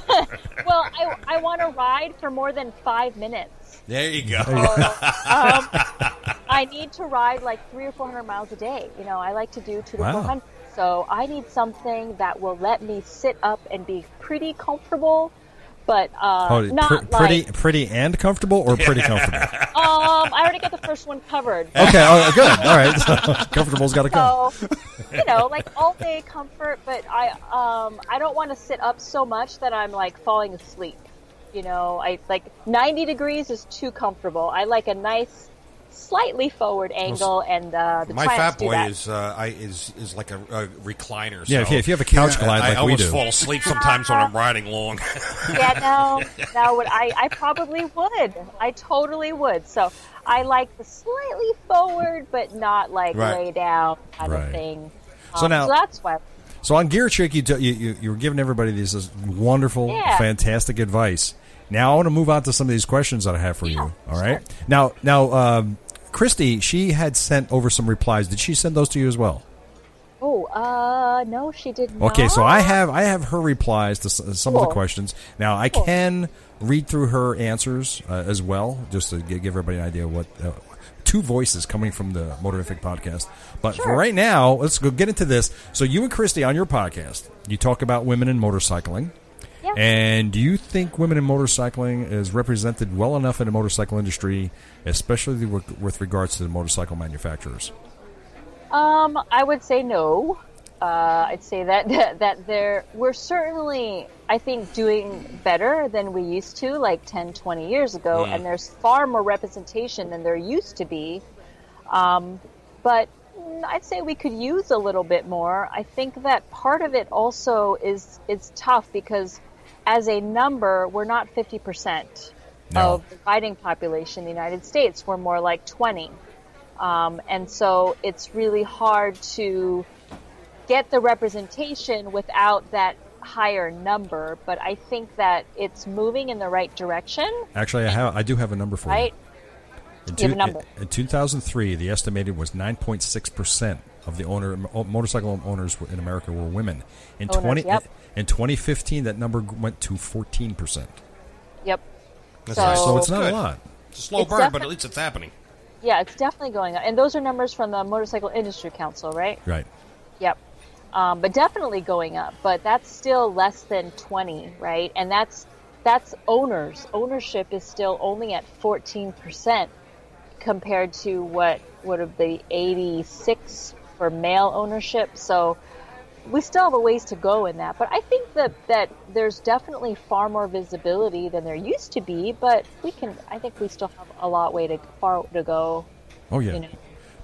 Speaker 5: well, I I want to ride for more than five minutes.
Speaker 3: There you go.
Speaker 5: um, I need to ride like three or four hundred miles a day. You know, I like to do two to
Speaker 1: Wow.
Speaker 5: four hundred. So I need something that will let me sit up and be pretty comfortable, but uh,
Speaker 1: [laughs]
Speaker 5: [laughs]
Speaker 1: Oh,
Speaker 5: not
Speaker 1: pre- pretty,
Speaker 5: like.
Speaker 1: pretty, and comfortable,
Speaker 3: [laughs]
Speaker 1: or pretty comfortable.
Speaker 5: Um, I already got the first one covered.
Speaker 1: okay, all right, good. All right, [laughs] so comfortable's got to come.
Speaker 5: So, you know, like all day comfort, but I um I don't want to sit up so much that I'm like falling asleep. You know, I like 90 degrees is too comfortable. I like a nice, slightly forward angle, and uh, the
Speaker 3: My
Speaker 5: Triumphs
Speaker 3: fat
Speaker 5: do
Speaker 3: boy
Speaker 5: that.
Speaker 3: is uh, I, is is like a, a recliner.
Speaker 1: Yeah,
Speaker 3: so
Speaker 1: if you, if you have a couch
Speaker 3: I-
Speaker 1: glide
Speaker 3: I,
Speaker 1: like we
Speaker 3: almost
Speaker 1: do,
Speaker 3: fall asleep sometimes
Speaker 5: [laughs]
Speaker 3: when I'm riding long.
Speaker 5: yeah, no, no, would I, I probably would. I totally would. So I like the slightly forward, but not like
Speaker 3: Right.
Speaker 5: lay down kind
Speaker 1: Right.
Speaker 5: of thing. Um,
Speaker 1: So now-
Speaker 5: that's why.
Speaker 1: So on Gear Chick, you, t- you, you you were giving everybody these this wonderful,
Speaker 5: Yeah.
Speaker 1: fantastic advice. Now I want to move on to some of these questions that I have for you. All right. Now now, um, Christy, she had sent over some replies. Did she send those to you as well?
Speaker 5: Oh, uh, no, she did not.
Speaker 1: Okay, so I have I have her replies to s- uh, some of the
Speaker 5: Cool.
Speaker 1: questions. Now I
Speaker 5: Cool.
Speaker 1: can read through her answers uh, as well, just to gi- give everybody an idea of what uh, two voices coming from the Motorific podcast. But for
Speaker 5: Sure.
Speaker 1: right now, let's go get into this. So you and Christy on your podcast, you talk about women in motorcycling.
Speaker 5: Yeah.
Speaker 1: And do you think women in motorcycling is represented well enough in the motorcycle industry, especially with, with regards to the motorcycle manufacturers?
Speaker 5: Um, I would say no. Uh, I'd say that, [laughs] that that there we're certainly I think doing better than we used to like 10, 20 years ago, and there's far more representation than there used to be. Um, but mm, I'd say we could use a little bit more. I think that part of it also is it's tough because as a number, we're not 50%
Speaker 1: No.
Speaker 5: of the riding population in the United States. We're more like 20. Um, and so it's really hard to get the representation without that higher number. But I think that it's moving in the right direction,
Speaker 1: Actually, I have I do have a number for you.
Speaker 5: right?
Speaker 1: In,
Speaker 5: Give a number.
Speaker 1: in- in 2003, the estimated was 9.6 percent of the owner mo- motorcycle owners were- in America were women. In
Speaker 5: Owners,
Speaker 1: 20
Speaker 5: yep.
Speaker 1: in 2015, that number g- went to 14 percent.
Speaker 5: Yep.
Speaker 3: That's
Speaker 5: So-
Speaker 3: nice.
Speaker 1: So it's
Speaker 3: Oh,
Speaker 1: not a
Speaker 3: good.
Speaker 1: lot.
Speaker 3: It's a slow
Speaker 5: It's
Speaker 3: burn, but at
Speaker 5: definitely-
Speaker 3: least it's happening.
Speaker 5: Yeah, it's definitely going up. And those are numbers from the Motorcycle Industry Council, right?
Speaker 1: Right.
Speaker 5: Yep. Um, but definitely going up, but that's still less than 20, right? And that's that's owners. Ownership is still only at 14% compared to what would have been 86 for male ownership. So we still have a ways to go in that. But I think that that there's definitely far more visibility than there used to be, but we can I think we still have a lot way to far to go.
Speaker 1: Oh yeah.
Speaker 5: You know.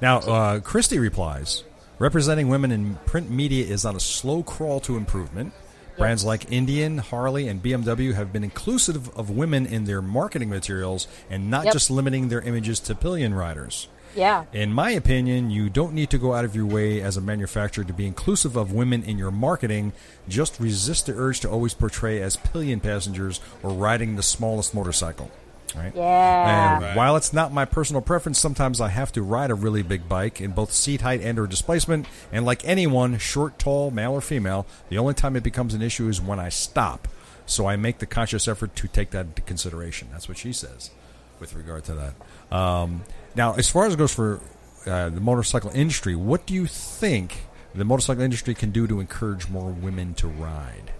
Speaker 1: Now, uh, Christie replies, representing women in print media is on a slow crawl to improvement. Brands like Indian, Harley, and BMW have been inclusive of women in their marketing materials and not
Speaker 5: Yep.
Speaker 1: just limiting their images to pillion riders.
Speaker 5: Yeah.
Speaker 1: In my opinion, you don't need to go out of your way as a manufacturer to be inclusive of women in your marketing. Just resist the urge to always portray as pillion passengers or riding the smallest motorcycle. Right?
Speaker 5: Yeah.
Speaker 1: And while it's not my personal preference, sometimes I have to ride a really big bike in both seat height and or displacement. And like anyone, short, tall, male or female, the only time it becomes an issue is when I stop. So I make the conscious effort to take that into consideration. That's what she says with regard to that. Um, now, as far as it goes for uh, the motorcycle industry, what do you think the motorcycle industry can do to encourage more women to ride?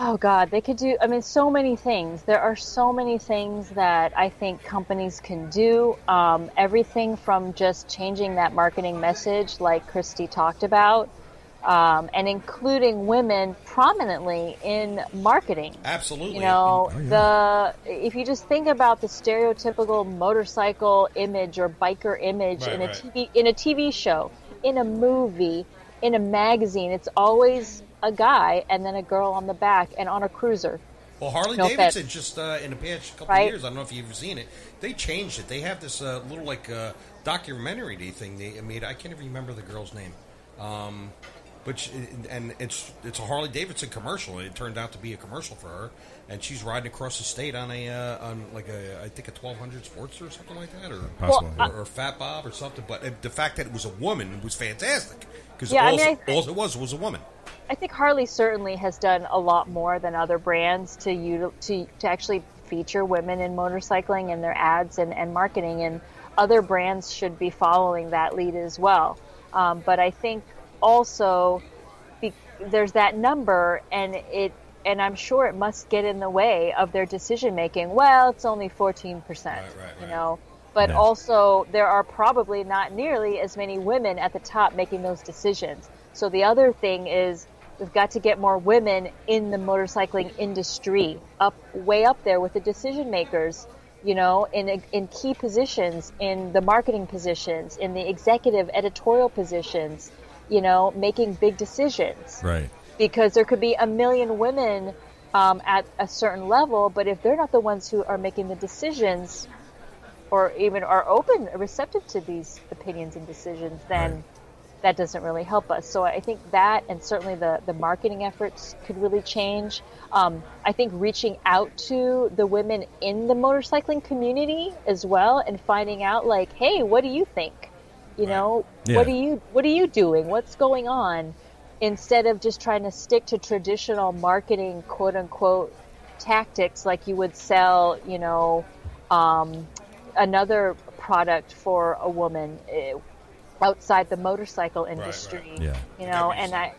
Speaker 5: Oh God, they could do. I mean, so many things. There are so many things that I think companies can do. Um, everything from just changing that marketing message, like Christy talked about, um, and including women prominently in marketing.
Speaker 3: Absolutely. Oh,
Speaker 5: You know, the if you just think about the stereotypical motorcycle image or biker image
Speaker 3: Right,
Speaker 5: in a
Speaker 3: right.
Speaker 5: TV in a TV show, in a movie, in a magazine, it's always a guy and then a girl on the back and on a cruiser.
Speaker 3: Well, Harley
Speaker 5: No
Speaker 3: Davidson
Speaker 5: offense.
Speaker 3: just uh, in the past couple
Speaker 5: Right.
Speaker 3: of years, I don't know if you've seen it, they changed it. They have this uh, little like uh, documentary day thing they made. I can't even remember the girl's name, um, but she, and it's it's a Harley Davidson commercial. It turned out to be a commercial for her, and she's riding across the state on a uh, on like a I think a twelve hundred Sportster or something like that, or
Speaker 1: Possibly,
Speaker 5: Well,
Speaker 1: yeah.
Speaker 3: or, or Fat Bob or something. But uh, the fact that it was a woman was fantastic because
Speaker 5: Yeah, I
Speaker 3: all,
Speaker 5: mean, I-
Speaker 3: all it was was a woman.
Speaker 5: I think Harley certainly has done a lot more than other brands to util- to to actually feature women in motorcycling in their ads and, and marketing, and other brands should be following that lead as well. Um, but I think also be, there's that number, and it and I'm sure it must get in the way of their decision making. Well, it's only 14 percent,
Speaker 3: Right, right,
Speaker 5: you
Speaker 3: right.
Speaker 5: know. But
Speaker 1: Yeah.
Speaker 5: also, there are probably not nearly as many women at the top making those decisions. So the other thing is we've got to get more women in the motorcycling industry, up way up there with the decision makers. You know, in in key positions, in the marketing positions, in the executive editorial positions. You know, making big decisions
Speaker 1: Right.
Speaker 5: because there could be a million women um, at a certain level, but if they're not the ones who are making the decisions, or even are open, receptive to these opinions and decisions, then
Speaker 1: Right.
Speaker 5: that doesn't really help us. So I think that, and certainly the the marketing efforts could really change. Um, I think reaching out to the women in the motorcycling community as well, and finding out like, hey, what do you think? You know,
Speaker 1: Yeah.
Speaker 5: what do you what are you doing? What's going on? Instead of just trying to stick to traditional marketing, quote unquote, tactics like you would sell, you know, um, another product for a woman eh, outside the motorcycle industry.
Speaker 1: Yeah.
Speaker 5: You know,
Speaker 3: That makes
Speaker 5: and I,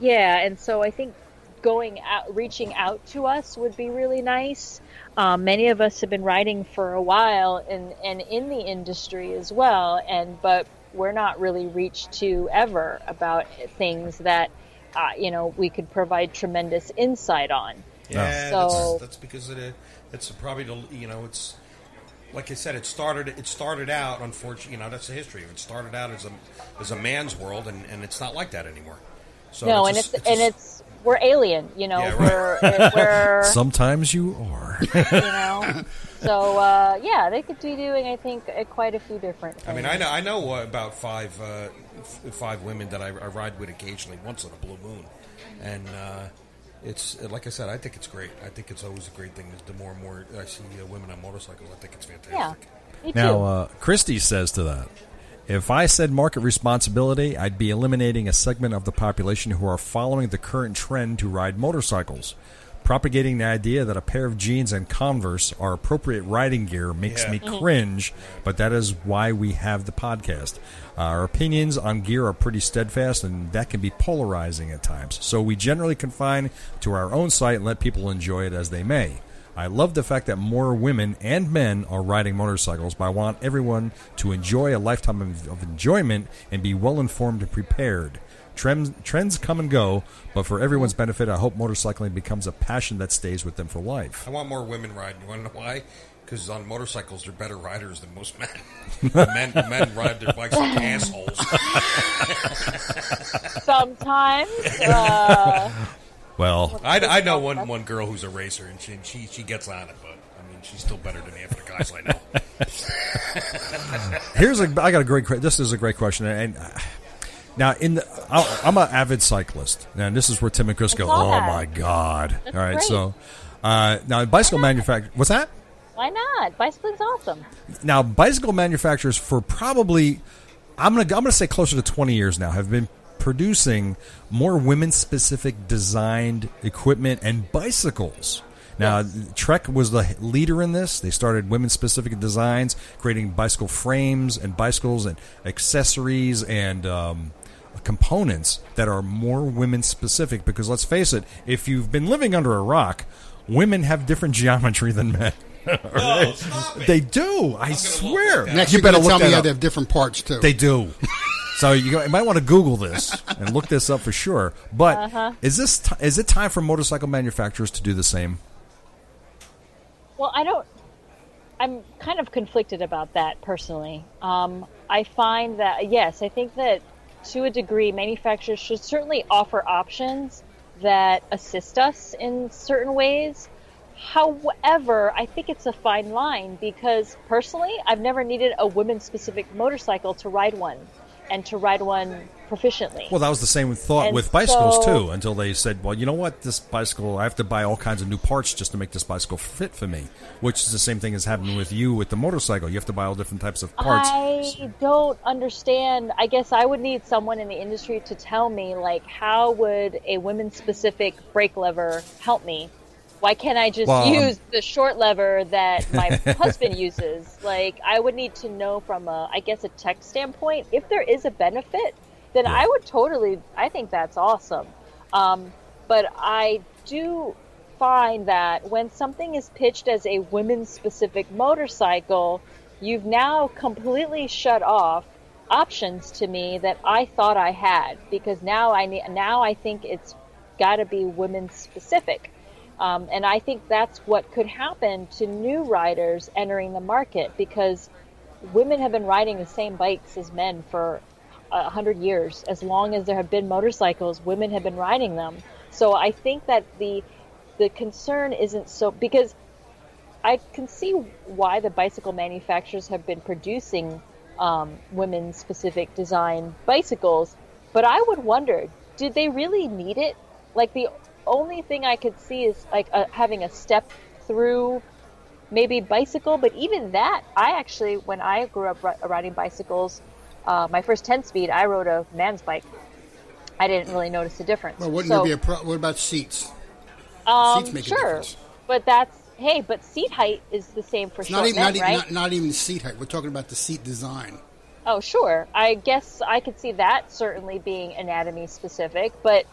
Speaker 5: yeah, and so I think going out, reaching out to us would be really nice. Um, many of us have been riding for a while and, and in the industry as well, and but we're not really reached to ever about things that, uh, you know, we could provide tremendous insight on.
Speaker 3: Yeah,
Speaker 5: No. So-
Speaker 3: that's, that's because of the, that's probably the you know it's like I said it started it started out unfortunately you know that's the history of it started out as a as a man's world and, and it's not like that anymore. So
Speaker 5: no, and
Speaker 3: a-
Speaker 5: it's,
Speaker 3: a-
Speaker 5: and it's we're alien, you know.
Speaker 3: Yeah, right. [laughs]
Speaker 5: We're we're
Speaker 1: Sometimes you are.
Speaker 5: you know. So uh, yeah, they could be doing I think uh, quite a few different. Things.
Speaker 3: I mean I know I know uh, about five uh, f- five women that I, I ride with occasionally once on a blue moon, and uh, it's like I said I think it's great I think it's always a great thing the more and more I see uh, women on motorcycles I think it's
Speaker 5: yeah,
Speaker 3: fantastic.
Speaker 5: me too.
Speaker 1: Now, uh, Christie says to that, if I said market responsibility, I'd be eliminating a segment of the population who are following the current trend to ride motorcycles. Propagating the idea that a pair of jeans and Converse are appropriate riding gear makes
Speaker 3: Yeah.
Speaker 1: me
Speaker 5: Mm-hmm.
Speaker 1: cringe, but that is why we have the podcast. Uh, Our opinions on gear are pretty steadfast, and that can be polarizing at times. So we generally confine to our own site and let people enjoy it as they may. I love the fact that more women and men are riding motorcycles, but I want everyone to enjoy a lifetime of, of enjoyment and be well informed and prepared. Trends, trends come and go, but for everyone's benefit, I hope motorcycling becomes a passion that stays with them for life.
Speaker 3: I want more women riding. You want to know why? Because on motorcycles, they're better riders than most
Speaker 1: [laughs]
Speaker 3: men. the men, the men ride their bikes like assholes.
Speaker 5: Sometimes,
Speaker 3: [laughs]
Speaker 5: uh,
Speaker 1: Well,
Speaker 3: I, I know one, one girl who's a racer, and she, and she she gets on it, but I mean, she's still better than half the guys I [laughs] know.
Speaker 1: here's a I got a great que- this is a great question and uh, now in the I'll, I'm an avid cyclist and this is where Tim and Chris go
Speaker 5: saw
Speaker 1: oh
Speaker 5: that.
Speaker 1: my god all right
Speaker 5: great.
Speaker 1: so uh, now bicycle manufacturer what's that
Speaker 5: why not? Bicycling's awesome.
Speaker 1: now bicycle manufacturers for probably I'm gonna I'm gonna say closer to 20 years now have been producing more women specific designed equipment and bicycles. Now Trek was the leader in this. They started women specific designs, creating bicycle frames and bicycles and accessories and um, components that are more women specific because let's face it, if you've been living under a rock, women have different geometry than men.
Speaker 6: No, stop it.
Speaker 1: They do. I swear.
Speaker 2: Next,
Speaker 1: you
Speaker 2: you're
Speaker 1: better
Speaker 2: gonna
Speaker 1: look
Speaker 2: tell
Speaker 1: that
Speaker 2: me how
Speaker 1: up.
Speaker 2: they have different parts too.
Speaker 1: They do. so you, go- you might want to Google this and look this up for sure. But
Speaker 2: Uh-huh.
Speaker 1: is this ti is it time for motorcycle manufacturers to do the same?
Speaker 5: Well, I don't. I'm kind of conflicted about that personally. Um, I find that yes, I think that to a degree, manufacturers should certainly offer options that assist us in certain ways. However, I think it's a fine line because personally, I've never needed a women-specific motorcycle to ride one, and to ride one proficiently.
Speaker 1: Well, that was the same thought
Speaker 5: And
Speaker 1: with bicycles
Speaker 5: so-
Speaker 1: too. Until they said, "Well, you know what? This bicycle, I have to buy all kinds of new parts just to make this bicycle fit for me." Which is the same thing as happening with you with the motorcycle. You have to buy all different types of parts.
Speaker 5: I don't understand. I guess I would need someone in the industry to tell me, like, how would a women specific brake lever help me? Why can't I just
Speaker 1: Well, um,
Speaker 5: use the short lever that
Speaker 1: [laughs]
Speaker 5: my husband uses? Like, I would need to know from a, I guess, a tech standpoint if there is a benefit. Then I would totally. I think that's awesome. Um, but I do find that when something is pitched as a women specific motorcycle, you've now completely shut off options to me that I thought I had because now I need, now I think it's got to be women specific. Um, and I think that's what could happen to new riders entering the market because women have been riding the same bikes as men for a hundred years. As long as there have been motorcycles, women have been riding them. So I think that the the concern isn't so because I can see why the bicycle manufacturers have been producing um, women specific design bicycles, but I would wonder did they really need it? Like, the only thing I could see is like uh, having a step through maybe bicycle, but even that, I actually, when I grew up ri- riding bicycles, uh, my first 10 speed, I rode a man's bike. I didn't really notice the difference.
Speaker 2: Well, wouldn't
Speaker 5: So- Um,
Speaker 2: there be a pro- what about seats? seats make a
Speaker 5: sure,
Speaker 2: difference.
Speaker 5: but that's hey, but seat height is the same for
Speaker 2: It's
Speaker 5: short
Speaker 2: not even
Speaker 5: men,
Speaker 2: not, even-
Speaker 5: right?
Speaker 2: not, not even seat height. We're talking about the seat design.
Speaker 5: Oh, sure. I guess I could see that certainly being anatomy specific, but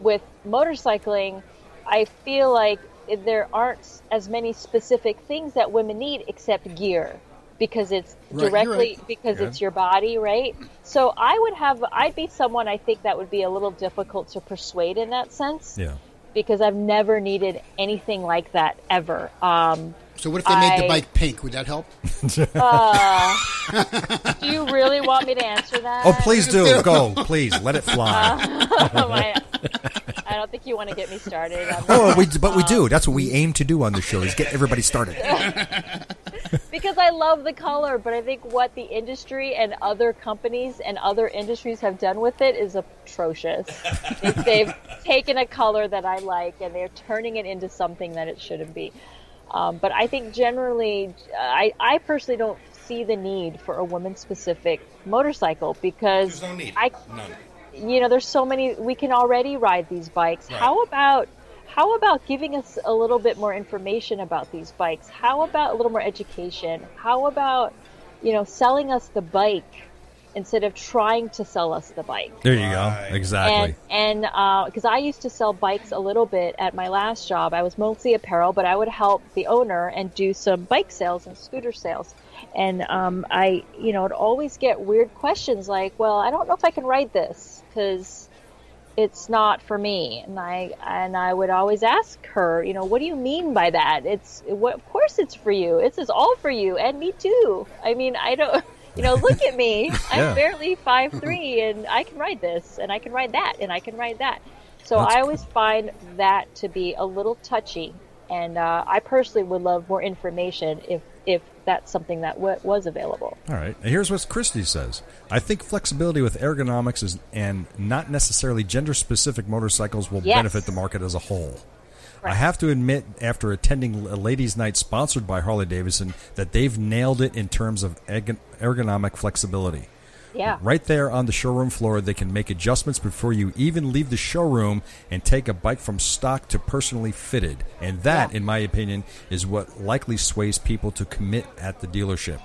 Speaker 5: with motorcycling, I feel like there aren't as many specific things that women need except gear because it's
Speaker 2: Right, you're
Speaker 5: directly
Speaker 2: right.
Speaker 5: because it's your body, right? So I would have I'd be someone I think that would be a little difficult to persuade in that sense
Speaker 1: yeah.
Speaker 5: because I've never needed anything like that ever. Um,
Speaker 2: So what if they made
Speaker 5: I-
Speaker 2: the bike pink? Would that help?
Speaker 5: do you really want me to answer that?
Speaker 1: Oh, please do
Speaker 2: [laughs]
Speaker 1: go. Please let it
Speaker 2: Uh-huh.
Speaker 1: fly.
Speaker 5: [laughs] Oh, I, I don't think you want to get me started. On that.
Speaker 1: Oh, we, but we do. That's what we aim to do on the show: is get everybody started.
Speaker 5: because I love the color, but I think what the industry and other companies and other industries have done with it is atrocious.
Speaker 3: [laughs]
Speaker 5: It's- they've taken a color that I like and they're turning it into something that it shouldn't be. Um, but I think generally, uh, I, I personally don't see the need for a woman specific motorcycle because
Speaker 3: There's no need.
Speaker 5: I,
Speaker 3: None.
Speaker 5: you know there's so many we can already ride these bikes how about how about giving us a little bit more information about these bikes how about a little more education how about you know selling us the bike instead of trying to sell us the bike
Speaker 1: There you go. Exactly.
Speaker 5: and and because I used to sell bikes a little bit at my last job, I was mostly apparel, but I would help the owner and do some bike sales and scooter sales. And um, I, you know, would always get weird questions like, "Well, I don't know if I can ride this because it's not for me." And I and I would always ask her, you know, "What do you mean by that? It's what? Of course, it's for you. It's is all for you and me too. I mean, I don't." [laughs] You know, look
Speaker 1: [laughs]
Speaker 5: at me.
Speaker 1: Yeah.
Speaker 5: I'm barely five three, and I can ride this, and I can ride that, and I can ride that. So
Speaker 1: That's-
Speaker 5: I always find that to be a little touchy, and uh, I personally would love more information if if that's something that w- was available.
Speaker 1: All right. And here's what Christie says. I think flexibility with ergonomics is, and not necessarily gender specific motorcycles will
Speaker 5: Yes.
Speaker 1: benefit the market as a whole. I
Speaker 5: Right.
Speaker 1: have to admit, after attending a ladies' night sponsored by Harley Davidson, that they've nailed it in terms of ergon- ergonomic flexibility.
Speaker 5: Yeah,
Speaker 1: Right there on the showroom floor, they can make adjustments before you even leave the showroom and take a bike from stock to personally fitted. And that, in my opinion, is what likely sways people to commit at the dealership.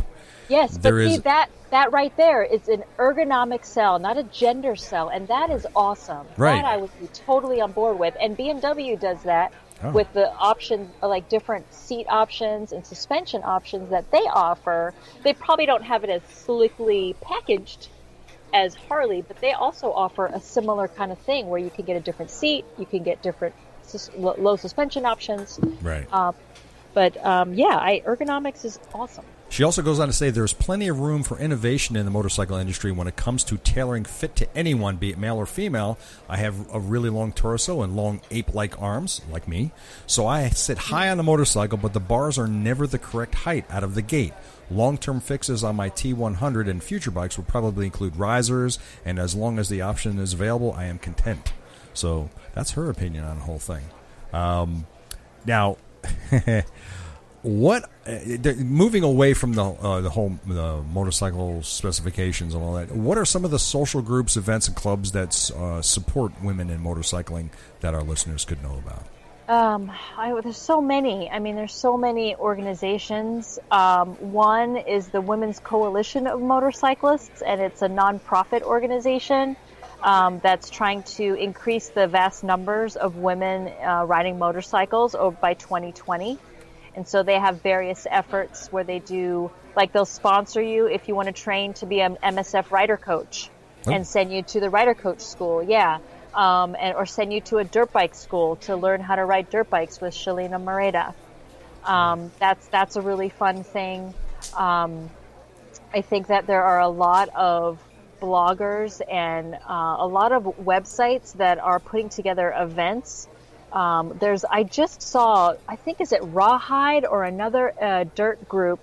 Speaker 5: Yes,
Speaker 1: There
Speaker 5: but see
Speaker 1: is-
Speaker 5: that that right there is an ergonomic cell, not a gender cell, and that is awesome.
Speaker 1: Right.
Speaker 5: That I would be totally on board with. And BMW does that
Speaker 1: Oh.
Speaker 5: with the options like different seat options and suspension options that they offer. They probably don't have it as slickly packaged as Harley, but they also offer a similar kind of thing where you can get a different seat, you can get different sus- lo- low suspension options.
Speaker 1: Right.
Speaker 5: Um, but um, yeah, I, ergonomics is awesome.
Speaker 1: She also goes on to say there's plenty of room for innovation in the motorcycle industry when it comes to tailoring fit to anyone, be it male or female. I have a really long torso and long ape like arms, like me, so I sit high on the motorcycle, but the bars are never the correct height out of the gate. Long term fixes on my T100 and future bikes will probably include risers, and as long as the option is available, I am content. So that's her opinion on the whole thing. Um, now, what uh, th- moving away from the uh, the whole the motorcycle specifications and all that what are some of the social groups events and clubs that uh, support women in motorcycling that our listeners could know about
Speaker 5: Um, I, there's so many. I mean, there's so many organizations. Um, one is the Women's Coalition of Motorcyclists, and it's a nonprofit organization um, that's trying to increase the vast numbers of women uh, riding motorcycles over by 2020. And so they have various efforts where they do, like, they'll sponsor you if you want to train to be an MSF rider coach
Speaker 1: Oh.
Speaker 5: and send you to the rider coach school. Yeah. Um, and, or send you to a dirt bike school to learn how to ride dirt bikes with Shalina Moreta. Um, that's, that's a really fun thing. Um, I think that there are a lot of bloggers and uh, a lot of websites that are putting together events. Um, there's, I just saw, I think is it Rawhide or another uh, dirt group.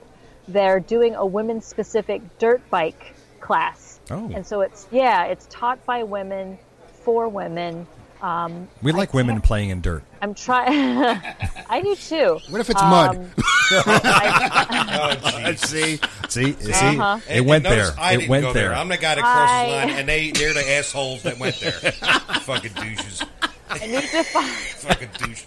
Speaker 5: They're doing a women specific dirt bike class.
Speaker 1: Oh.
Speaker 5: And so it's, yeah, it's taught by women for women. Um,
Speaker 1: we like women playing in dirt
Speaker 5: I'm trying. [laughs] I do too.
Speaker 2: What if it's mud?
Speaker 5: Oh,
Speaker 3: [laughs] see,
Speaker 1: see see
Speaker 5: Uh-huh.
Speaker 1: it went
Speaker 3: notice
Speaker 1: there
Speaker 3: I
Speaker 1: it
Speaker 3: didn't
Speaker 1: went
Speaker 3: go
Speaker 1: there,
Speaker 3: I'm the guy that crosses
Speaker 5: I-
Speaker 3: the line, and they they're the assholes that went there.
Speaker 5: [laughs]
Speaker 3: Fucking douches.
Speaker 5: I
Speaker 3: [laughs]
Speaker 5: need to find.
Speaker 3: Fucking douche.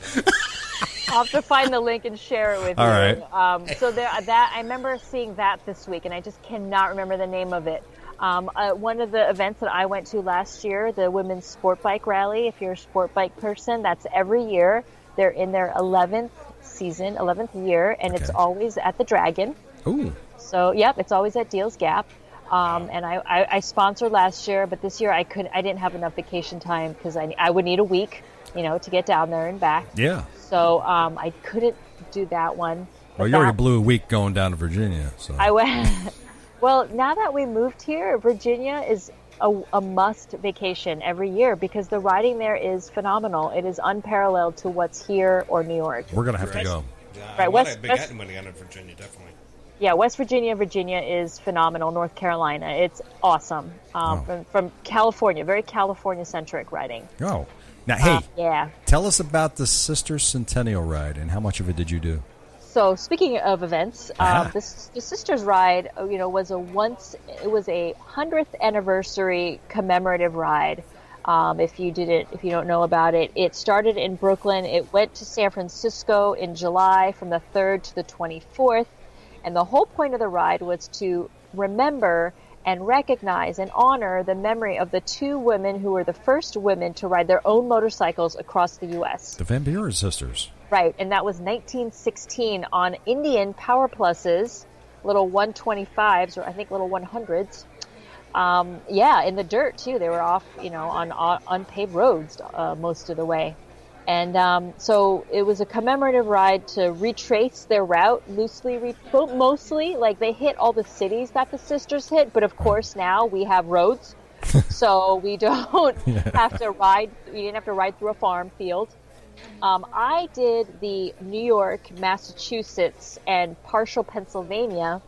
Speaker 5: I'll have to find the link and share it with
Speaker 1: All
Speaker 5: you.
Speaker 1: right.
Speaker 5: Um, so there, that I remember seeing that this week, and I just cannot remember the name of it. Um, uh, one of the events that I went to last year, the women's sport bike rally. If you're a sport bike person, that's every year. They're in their 11th season, 11th year, and it's
Speaker 1: Okay.
Speaker 5: always at the Dragon.
Speaker 1: ooh
Speaker 5: So, yep, it's always at Deals Gap. Um, and I, I, I sponsored last year, but this year I couldn't. I didn't have enough vacation time because I, I would need a week, you know, to get down there and back.
Speaker 1: yeah
Speaker 5: So um, I couldn't do that one.
Speaker 1: well
Speaker 5: But
Speaker 1: you Oh, already
Speaker 5: that-
Speaker 1: blew a week going down to virginia so
Speaker 5: I went. [laughs] well, now that we moved here, Virginia is a, a must vacation every year because the riding there is phenomenal. It is unparalleled to what's here or New York.
Speaker 1: we're gonna have to go
Speaker 3: Yeah,
Speaker 5: Right, West-
Speaker 3: big
Speaker 5: West-
Speaker 3: hat money out of Virginia, definitely.
Speaker 5: Yeah, West Virginia, Virginia is phenomenal. North Carolina, it's awesome. Um,
Speaker 1: Wow.
Speaker 5: from, from California, very California centric riding.
Speaker 1: go Oh. now hey
Speaker 5: Uh, yeah.
Speaker 1: tell us about the sister centennial ride and how much of it did you do
Speaker 5: So speaking of events,
Speaker 1: Ah.
Speaker 5: um, this, the Sisters Ride, uh, you know, was a once it was a hundredth anniversary commemorative ride. Um, if you didn't, if you don't know about it, it started in Brooklyn. It went to San Francisco in July from the third to the twenty fourth, and the whole point of the ride was to remember and recognize and honor the memory of the two women who were the first women to ride their own motorcycles across the U.S.
Speaker 1: the van buren sisters
Speaker 5: Right, and that was 1916 on Indian Power Pluses, little 125s, or I think little 100s. Um, yeah, in the dirt too. They were off, you know, on, on unpaved roads uh, most of the way. And um, so it was a commemorative ride to retrace their route loosely, re- well, mostly like they hit all the cities that the sisters hit, but of course now we have roads, so we don't have to ride. We didn't have to ride through a farm field. Um, I did the New York, Massachusetts, and partial Pennsylvania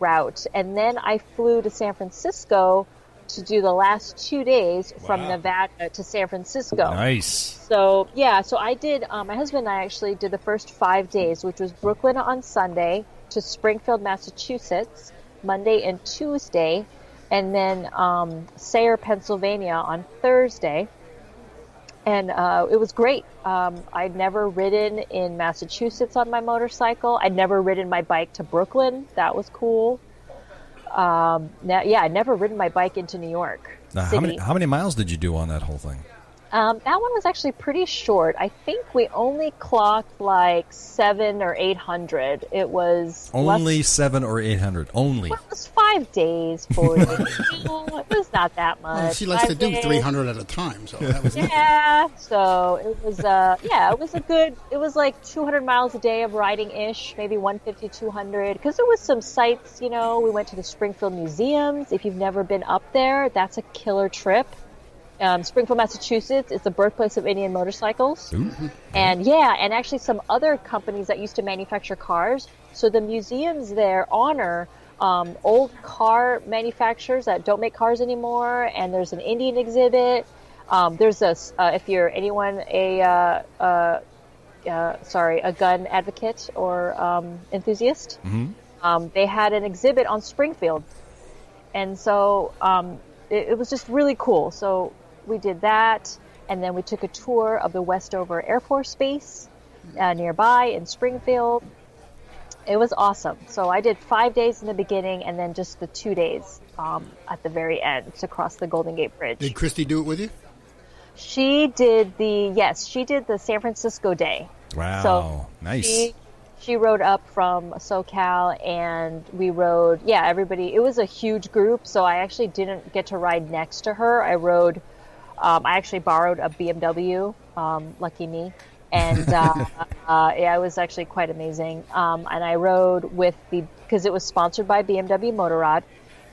Speaker 5: route, and then I flew to San Francisco to do the last two days from
Speaker 3: Wow.
Speaker 5: Nevada to San Francisco.
Speaker 1: nice
Speaker 5: So yeah, so I did. Um, my husband and I actually did the first five days, which was Brooklyn on Sunday to Springfield, Massachusetts, Monday and Tuesday, and then um, Sayre, Pennsylvania on Thursday. And uh, it was great. Um, I'd never ridden in Massachusetts on my motorcycle. I'd never ridden my bike to Brooklyn. That was cool. Um, now, yeah, I'd never ridden my bike into New York
Speaker 1: Now,
Speaker 5: City.
Speaker 1: how many how many miles did you do on that whole thing?
Speaker 5: Um, that one was actually pretty short. I think we only clocked like seven or eight hundred. It was
Speaker 1: Only
Speaker 5: less-
Speaker 1: seven or eight hundred. Only.
Speaker 5: it was five days for you
Speaker 2: [laughs]
Speaker 5: know, it was not that much.
Speaker 2: Well, Oh, [laughs] she likes to
Speaker 5: Five
Speaker 2: do
Speaker 5: days.
Speaker 2: 300 at a time, so that was
Speaker 5: Um, Yeah, so it was. Uh, yeah, it was a good. It was like 200 miles a day of riding ish, maybe 150, 200. Because there was some sights. You know, we went to the Springfield museums. If you've never been up there, that's a killer trip. Um, Springfield, Massachusetts, is the birthplace of Indian motorcycles. And yeah, and actually some other companies that used to manufacture cars. So the museums there honor um, old car manufacturers that don't make cars anymore. And there's an Indian exhibit. Um, there's a s- uh, if you're anyone a uh, uh, uh, sorry a gun advocate or um, enthusiast, um, they had an exhibit on Springfield, and so um, it, it was just really cool. So we did that, and then we took a tour of the Westover Air Force Base uh, nearby in Springfield. It was awesome. So I did five days in the beginning, and then just the two days um, at the very end to cross the Golden Gate Bridge.
Speaker 2: Did Christy do it with you?
Speaker 5: She did the yes, she did the San Francisco day.
Speaker 1: Wow.
Speaker 5: So
Speaker 1: nice.
Speaker 5: She, she rode up from SoCal, and we rode. Yeah, everybody. It was a huge group, so I actually didn't get to ride next to her. I rode. Um, I actually borrowed a BMW. Um, lucky me. And uh, uh, yeah, it was actually quite amazing. Um, and I rode with the because it was sponsored by BMW Motorrad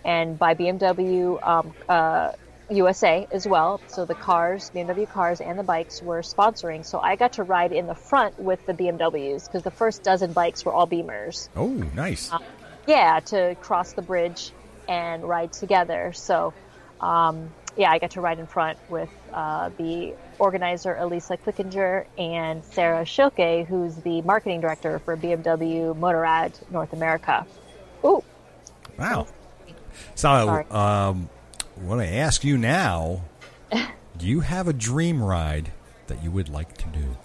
Speaker 5: and by BMW um, uh, USA as well. So the cars, BMW cars, and the bikes were sponsoring. So I got to ride in the front with the BMWs because the first dozen bikes were all Beamers.
Speaker 1: oh, nice.
Speaker 5: Uh, Yeah, to cross the bridge and ride together. So um, yeah, I got to ride in front with uh, the organizer Elisa Clickinger and Sarah Schilke, who's the marketing director for BMW Motorrad North America. Ooh,
Speaker 1: wow. So,
Speaker 5: Sorry.
Speaker 1: um, what I ask you
Speaker 5: [laughs]
Speaker 1: now: Do you have a dream ride that you would like to do?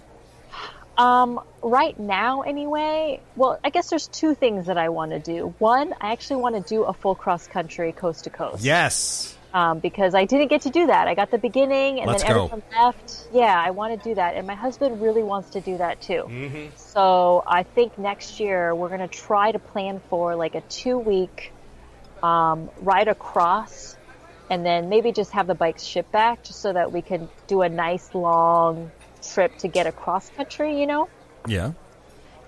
Speaker 5: Um, right now, anyway, well, I guess there's two things that I want to do. One, I actually want to do a full cross country coast to coast.
Speaker 1: Yes.
Speaker 5: Um, because I didn't get to do that. I got the beginning and
Speaker 1: Let's
Speaker 5: then
Speaker 1: go.
Speaker 5: everyone left. Yeah, I want to do that. And my husband really wants to do that too.
Speaker 1: Mm-hmm.
Speaker 5: So I think next year we're going to try to plan for like a two week um, ride across and then maybe just have the bikes shipped back just so that we can do a nice long trip to get across country, you know?
Speaker 1: Yeah.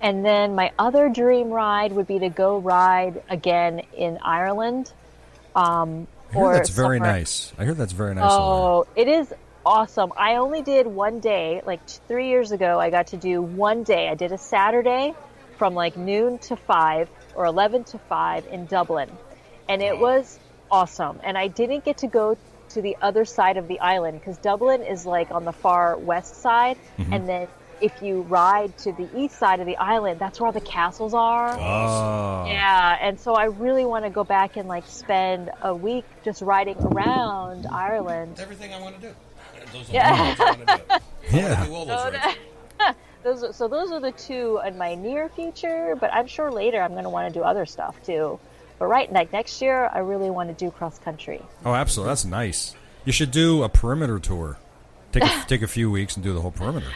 Speaker 5: And then my other dream ride would be to go ride again in Ireland. Um,
Speaker 1: I hear
Speaker 5: or
Speaker 1: that's very
Speaker 5: somewhere-
Speaker 1: nice. I hear that's very nice. over
Speaker 5: Oh, it is awesome. I only did one day, like t- three years ago, I got to do one day. I did a Saturday from like noon to five or 11 to five in Dublin. And it was awesome. And I didn't get to go to the other side of the island because Dublin is like on the far west side. And then if you ride to the east side of the island, that's where all the castles are.
Speaker 1: there. Oh.
Speaker 5: Yeah, and so I really want to go back and like spend a week just riding around Ireland.
Speaker 6: Everything I want to do. Those are
Speaker 5: Yeah.
Speaker 6: the things I want to do. I wanna
Speaker 1: [laughs] Yeah.
Speaker 6: do all those rides.
Speaker 5: Those, are- so those are the two in my near future, but I'm sure later I'm going to want to do other stuff too. But right, like next year, I really want to do cross country.
Speaker 1: Oh, absolutely. That's nice. You should do a perimeter tour. Take
Speaker 5: [laughs]
Speaker 1: a, take a few weeks and do the whole perimeter.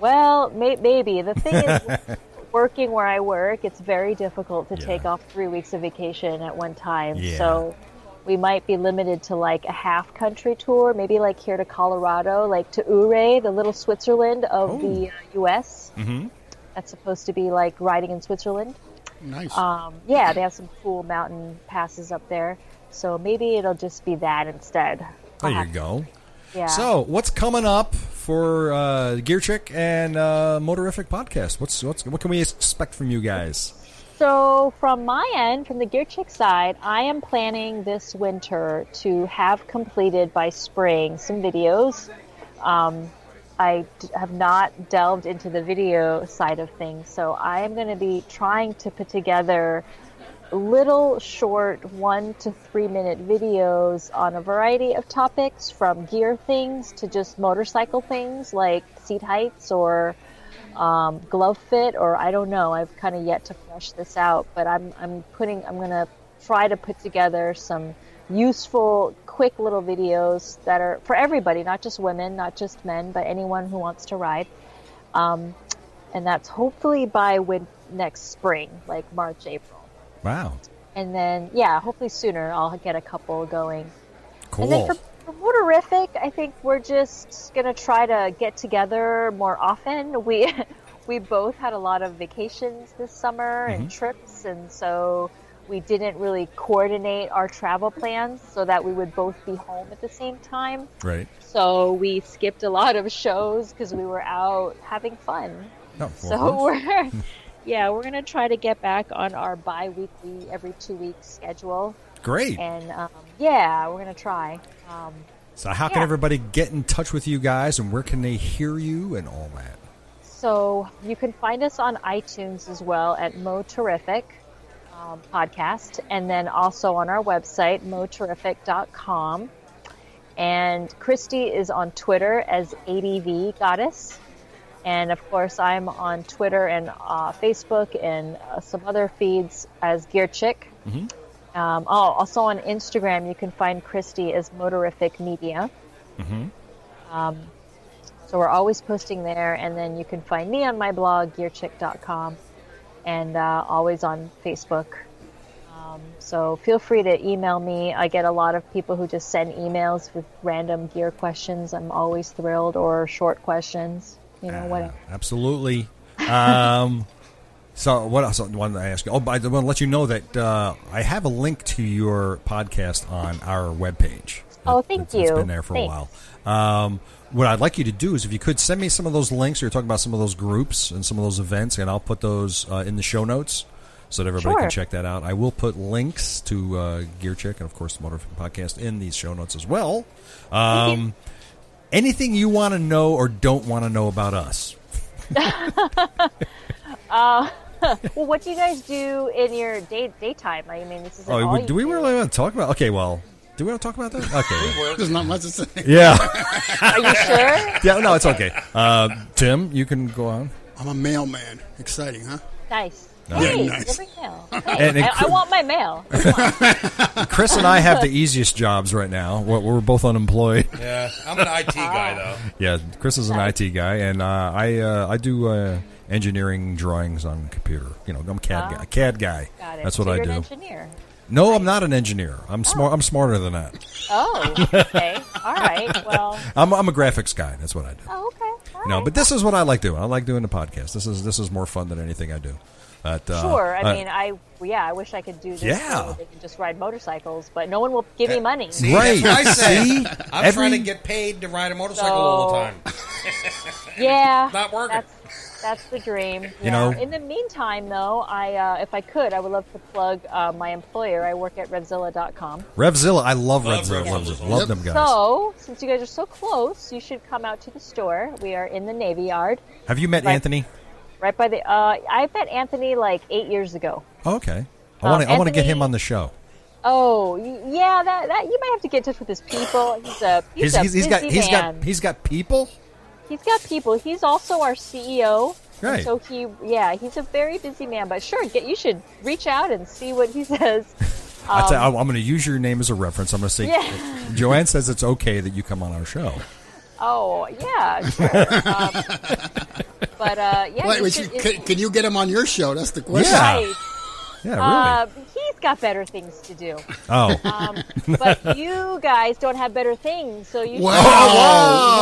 Speaker 5: Well, may, maybe the
Speaker 1: [laughs]
Speaker 5: thing is, working where I work, it's very difficult to
Speaker 1: Yeah.
Speaker 5: take off three weeks of vacation at one time.
Speaker 1: Yeah.
Speaker 5: So we might be limited to like a half country tour, maybe like here to Colorado, like to Ouray, the little Switzerland of
Speaker 1: Oh.
Speaker 5: the uh, U.S. Mm-hmm. That's supposed to be like riding in Switzerland.
Speaker 2: nice.
Speaker 5: Um, yeah, they have some cool mountain passes up there. So maybe it'll just be that instead.
Speaker 1: There
Speaker 5: Uh-huh.
Speaker 1: you go.
Speaker 5: Yeah.
Speaker 1: So, what's coming up for uh, Gear Trick and uh, Motorific podcast? What's what's what can we expect from you guys?
Speaker 5: So, from my end, from the Gear Chick side, I am planning this winter to have completed by spring some videos. Um, I d- have not delved into the video side of things, so I am going to be trying to put together little short one to three minute videos on a variety of topics from gear things to just motorcycle things like seat heights or um, glove fit or I don't know. I've kind of yet to flesh this out, but I'm I'm putting I'm gonna try to put together some useful, quick little videos that are for everybody, not just women, not just men, but anyone who wants to ride. Um, and that's hopefully by when next spring, like March, April.
Speaker 1: Wow.
Speaker 5: And then, yeah, hopefully sooner I'll get a couple going. And
Speaker 1: Cool.
Speaker 5: then for, for Waterific, I think we're just gonna try to get together more often. We [laughs] we both had a lot of vacations this summer and trips, and so we didn't really coordinate our travel plans so that we would both be home at the same time.
Speaker 1: Right.
Speaker 5: So we skipped a lot of shows because we were out having fun.
Speaker 1: No, of
Speaker 5: so
Speaker 1: course.
Speaker 5: [laughs] we're yeah, we're gonna try to get back on our bi-weekly, every two weeks schedule.
Speaker 1: Great.
Speaker 5: And um, yeah, we're gonna try. Um,
Speaker 1: So, how can
Speaker 5: yeah.
Speaker 1: everybody get in touch with you guys, and where can they hear you and all that?
Speaker 5: so you can find us on iTunes as well at Mo Terrific um, podcast, and then also on our website moterrific.com. And Christy is on Twitter as ADV Goddess. And of course, I'm on Twitter and uh, Facebook and uh, some other feeds as Gear Chick. Um, oh, also on Instagram, you can find Christy as Motorific Media.
Speaker 1: Mm-hmm.
Speaker 5: Um, so we're always posting there, and then you can find me on my blog, gearchick.com, and uh, always on Facebook. Um, so feel free to email me. I get a lot of people who just send emails with random gear questions. I'm always thrilled, or short questions, you know,
Speaker 1: Ah.
Speaker 5: whatever.
Speaker 1: Absolutely. Um, [laughs] so what else? I wanted to ask you. Oh, but I want to let you know that uh, I have a link to your podcast on our webpage.
Speaker 5: Oh, thank
Speaker 1: It's- It's
Speaker 5: you.
Speaker 1: been there for
Speaker 5: Thanks.
Speaker 1: a while. Um, what I'd like you to do is, if you could send me some of those links, you're talking about some of those groups and some of those events, and I'll put those uh, in the show notes so that everybody
Speaker 5: Sure.
Speaker 1: can check that out. I will put links to uh, Gear Check and, of course, the Motorfit Podcast in these show notes as well. Um, anything you want to know or don't want to know about us,
Speaker 5: Well, what do you guys do in your day daytime? I mean, this is
Speaker 1: Oh,
Speaker 5: all
Speaker 1: we-
Speaker 5: you
Speaker 1: do we really want to talk about? Okay, well, do we want to talk
Speaker 5: [laughs]
Speaker 1: about that? Okay,
Speaker 2: There's not much to say.
Speaker 1: yeah, [laughs]
Speaker 5: Are you sure?
Speaker 1: yeah. No, it's okay. Uh, Tim, you can go on.
Speaker 2: I'm a mailman. Exciting, huh?
Speaker 5: Nice.
Speaker 1: Yeah,
Speaker 5: Hey,
Speaker 2: nice.
Speaker 5: every mail.
Speaker 1: [laughs] And
Speaker 5: Hey,
Speaker 1: it
Speaker 5: I, I
Speaker 1: could-
Speaker 5: want my mail.
Speaker 1: Chris and I have the easiest jobs right now. We're, we're both unemployed.
Speaker 6: Yeah, I'm an IT guy though.
Speaker 1: Yeah, Chris is an IT guy, and uh, I uh, I do uh, engineering drawings on computer. You know, I'm a CAD guy. CAD guy.
Speaker 5: Oh. Got it.
Speaker 1: That's what
Speaker 5: So
Speaker 1: I
Speaker 5: you're
Speaker 1: do.
Speaker 5: An engineer.
Speaker 1: no, I'm not an engineer. I'm smart. I'm smarter than that.
Speaker 5: Oh, okay. All right. Well.
Speaker 1: [laughs] I'm, I'm a graphics guy. That's what I do.
Speaker 5: Oh, okay. All
Speaker 1: No,
Speaker 5: right.
Speaker 1: but this is what I like doing. I like doing the podcast. This is this is more fun than anything I do. But, uh,
Speaker 5: Sure. I
Speaker 1: uh,
Speaker 5: mean, I yeah, I wish I could do this.
Speaker 1: Yeah. Uh,
Speaker 5: so They can just ride motorcycles, but no one will give me money.
Speaker 3: See,
Speaker 1: Right.
Speaker 3: That's what I say.
Speaker 1: See?
Speaker 3: I'm
Speaker 1: Every-
Speaker 3: trying to get paid to ride a motorcycle all the
Speaker 5: So-
Speaker 3: time.
Speaker 5: Yeah,
Speaker 3: Not working.
Speaker 5: That's, that's the dream. yeah.
Speaker 1: know?
Speaker 5: In the meantime, though, I uh, if I could, I would love to plug uh, my employer. I work at Revzilla.com.
Speaker 1: Revzilla, I love,
Speaker 6: Love
Speaker 1: Revzilla.
Speaker 6: Revzilla.
Speaker 1: Love,
Speaker 6: Yep.
Speaker 1: love them guys.
Speaker 5: So, since you guys are so close, you should come out to the store. We are in the Navy Yard,
Speaker 1: Have you met
Speaker 5: Right.
Speaker 1: Anthony?
Speaker 5: right by the. Uh, I met Anthony like eight years ago.
Speaker 1: Oh, okay. I
Speaker 5: Um,
Speaker 1: want to. I want to get
Speaker 5: Anthony-
Speaker 1: him on the show.
Speaker 5: Oh, y- yeah, that, that you might have to get in touch with his people. He's a he's, a
Speaker 1: he's got
Speaker 5: busy
Speaker 1: he's
Speaker 5: man.
Speaker 1: got he's got people.
Speaker 5: He's got people. He's also our CEO. And
Speaker 1: Right.
Speaker 5: So he, yeah, he's a very busy man. But sure, get you should reach out and see what he [laughs] says.
Speaker 1: I tell you, I'm going to use your name as a reference. I'm going to say
Speaker 5: Um, Yeah.
Speaker 1: [laughs] Joanne says it's okay that you come on our show.
Speaker 5: Oh,
Speaker 1: [laughs]
Speaker 5: yeah, sure. um, but uh, yeah,
Speaker 2: Wait,
Speaker 5: you
Speaker 2: wait,
Speaker 5: should-
Speaker 2: you- can, can you get him on your show? That's the question.
Speaker 1: Yeah.
Speaker 5: right.
Speaker 1: Yeah,
Speaker 5: Uh,
Speaker 1: really.
Speaker 5: he's got better things to do.
Speaker 1: oh,
Speaker 5: Um,
Speaker 1: [laughs]
Speaker 5: but you guys don't have better things, so you.
Speaker 2: Wow!
Speaker 5: Should-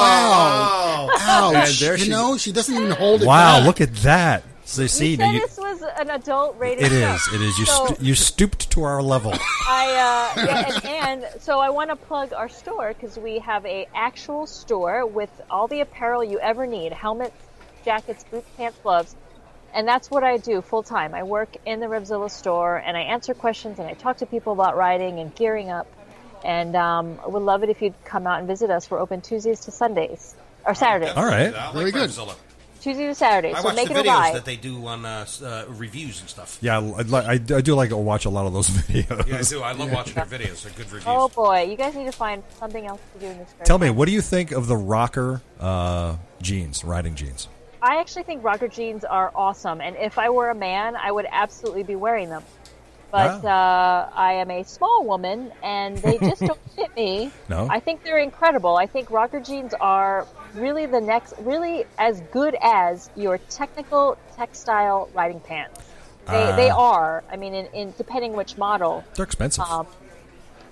Speaker 2: Wow!
Speaker 1: [laughs] And
Speaker 2: Ouch!
Speaker 1: there
Speaker 2: You
Speaker 1: she-
Speaker 2: know, she doesn't even hold it.
Speaker 1: wow!
Speaker 2: back.
Speaker 1: Look at that. So see,
Speaker 5: you
Speaker 1: now
Speaker 5: said
Speaker 1: you,
Speaker 5: this was an adult rated
Speaker 1: it
Speaker 5: show.
Speaker 1: is. It is. You
Speaker 5: So-
Speaker 1: stu- you stooped to our level. [laughs]
Speaker 5: I uh, yeah, and, and so I want to plug our store because we have a actual store with all the apparel you ever need: helmets, jackets, boots, pants, gloves. And that's what I do full time. I work in the Revzilla store and I answer questions and I talk to people about riding and gearing up. And um, I would love it if you'd come out and visit us. We're open Tuesdays to Sundays or Saturdays.
Speaker 1: All right.
Speaker 3: I like
Speaker 2: Very good.
Speaker 3: Revzilla.
Speaker 5: Tuesday to Saturday.
Speaker 3: I
Speaker 5: so
Speaker 3: watch the
Speaker 5: make it a
Speaker 3: videos
Speaker 5: ride.
Speaker 3: that they do on uh, s- uh, reviews and stuff.
Speaker 1: Yeah, I, li- I, do- I do like to watch a lot of those [laughs] videos.
Speaker 3: Yeah, I do. I love watching their videos. They're good reviews.
Speaker 5: Oh boy, you guys need to find something else to do in this. spare
Speaker 1: Tell me,
Speaker 5: time.
Speaker 1: what do you think of the rocker uh, jeans, riding jeans?
Speaker 5: I actually think rocker jeans are awesome, and if I were a man, I would absolutely be wearing them. But
Speaker 1: Wow.
Speaker 5: uh, I am a small woman, and they just don't fit me.
Speaker 1: No.
Speaker 5: I think they're incredible. I think rocker jeans are really the next, really as good as your technical textile riding pants. They, they are. I mean, in, in depending which model,
Speaker 1: They're expensive.
Speaker 5: um,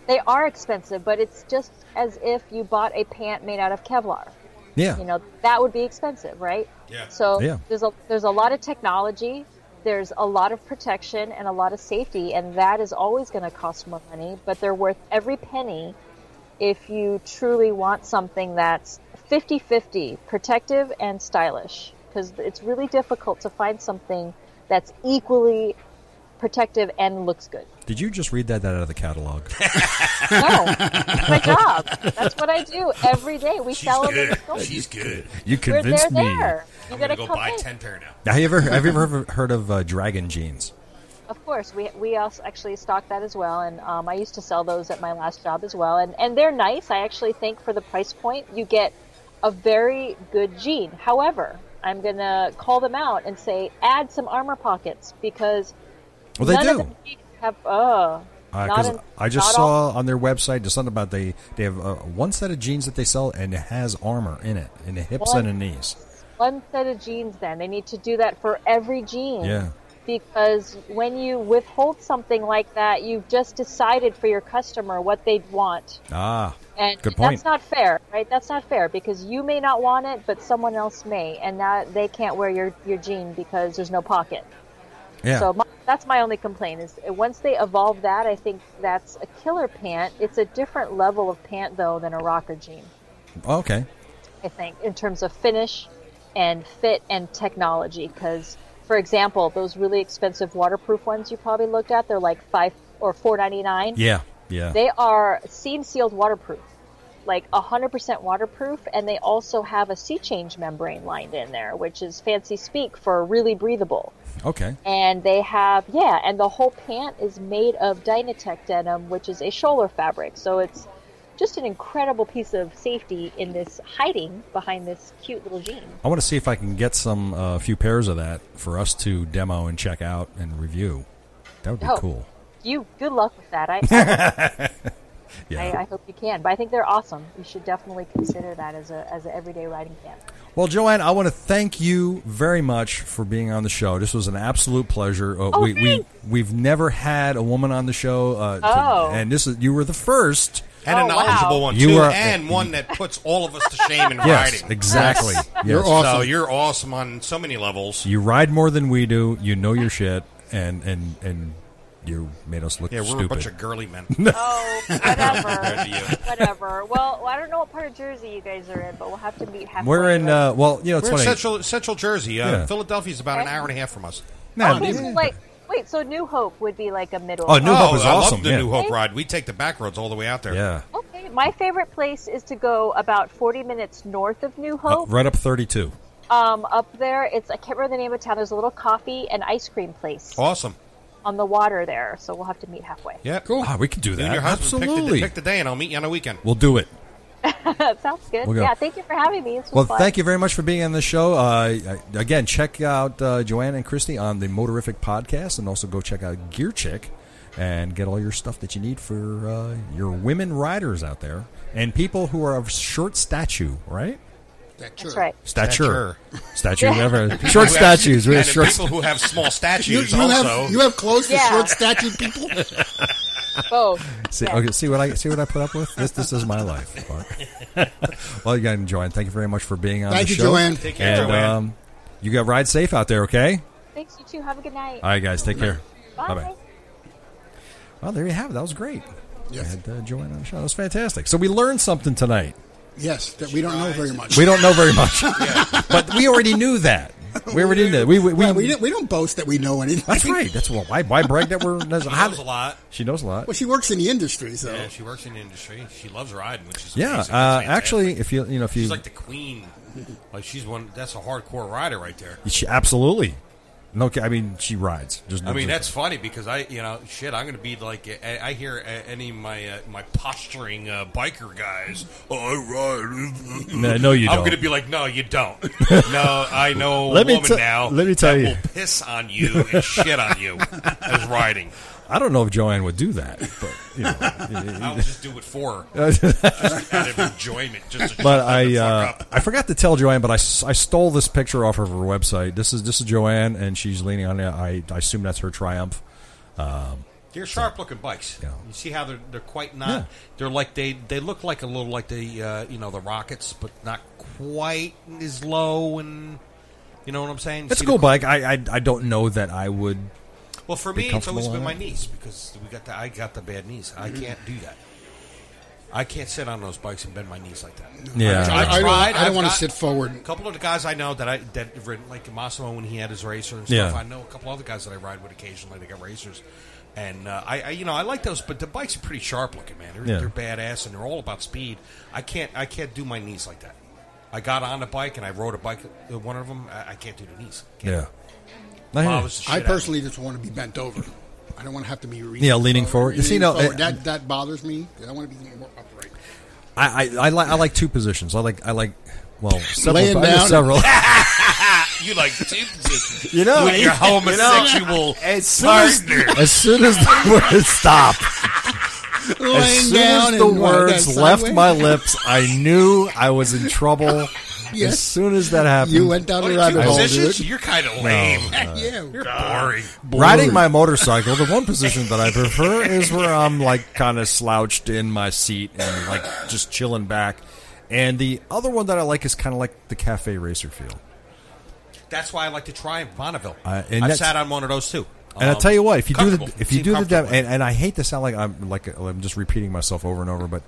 Speaker 5: they are expensive, but it's just as if you bought a pant made out of Kevlar
Speaker 1: yeah.
Speaker 5: you know that would be expensive right
Speaker 6: Yeah.
Speaker 5: so
Speaker 1: Yeah.
Speaker 5: there's a there's a lot of technology there's a lot of protection and a lot of safety and that is always going to cost more money but they're worth every penny if you truly want something that's 50-50 protective and stylish because it's really difficult to find something that's equally protective and
Speaker 1: [laughs]
Speaker 5: looks good
Speaker 1: Did you just read that out of the catalog?
Speaker 5: [laughs] no it's my job that's what i do every day we
Speaker 6: She's
Speaker 5: sell them in
Speaker 6: good.
Speaker 5: the store.
Speaker 6: She's good.
Speaker 1: You
Speaker 5: We're-
Speaker 1: convinced
Speaker 5: they're
Speaker 1: me.
Speaker 5: there. You
Speaker 6: I'm
Speaker 5: gotta
Speaker 6: gonna go
Speaker 5: come
Speaker 6: buy
Speaker 5: in.
Speaker 6: ten pair now.
Speaker 1: Have you ever have you ever heard of uh, dragon jeans?
Speaker 5: Of course, we we also actually stock that as well, and um, I used to sell those at my last job as well, and and they're nice. I actually think for the price point, you get a very good jean. However, I'm gonna call them out and say add some armor pockets because
Speaker 1: Well, they
Speaker 5: none
Speaker 1: do.
Speaker 5: of the jeans have uh, not
Speaker 1: Because
Speaker 5: in-
Speaker 1: I just
Speaker 5: not all-
Speaker 1: saw on their website just something about they they have uh, one set of jeans that they sell and it has armor in it in the hips
Speaker 5: One-
Speaker 1: and the knees.
Speaker 5: one set of jeans. Then they need to do that for every jean.
Speaker 1: Yeah.
Speaker 5: Because when you withhold something like that, you've just decided for your customer what they want.
Speaker 1: Ah,
Speaker 5: And
Speaker 1: Good point.
Speaker 5: that's not fair, right? That's not fair because you may not want it, but someone else may, and now they can't wear your, your jean because there's no pocket.
Speaker 1: yeah.
Speaker 5: So my, that's my only complaint is uh, once they evolve that, I think that's a killer pant. It's a different level of pant though than a rocker jean,
Speaker 1: okay.
Speaker 5: I think, in terms of finish and fit and technology. Because, for example, those really expensive waterproof ones you probably looked at, they're like five or four ninety nine.
Speaker 1: Yeah. Yeah.
Speaker 5: They are seam sealed waterproof, like 100% waterproof, and they also have a sea change membrane lined in there, which is fancy speak for really breathable.
Speaker 1: okay.
Speaker 5: And they have, yeah, and the whole pant is made of Dynatech denim, which is a shoulder fabric. So it's just an incredible piece of safety in this hiding behind this cute little jean.
Speaker 1: I want to see if I can get some a few pairs of that for us to demo and check out and review. That would be
Speaker 5: Oh.
Speaker 1: cool.
Speaker 5: You, good luck with that. I, I,
Speaker 1: Yeah.
Speaker 5: I, I hope you can. But I think they're awesome. You should definitely consider that as a as an everyday riding pant.
Speaker 1: Well, Joanne, I want to thank you very much for being on the show. This was an absolute pleasure. Uh,
Speaker 5: Oh,
Speaker 1: we, we
Speaker 5: thanks.
Speaker 1: we've never had a woman on the show, uh, to-
Speaker 5: Oh.
Speaker 1: and this is you were the first.
Speaker 3: And a
Speaker 5: Oh, wow.
Speaker 3: knowledgeable one
Speaker 1: You
Speaker 3: too,
Speaker 1: are-
Speaker 3: and one that puts all of us to shame in
Speaker 1: [laughs] Yes,
Speaker 3: riding.
Speaker 1: exactly.
Speaker 2: You're
Speaker 1: Yes.
Speaker 3: So
Speaker 2: awesome.
Speaker 3: you're awesome on so many levels.
Speaker 1: You ride more than we do. You know your shit, and and and you made us look
Speaker 3: Yeah, we're a
Speaker 1: stupid.
Speaker 3: bunch of girly
Speaker 1: [laughs]
Speaker 3: men.
Speaker 5: Oh,
Speaker 3: [laughs] Compared to
Speaker 5: whatever.
Speaker 3: you.
Speaker 5: whatever. Well, I don't know what part of Jersey you guys are in, but we'll have to meet halfway.
Speaker 1: we're in. Uh, well, you know, it's
Speaker 3: We're in
Speaker 1: funny.
Speaker 3: central Central Jersey. Uh,
Speaker 1: Yeah.
Speaker 3: Philadelphia's about an hour and a half from us.
Speaker 1: Nah,
Speaker 5: Okay, so like, wait, so New Hope would be like a middle.
Speaker 1: uh, Oh, New
Speaker 3: oh,
Speaker 1: Hope is
Speaker 3: I
Speaker 1: awesome,
Speaker 3: love the
Speaker 1: yeah.
Speaker 3: New Hope ride. We take the back roads all the way out there.
Speaker 1: yeah,
Speaker 5: Okay, my favorite place is to go about 40 minutes north of New
Speaker 1: Uh,
Speaker 5: Hope.
Speaker 1: right up thirty-two.
Speaker 5: Um, up there, it's I can't remember the name of the town. There's a little coffee and ice cream place
Speaker 1: Oh.
Speaker 3: Awesome.
Speaker 5: on the water there, so we'll have to meet halfway. [laughs]
Speaker 3: Yeah.
Speaker 2: Cool.
Speaker 1: Ah, we could do
Speaker 3: You and
Speaker 1: that.
Speaker 3: your husband pick the,
Speaker 1: Absolutely,
Speaker 3: pick the day, and I'll meet you on a weekend.
Speaker 1: we'll do it.
Speaker 5: that sounds good.
Speaker 1: We'll go.
Speaker 5: yeah, thank you for having me. This was
Speaker 1: Well,
Speaker 5: fun.
Speaker 1: thank you very much for being on the show. Uh, again, check out uh, Joanne and Christy on the Motorific podcast, and also go check out Gear Chick and get all your stuff that you need for uh, your women riders out there and people who are of short stature, right?
Speaker 5: That's right.
Speaker 1: Stature, stature, whatever. Short statues, we
Speaker 3: And
Speaker 1: have
Speaker 3: the
Speaker 1: short.
Speaker 3: people who have
Speaker 1: [laughs]
Speaker 3: small
Speaker 2: You,
Speaker 3: statues
Speaker 2: you
Speaker 3: also.
Speaker 2: have you have clothes for
Speaker 5: Yeah.
Speaker 2: short statured people.
Speaker 5: Both.
Speaker 1: See, okay, see what I see what I put up with. This this is my life. Mark. well, again, Joanne, thank you very much for being on
Speaker 2: Thank
Speaker 1: the
Speaker 2: you,
Speaker 1: show.
Speaker 2: Joanne.
Speaker 3: Take care,
Speaker 1: And
Speaker 3: Joanne.
Speaker 1: um, you got ride safe out there, okay?
Speaker 5: Thanks, you too. Have a good night.
Speaker 1: All right, guys, take care.
Speaker 5: Bye.
Speaker 1: Bye-bye. Well, Oh, there you have it. That was great. I
Speaker 2: Yes,
Speaker 1: had uh, Joanne on the show. That was fantastic. So we learned something tonight.
Speaker 2: yes, that we don't know very much.
Speaker 1: We don't know
Speaker 3: [laughs]
Speaker 1: very much, but we already knew that. We already knew that. We, we, we,
Speaker 2: Well, we, don't, we don't boast that we know anything.
Speaker 1: that's right. That's why. Why, why brag that we're?
Speaker 3: [laughs] She knows a lot.
Speaker 1: She knows a lot.
Speaker 2: [laughs] Well, she works in the industry, so
Speaker 3: Yeah, she works in the industry. She loves riding, which is
Speaker 1: Yeah.
Speaker 3: amazing.
Speaker 1: Uh,
Speaker 3: It's
Speaker 1: actually,
Speaker 3: fantastic.
Speaker 1: if you you know if you
Speaker 3: she's like the queen. Like she's one. That's a hardcore rider right there.
Speaker 1: She, absolutely. No, ki- I mean she rides. Just
Speaker 3: I mean, that's funny because I, you know, shit, I'm going to be like, I, I hear uh, any of my uh, my posturing uh, biker guys. Oh, I ride.
Speaker 1: [laughs] No, no, you
Speaker 3: I'm
Speaker 1: don't.
Speaker 3: going to be like, no, you
Speaker 1: [laughs]
Speaker 3: don't. no, I know a
Speaker 1: Let me
Speaker 3: woman
Speaker 1: te-
Speaker 3: now.
Speaker 1: let me tell
Speaker 3: that
Speaker 1: you. [laughs]
Speaker 3: will piss on you and shit on you as riding.
Speaker 1: I don't know if Joanne would do that, but you know,
Speaker 6: I'll just do it for
Speaker 1: [laughs]
Speaker 6: her. just out of enjoyment. Just to
Speaker 1: but
Speaker 6: shut the
Speaker 1: I
Speaker 6: fuck
Speaker 1: uh,
Speaker 6: up.
Speaker 1: I forgot to tell Joanne, but I, s- I stole this picture off of her website. This is this is Joanne, and she's leaning on it. I, I assume that's her triumph.
Speaker 3: They're sharp looking bikes.
Speaker 1: Yeah.
Speaker 3: You see how they're they're quite not.
Speaker 1: Yeah.
Speaker 3: They're like they they look like a little like the uh, you know the rockets, but not quite as low and you know what I'm saying.
Speaker 1: It's a
Speaker 3: See
Speaker 1: cool
Speaker 3: the-
Speaker 1: bike. I, I I don't know that I would.
Speaker 3: Well, for me, it's
Speaker 1: comfortable
Speaker 3: always been
Speaker 1: on
Speaker 3: my
Speaker 1: it.
Speaker 3: knees because we got the I got the bad knees. I can't do that. I can't sit on those bikes and bend my knees like that.
Speaker 1: Yeah.
Speaker 2: I, I don't,
Speaker 3: tried.
Speaker 2: I
Speaker 3: I've
Speaker 2: don't want to
Speaker 3: got-
Speaker 2: sit forward.
Speaker 3: A couple of the guys I know that I that have ridden, like Massimo when he had his racer and
Speaker 1: Yeah.
Speaker 3: stuff. I know a couple other guys that I ride with occasionally. They got racers, and uh, I, I you know I like those, but the bikes are pretty sharp looking, man. They're,
Speaker 1: Yeah.
Speaker 3: they're badass and they're all about speed. I can't I can't do my knees like that. I got on the bike and I rode a bike. uh, One of them I, I can't do the knees. Can't
Speaker 1: Yeah. I hear you.
Speaker 3: Bothers the shit
Speaker 2: I
Speaker 3: out of me.
Speaker 2: personally just want to be bent over. I don't want to have to be reaching
Speaker 1: Yeah, leaning forward. You see, no,
Speaker 2: forward.
Speaker 1: uh,
Speaker 2: that that bothers me. I want to be more upright.
Speaker 1: I I, I, like I like two positions. I like I like well several.
Speaker 2: Laying
Speaker 1: I do
Speaker 2: down.
Speaker 1: several.
Speaker 6: You like two positions.
Speaker 1: [laughs] You know,
Speaker 6: with
Speaker 1: you
Speaker 6: your
Speaker 1: know,
Speaker 6: homosexual
Speaker 1: [laughs] as soon as-
Speaker 6: partner.
Speaker 1: as soon as the [laughs] words stop, as soon as the words left my lips, I knew I was in trouble.
Speaker 2: Yes.
Speaker 1: As soon as that happened,
Speaker 2: you went down
Speaker 6: Only
Speaker 2: the
Speaker 6: two
Speaker 2: rabbit hole,
Speaker 6: positions?
Speaker 2: dude.
Speaker 6: You're kind of lame.
Speaker 2: yeah,
Speaker 6: Boring.
Speaker 1: Riding my motorcycle, the one position that I prefer is where I'm like kind of slouched in my seat and like just chilling back. And the other one that I like is kind of like the cafe racer feel.
Speaker 3: That's why I like to Triumph Bonneville.
Speaker 1: Uh, and
Speaker 3: I've
Speaker 1: that's-
Speaker 3: sat on one of those too.
Speaker 1: And I'll
Speaker 3: Um,
Speaker 1: tell you what, if you do the
Speaker 3: comfortable.
Speaker 1: if you
Speaker 3: Seem
Speaker 1: do the demo,
Speaker 3: comfortable.
Speaker 1: and, and I hate to sound like I'm like I'm just repeating myself over and over, but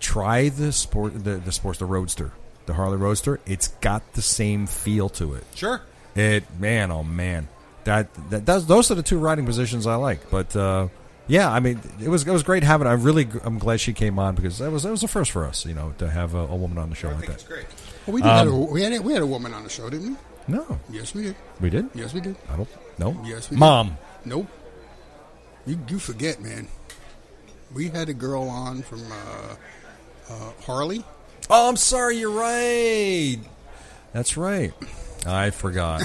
Speaker 1: try the sport the, the sports the roadster the Harley Roadster. It's got the same feel to it.
Speaker 3: sure.
Speaker 1: It man, oh man, that that those, those are the two riding positions I like. But uh, yeah, I mean, it was it was great having. I really g- I'm glad she came on because that was that was a first for us, you know, to have a, a woman on the show
Speaker 3: I
Speaker 1: like
Speaker 3: think
Speaker 1: that.
Speaker 3: it's great.
Speaker 2: Well, we, did
Speaker 1: Um,
Speaker 2: have a, we, had a, we had a woman on the show, didn't
Speaker 1: No,
Speaker 2: we? Yes, we did.
Speaker 1: we did.
Speaker 2: Yes, we did.
Speaker 1: I don't. No.
Speaker 2: Yes, we did.
Speaker 1: Mom.
Speaker 2: Nope. You you forget, man. We had a girl on from uh, uh, Harley.
Speaker 1: Oh, I'm sorry. You're right. That's right. I
Speaker 2: [laughs]
Speaker 1: forgot,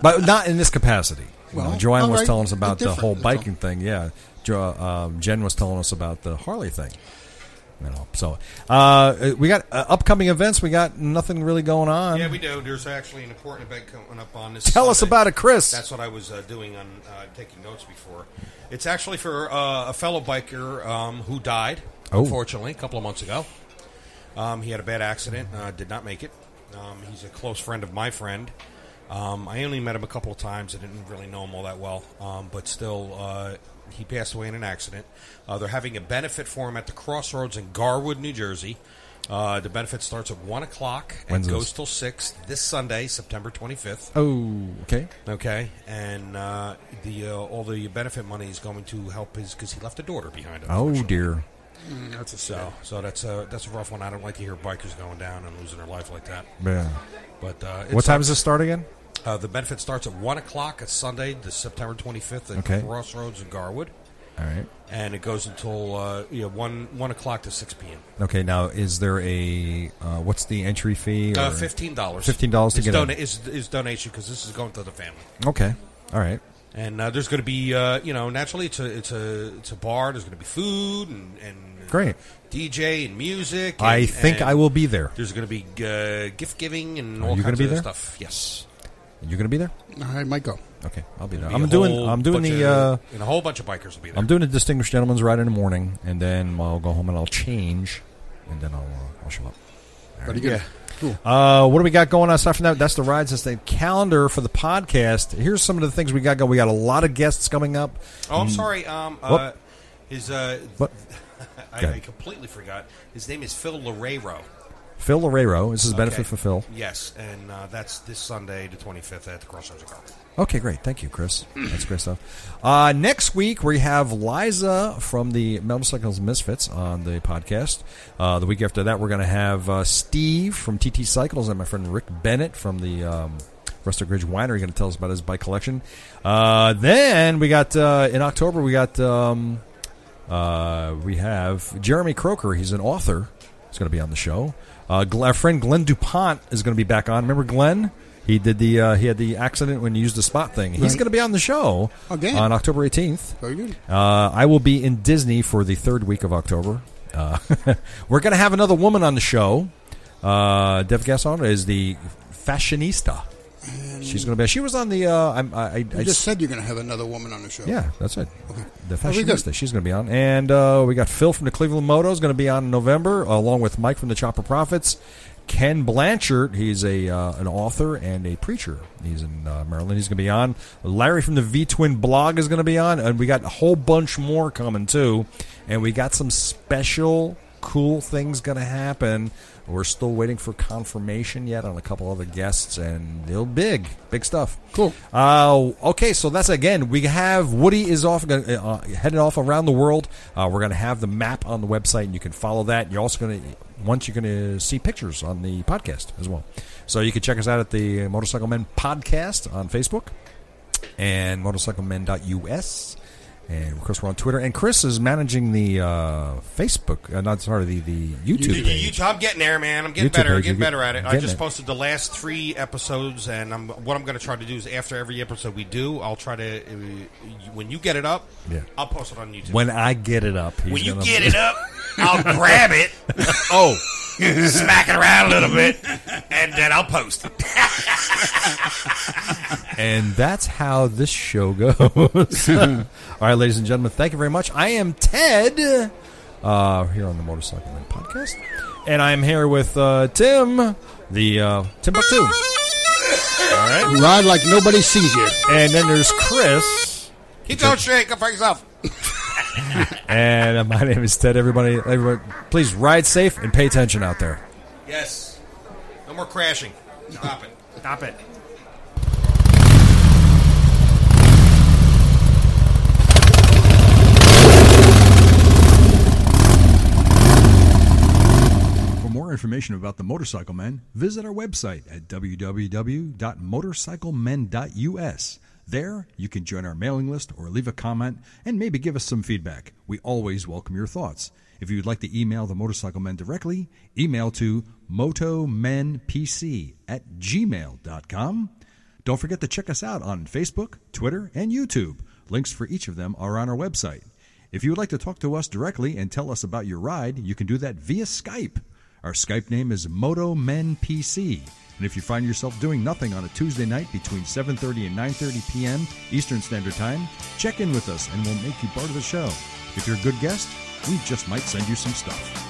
Speaker 1: but not in this capacity. You know,
Speaker 2: Well,
Speaker 1: Joanne
Speaker 2: all
Speaker 1: was
Speaker 2: right,
Speaker 1: telling us about the
Speaker 2: different,
Speaker 1: whole
Speaker 2: that's all.
Speaker 1: biking thing. Yeah, jo- um, Jen was telling us about the Harley thing. You know, so uh, we got uh, upcoming events. We got nothing really going on.
Speaker 3: Yeah, we do. There's actually an important event coming up on this.
Speaker 1: Tell us
Speaker 3: Sunday.
Speaker 1: about it, Chris.
Speaker 3: That's what I was uh, doing on uh, taking notes before. It's actually for uh, a fellow biker um, who died,
Speaker 1: Oh.
Speaker 3: unfortunately, a couple of months ago. Um, he had a bad accident. Uh, did not make it. Um, he's a close friend of my friend. Um, I only met him a couple of times. I didn't really know him all that well, um, but still, uh, he passed away in an accident. Uh, they're having a benefit for him at the Crossroads in Garwood, New Jersey. Uh, the benefit starts at one o'clock and
Speaker 1: When's this?
Speaker 3: goes till six this Sunday, September twenty fifth.
Speaker 1: oh, okay.
Speaker 3: Okay, and uh, the uh, all the benefit money is going to help his because he left a daughter behind. him.
Speaker 1: Oh dear.
Speaker 2: That's a
Speaker 3: so so that's a that's a rough one. I don't like to hear bikers going down and losing their life like that.
Speaker 1: Man.
Speaker 3: But uh, it's
Speaker 1: What time
Speaker 3: up-
Speaker 1: does this start again?
Speaker 3: Uh, the benefit starts at one o'clock. It's Sunday, the September twenty fifth at
Speaker 1: Okay.
Speaker 3: Crossroads in Garwood,
Speaker 1: All right.
Speaker 3: and it goes until uh, yeah, one one o'clock to six p.m.
Speaker 1: Okay. Now, is there a uh, what's the entry fee?
Speaker 3: Uh,
Speaker 1: or-
Speaker 3: Fifteen dollars.
Speaker 1: $15 to
Speaker 3: is
Speaker 1: get in.
Speaker 3: dona- is, is donation because this is going to the family.
Speaker 1: Okay. All right.
Speaker 3: And uh, there's going to be, uh, you know, naturally it's a it's a it's a bar. There's going to be food and, and
Speaker 1: Great.
Speaker 3: DJ and music. And,
Speaker 1: I think
Speaker 3: and
Speaker 1: I will be there.
Speaker 3: There's going to be uh, gift giving and all
Speaker 1: you
Speaker 3: kinds
Speaker 1: gonna be
Speaker 3: of other
Speaker 1: there?
Speaker 3: stuff. Yes,
Speaker 1: You gonna be there?
Speaker 2: I might go.
Speaker 1: Okay, I'll be there.
Speaker 3: Be
Speaker 1: I'm
Speaker 3: a
Speaker 1: doing.
Speaker 3: whole
Speaker 1: I'm doing
Speaker 3: bunch
Speaker 1: the. Uh,
Speaker 3: of- and a whole bunch of bikers will be there.
Speaker 1: I'm doing the distinguished gentleman's ride in the morning, and then I'll go home and I'll change, and then I'll uh, I'll show up.
Speaker 2: But again, cool.
Speaker 1: Uh, what do we got going on aside from that? That's the rides. That's the calendar for the podcast. Here's some of the things we got going. We got a lot of guests coming up.
Speaker 3: oh, I'm sorry. Um, uh, his uh,
Speaker 1: mm.
Speaker 3: [laughs]
Speaker 1: What?
Speaker 3: I,
Speaker 1: Go
Speaker 3: I
Speaker 1: ahead.
Speaker 3: completely forgot. His name is Phil Larrero.
Speaker 1: Phil Larrero. This is a benefit
Speaker 3: Okay.
Speaker 1: for Phil.
Speaker 3: Yes, and uh, that's this Sunday, the 25th, at the Crossroads of Garwood.
Speaker 1: Okay, great. Thank you, Chris. That's great stuff. Uh, next week, we have Liza from the Motorcycles Misfits on the podcast. Uh, the week after that, we're going to have uh, Steve from TT Cycles and my friend Rick Bennett from the um, Rustic Ridge Winery going to tell us about his bike collection. Uh, then we got, uh, in October, we got. Um, uh, we have Jeremy Croker. He's an author. He's going to be on the show. Uh, Gl- our friend Glenn DuPont is going to be back on. Remember Glenn? He did the uh, he had the accident when he used the spot thing. He's
Speaker 2: Right.
Speaker 1: going to be on the show
Speaker 2: Oh, damn.
Speaker 1: on October 18th.
Speaker 2: Very good.
Speaker 1: Uh, I will be in Disney for the third week of October. Uh, [laughs] we're going to have another woman on the show. Uh, Dev Gasson is the fashionista. She's going to be. She was on the. Uh, I'm- I, I, I
Speaker 2: You just said you're going to have another woman on the show.
Speaker 1: yeah, that's it. The
Speaker 2: That'll be good.
Speaker 1: fashionista. She's going to be on, and uh, we got Phil from the Cleveland Motos going to be on in November, along with Mike from the Chopper Prophets. Ken Blanchard, he's a uh, an author and a preacher. He's in uh, Maryland. He's going to be on. Larry from the V Twin blog is going to be on, and we got a whole bunch more coming too. And we got some special cool things going to happen. We're still waiting for confirmation yet on a couple other guests, and they'll big, big stuff.
Speaker 2: Cool.
Speaker 1: Uh, okay, so that's again. We have Woody is off uh, uh, headed off around the world. Uh, we're going to have the map on the website, and you can follow that. You're also going to once you're going to see pictures on the podcast as well. So you can check us out at the Motorcycle Men Podcast on Facebook and motorcyclemen.us. And of course, we're on Twitter. And Chris is managing the uh, Facebook, uh, not sorry, the the
Speaker 3: You-
Speaker 1: YouTube
Speaker 3: you-
Speaker 1: page.
Speaker 3: you- I'm getting there, man. I'm getting
Speaker 1: YouTube
Speaker 3: better.
Speaker 1: page,
Speaker 3: Getting
Speaker 1: you're
Speaker 3: better at it. I
Speaker 1: getting
Speaker 3: just
Speaker 1: it.
Speaker 3: posted the last three episodes, and I'm, what I'm going to try to do is after every episode we do, I'll try to uh, when you get it up,
Speaker 1: Yeah.
Speaker 3: I'll post it on YouTube.
Speaker 1: When I get it up, he's
Speaker 3: When you
Speaker 1: gonna-
Speaker 3: get it up,
Speaker 1: [laughs]
Speaker 3: I'll grab it. Oh, smack it around a little bit, and then I'll post it.
Speaker 1: [laughs] And that's how this show goes. [laughs] All right, ladies and gentlemen, thank you very much. I am Ted uh, here on the Motorcycle Man podcast, and I'm here with uh, Tim, the uh, Timbuktu. All right,
Speaker 2: Ride like nobody sees you.
Speaker 1: and then there's Chris,
Speaker 3: Keep going straight. Go for yourself.
Speaker 1: and uh, [laughs] my name is Ted. Everybody, everybody, please ride safe and pay attention out there.
Speaker 3: Yes. No more crashing. Stop it. Stop it.
Speaker 7: For more information about the Motorcycle Men, visit our website at www.motorcyclemen.us. There, you can join our mailing list or leave a comment and maybe give us some feedback. We always welcome your thoughts. If you'd like to email the Motorcycle Men directly, email to motomenpc at gmail.com. Don't forget to check us out on Facebook, Twitter, and YouTube. Links for each of them are on our website. If you would like to talk to us directly and tell us about your ride, you can do that via Skype. Our Skype name is MotoMenPC. And if you find yourself doing nothing on a Tuesday night between 7:30 and 9:30 p.m. Eastern Standard Time, check in with us and we'll make you part of the show. If you're a good guest, we just might send you some stuff.